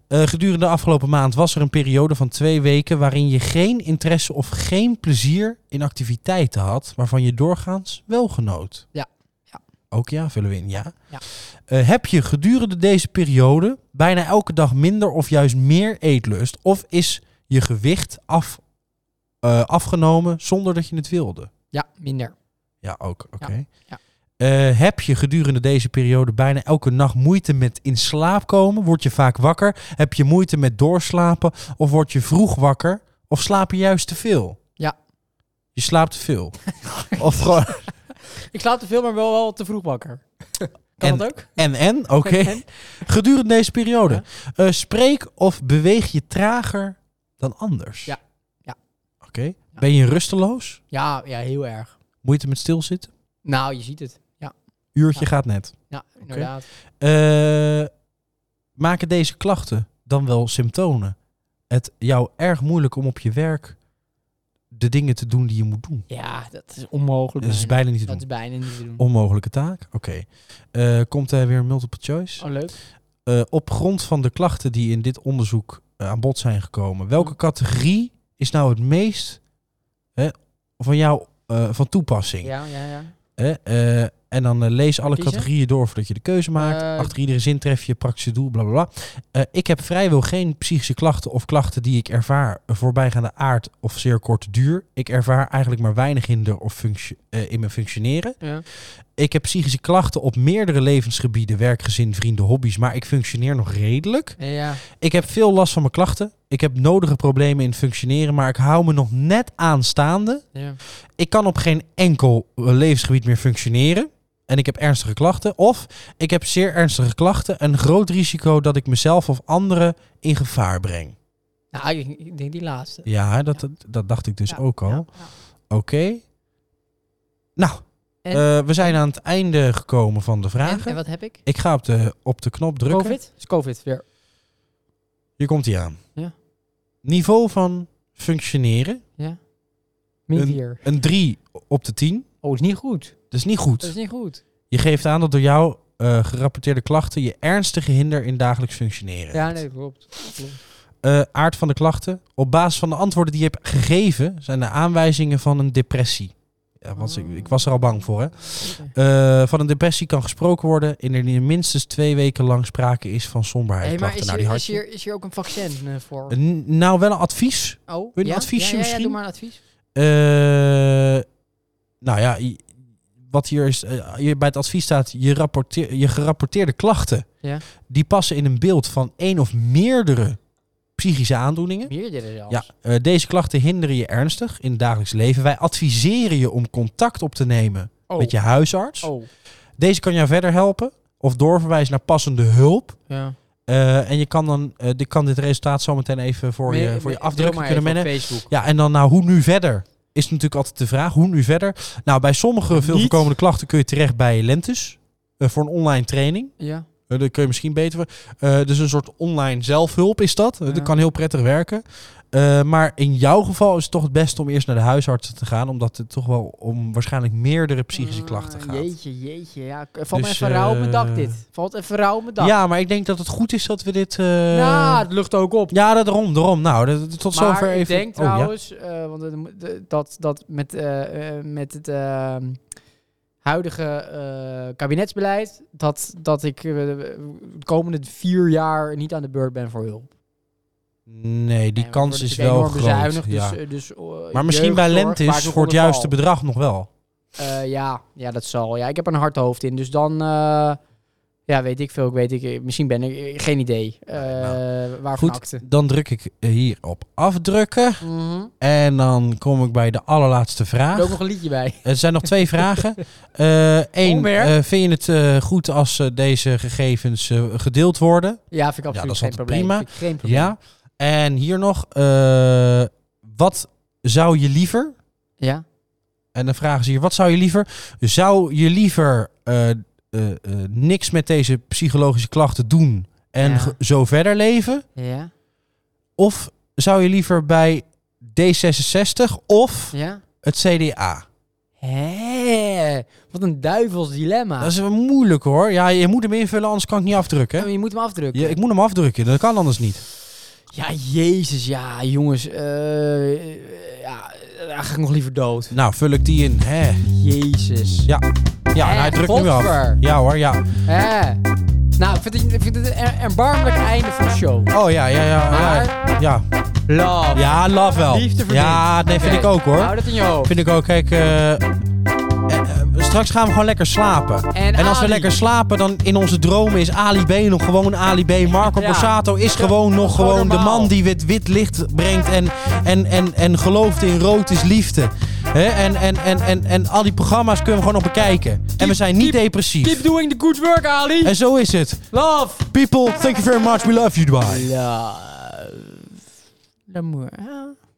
Speaker 2: Eh, gedurende de afgelopen maand was er een periode van twee weken waarin je geen interesse of geen plezier in activiteiten had, waarvan je doorgaans wel genoot.
Speaker 1: Ja. Ja.
Speaker 2: Ook ja, vullen we in ja.
Speaker 1: Ja.
Speaker 2: Eh, heb je gedurende deze periode bijna elke dag minder of juist meer eetlust? Of is je gewicht af, eh, afgenomen zonder dat je het wilde?
Speaker 1: Ja, minder.
Speaker 2: Ja, ook. Oké.
Speaker 1: ja.
Speaker 2: Eh, heb je gedurende deze periode bijna elke nacht moeite met in slaap komen? Word je vaak wakker? Heb je moeite met doorslapen? Of word je vroeg wakker? Of slaap je juist te veel?
Speaker 1: Ja.
Speaker 2: Je slaapt te veel. of gewoon.
Speaker 1: Ik slaap te veel, maar wel, wel te vroeg wakker. kan
Speaker 2: En-
Speaker 1: dat ook?
Speaker 2: En en? Oké.
Speaker 1: En?
Speaker 2: Gedurende deze periode. Eh, spreek of beweeg je trager dan anders?
Speaker 1: Ja. Ja.
Speaker 2: Oké. Ben je rusteloos?
Speaker 1: Ja, ja, heel erg.
Speaker 2: Moeite met stilzitten?
Speaker 1: Nou, je ziet het. Ja,
Speaker 2: Uurtje gaat net.
Speaker 1: ja inderdaad.
Speaker 2: Eh, maken deze klachten dan wel symptomen. Het jou erg moeilijk om op je werk de dingen te doen die je moet doen.
Speaker 1: Ja, dat is onmogelijk.
Speaker 2: Dat is bijna niet te
Speaker 1: dat
Speaker 2: doen.
Speaker 1: is bijna niet te doen.
Speaker 2: Onmogelijke taak. Oké. Eh, komt er weer multiple choice?
Speaker 1: Oh, leuk.
Speaker 2: Eh, op grond van de klachten die in dit onderzoek eh, aan bod zijn gekomen,
Speaker 1: Mm.
Speaker 2: welke categorie is nou het meest hè, van jou eh, van toepassing?
Speaker 1: Ja, ja, ja.
Speaker 2: Hè? Eh, en dan eh, lees alle
Speaker 1: Kiezen?
Speaker 2: categorieën door voordat je de keuze maakt.
Speaker 1: Eh,
Speaker 2: Achter iedere zin tref je praktische doel, bla bla bla. Eh, ik heb vrijwel geen psychische klachten of klachten die ik ervaar voorbijgaande aard of zeer korte duur. Ik ervaar eigenlijk maar weinig hinder of functio- eh, in mijn functioneren.
Speaker 1: Ja.
Speaker 2: Ik heb psychische klachten op meerdere levensgebieden, werk, gezin, vrienden, hobby's, maar ik functioneer nog redelijk.
Speaker 1: Ja, ja.
Speaker 2: Ik heb veel last van mijn klachten. Ik heb nodige problemen in het functioneren, maar ik hou me nog net aanstaande.
Speaker 1: ja.
Speaker 2: Ik kan op geen enkel eh, levensgebied meer functioneren. En ik heb ernstige klachten. Of ik heb zeer ernstige klachten. Een groot risico dat ik mezelf of anderen in gevaar breng.
Speaker 1: Nou, ik, ik denk die laatste.
Speaker 2: Ja, dat, dat, dat dacht ik dus
Speaker 1: Ja,
Speaker 2: ook al.
Speaker 1: ja,
Speaker 2: Oké.
Speaker 1: ja.
Speaker 2: Nou,
Speaker 1: En-
Speaker 2: eh, we zijn aan het einde gekomen van de
Speaker 1: En,
Speaker 2: vragen.
Speaker 1: en wat heb ik?
Speaker 2: Ik ga op de, op de knop drukken.
Speaker 1: Covid? Is Covid weer.
Speaker 2: Hier komt hij aan.
Speaker 1: Ja.
Speaker 2: Niveau van functioneren.
Speaker 1: Min
Speaker 2: Een-
Speaker 1: 4.
Speaker 2: Een 3 op de 10.
Speaker 1: Oh, is niet goed.
Speaker 2: Dat is niet goed.
Speaker 1: Dat is niet goed.
Speaker 2: Je geeft aan dat door jou eh, gerapporteerde klachten je ernstige hinder in dagelijks functioneren.
Speaker 1: Ja,
Speaker 2: hebt.
Speaker 1: nee, klopt. Klopt.
Speaker 2: Eh, aard van de klachten. Op basis van de antwoorden die je hebt gegeven zijn de aanwijzingen van een depressie. Ja, want ik, ik was er al bang voor. Hè?
Speaker 1: Oké.
Speaker 2: Eh, van een depressie kan gesproken worden indien er minstens twee weken lang sprake is van somberheid.
Speaker 1: Hey, maar
Speaker 2: klachten.
Speaker 1: is
Speaker 2: Nou,
Speaker 1: hier,
Speaker 2: die
Speaker 1: is,
Speaker 2: had je.
Speaker 1: hier, is hier ook een vaccin eh, voor?
Speaker 2: Eh, n- nou, wel een advies.
Speaker 1: oh,
Speaker 2: een
Speaker 1: ja?
Speaker 2: adviesje
Speaker 1: ja, ja, Ja,
Speaker 2: misschien?
Speaker 1: doe maar een advies.
Speaker 2: Eh, nou ja, i- wat hier is, eh, hier bij het advies staat, je, rapporteer, je gerapporteerde klachten,
Speaker 1: Ja.
Speaker 2: die passen in een beeld van één of meerdere psychische aandoeningen.
Speaker 1: Meerdere zelfs.
Speaker 2: Ja, eh, deze klachten hinderen je ernstig in het dagelijks leven. Wij adviseren je om contact op te nemen
Speaker 1: Oh.
Speaker 2: met je huisarts.
Speaker 1: Oh.
Speaker 2: Deze kan jou verder helpen of doorverwijzen naar passende hulp.
Speaker 1: Ja.
Speaker 2: Eh, en je kan dan, eh, dit kan dit resultaat zometeen even voor je, voor je afdrukken kunnen mennen.
Speaker 1: Facebook.
Speaker 2: Ja, en dan nou, hoe nu verder? Is natuurlijk altijd de vraag, hoe nu verder? Nou, bij sommige veel voorkomende klachten kun je terecht bij Lentus. eh, voor een online training.
Speaker 1: Ja.
Speaker 2: Eh, dat kun je misschien beter... eh, dus een soort online zelfhulp is dat. Eh,
Speaker 1: Ja.
Speaker 2: Dat kan heel prettig werken. Eh, maar in jouw geval is het toch het beste om eerst naar de huisarts te gaan. Omdat het toch wel om waarschijnlijk meerdere psychische klachten
Speaker 1: Ah,
Speaker 2: gaat.
Speaker 1: Jeetje, jeetje. Ja, k- valt me
Speaker 2: Dus,
Speaker 1: even rauw op mijn dak
Speaker 2: eh,
Speaker 1: dit. Valt even rauw op mijn dak.
Speaker 2: Ja, maar ik denk dat het goed is dat we dit... eh,
Speaker 1: Ja, het lucht ook op.
Speaker 2: ja, dat daarom, daarom. Nou, dat- dat- tot
Speaker 1: maar
Speaker 2: zover even...
Speaker 1: ik denk
Speaker 2: Oh, ja.
Speaker 1: trouwens, eh, want het moet- de- dat, dat met, eh, eh, met het eh, huidige eh, kabinetsbeleid, dat, dat ik eh, de komende vier jaar niet aan de beurt ben voor hulp.
Speaker 2: Nee, die
Speaker 1: Eh, want er wordt
Speaker 2: kans is
Speaker 1: natuurlijk
Speaker 2: wel
Speaker 1: enorm
Speaker 2: groot.
Speaker 1: bezuinigd,
Speaker 2: ja.
Speaker 1: dus, eh, dus, eh,
Speaker 2: Maar misschien bij
Speaker 1: jeugdzorg
Speaker 2: Lentis
Speaker 1: vaak nog
Speaker 2: voor het
Speaker 1: onder
Speaker 2: juiste
Speaker 1: val.
Speaker 2: bedrag nog wel.
Speaker 1: Eh, ja, ja, dat zal. Ja, ik heb er een hard hoofd in. Dus dan, eh, ja, weet ik veel. Ik weet ik, eh, misschien ben ik eh, geen idee. Eh waarvan
Speaker 2: nou. Goed,
Speaker 1: akte.
Speaker 2: dan druk ik hier op afdrukken.
Speaker 1: Mhm.
Speaker 2: En dan kom ik bij de allerlaatste
Speaker 1: Er is ook
Speaker 2: vraag.
Speaker 1: nog een liedje bij.
Speaker 2: Er zijn nog twee vragen. Eén,
Speaker 1: Omer?
Speaker 2: vind je het eh, goed als eh, deze gegevens eh, gedeeld worden?
Speaker 1: Ja, vind ik absoluut
Speaker 2: dat is
Speaker 1: geen
Speaker 2: altijd
Speaker 1: probleem.
Speaker 2: prima.
Speaker 1: Vind ik geen probleem.
Speaker 2: Ja. En hier nog, eh, wat zou je liever?
Speaker 1: Ja.
Speaker 2: En dan vragen ze hier, wat zou je liever? Zou je liever eh, eh, eh, niks met deze psychologische klachten doen en
Speaker 1: Ja.
Speaker 2: ge- zo verder leven?
Speaker 1: Ja.
Speaker 2: Of zou je liever bij D66 of
Speaker 1: Ja.
Speaker 2: het CDA?
Speaker 1: Hé, wat een duivels dilemma.
Speaker 2: Dat is wel moeilijk hoor. Ja, je moet hem invullen, anders kan ik niet afdrukken.
Speaker 1: Oh, Je moet hem afdrukken.
Speaker 2: Ja, ik moet hem afdrukken, dat kan anders niet.
Speaker 1: Ja, jezus, ja, jongens. eh, ja, daar ga ik nog liever dood.
Speaker 2: Nou, vul ik die in. Hè.
Speaker 1: Jezus.
Speaker 2: Ja, ja en
Speaker 1: Hè,
Speaker 2: hij drukt nu af.
Speaker 1: godver.
Speaker 2: Ja hoor, ja.
Speaker 1: Hè. Nou, ik vind het, ik vind het een er- erbarmelijk einde van de show.
Speaker 2: Oh ja, ja, ja. Ja,
Speaker 1: Maar-
Speaker 2: ja.
Speaker 1: Love.
Speaker 2: ja love wel.
Speaker 1: Liefde verdient.
Speaker 2: Ja, nee, vind
Speaker 1: Oké, Nou,
Speaker 2: ik ook
Speaker 1: Hou
Speaker 2: hoor.
Speaker 1: dat in je hoofd.
Speaker 2: Vind ik ook, kijk. eh, eh, eh, straks gaan we gewoon lekker slapen.
Speaker 1: En
Speaker 2: als we
Speaker 1: Ali.
Speaker 2: lekker slapen, dan in onze dromen is Ali B nog gewoon Ali B. Marco
Speaker 1: Ja.
Speaker 2: Borsato is
Speaker 1: Ja,
Speaker 2: gewoon nog
Speaker 1: gewoon
Speaker 2: gewoon de
Speaker 1: normaal.
Speaker 2: man die wit, wit licht brengt en, en, en, en gelooft in rood is liefde. Hè? En, en, en, en, en al die programma's kunnen we gewoon nog bekijken. en we zijn niet
Speaker 1: keep-
Speaker 2: depressief.
Speaker 1: Keep doing the good work, Ali.
Speaker 2: en zo is het.
Speaker 1: Love.
Speaker 2: People, thank you very much. We love you. Bye.
Speaker 1: Love. L'amour. hè?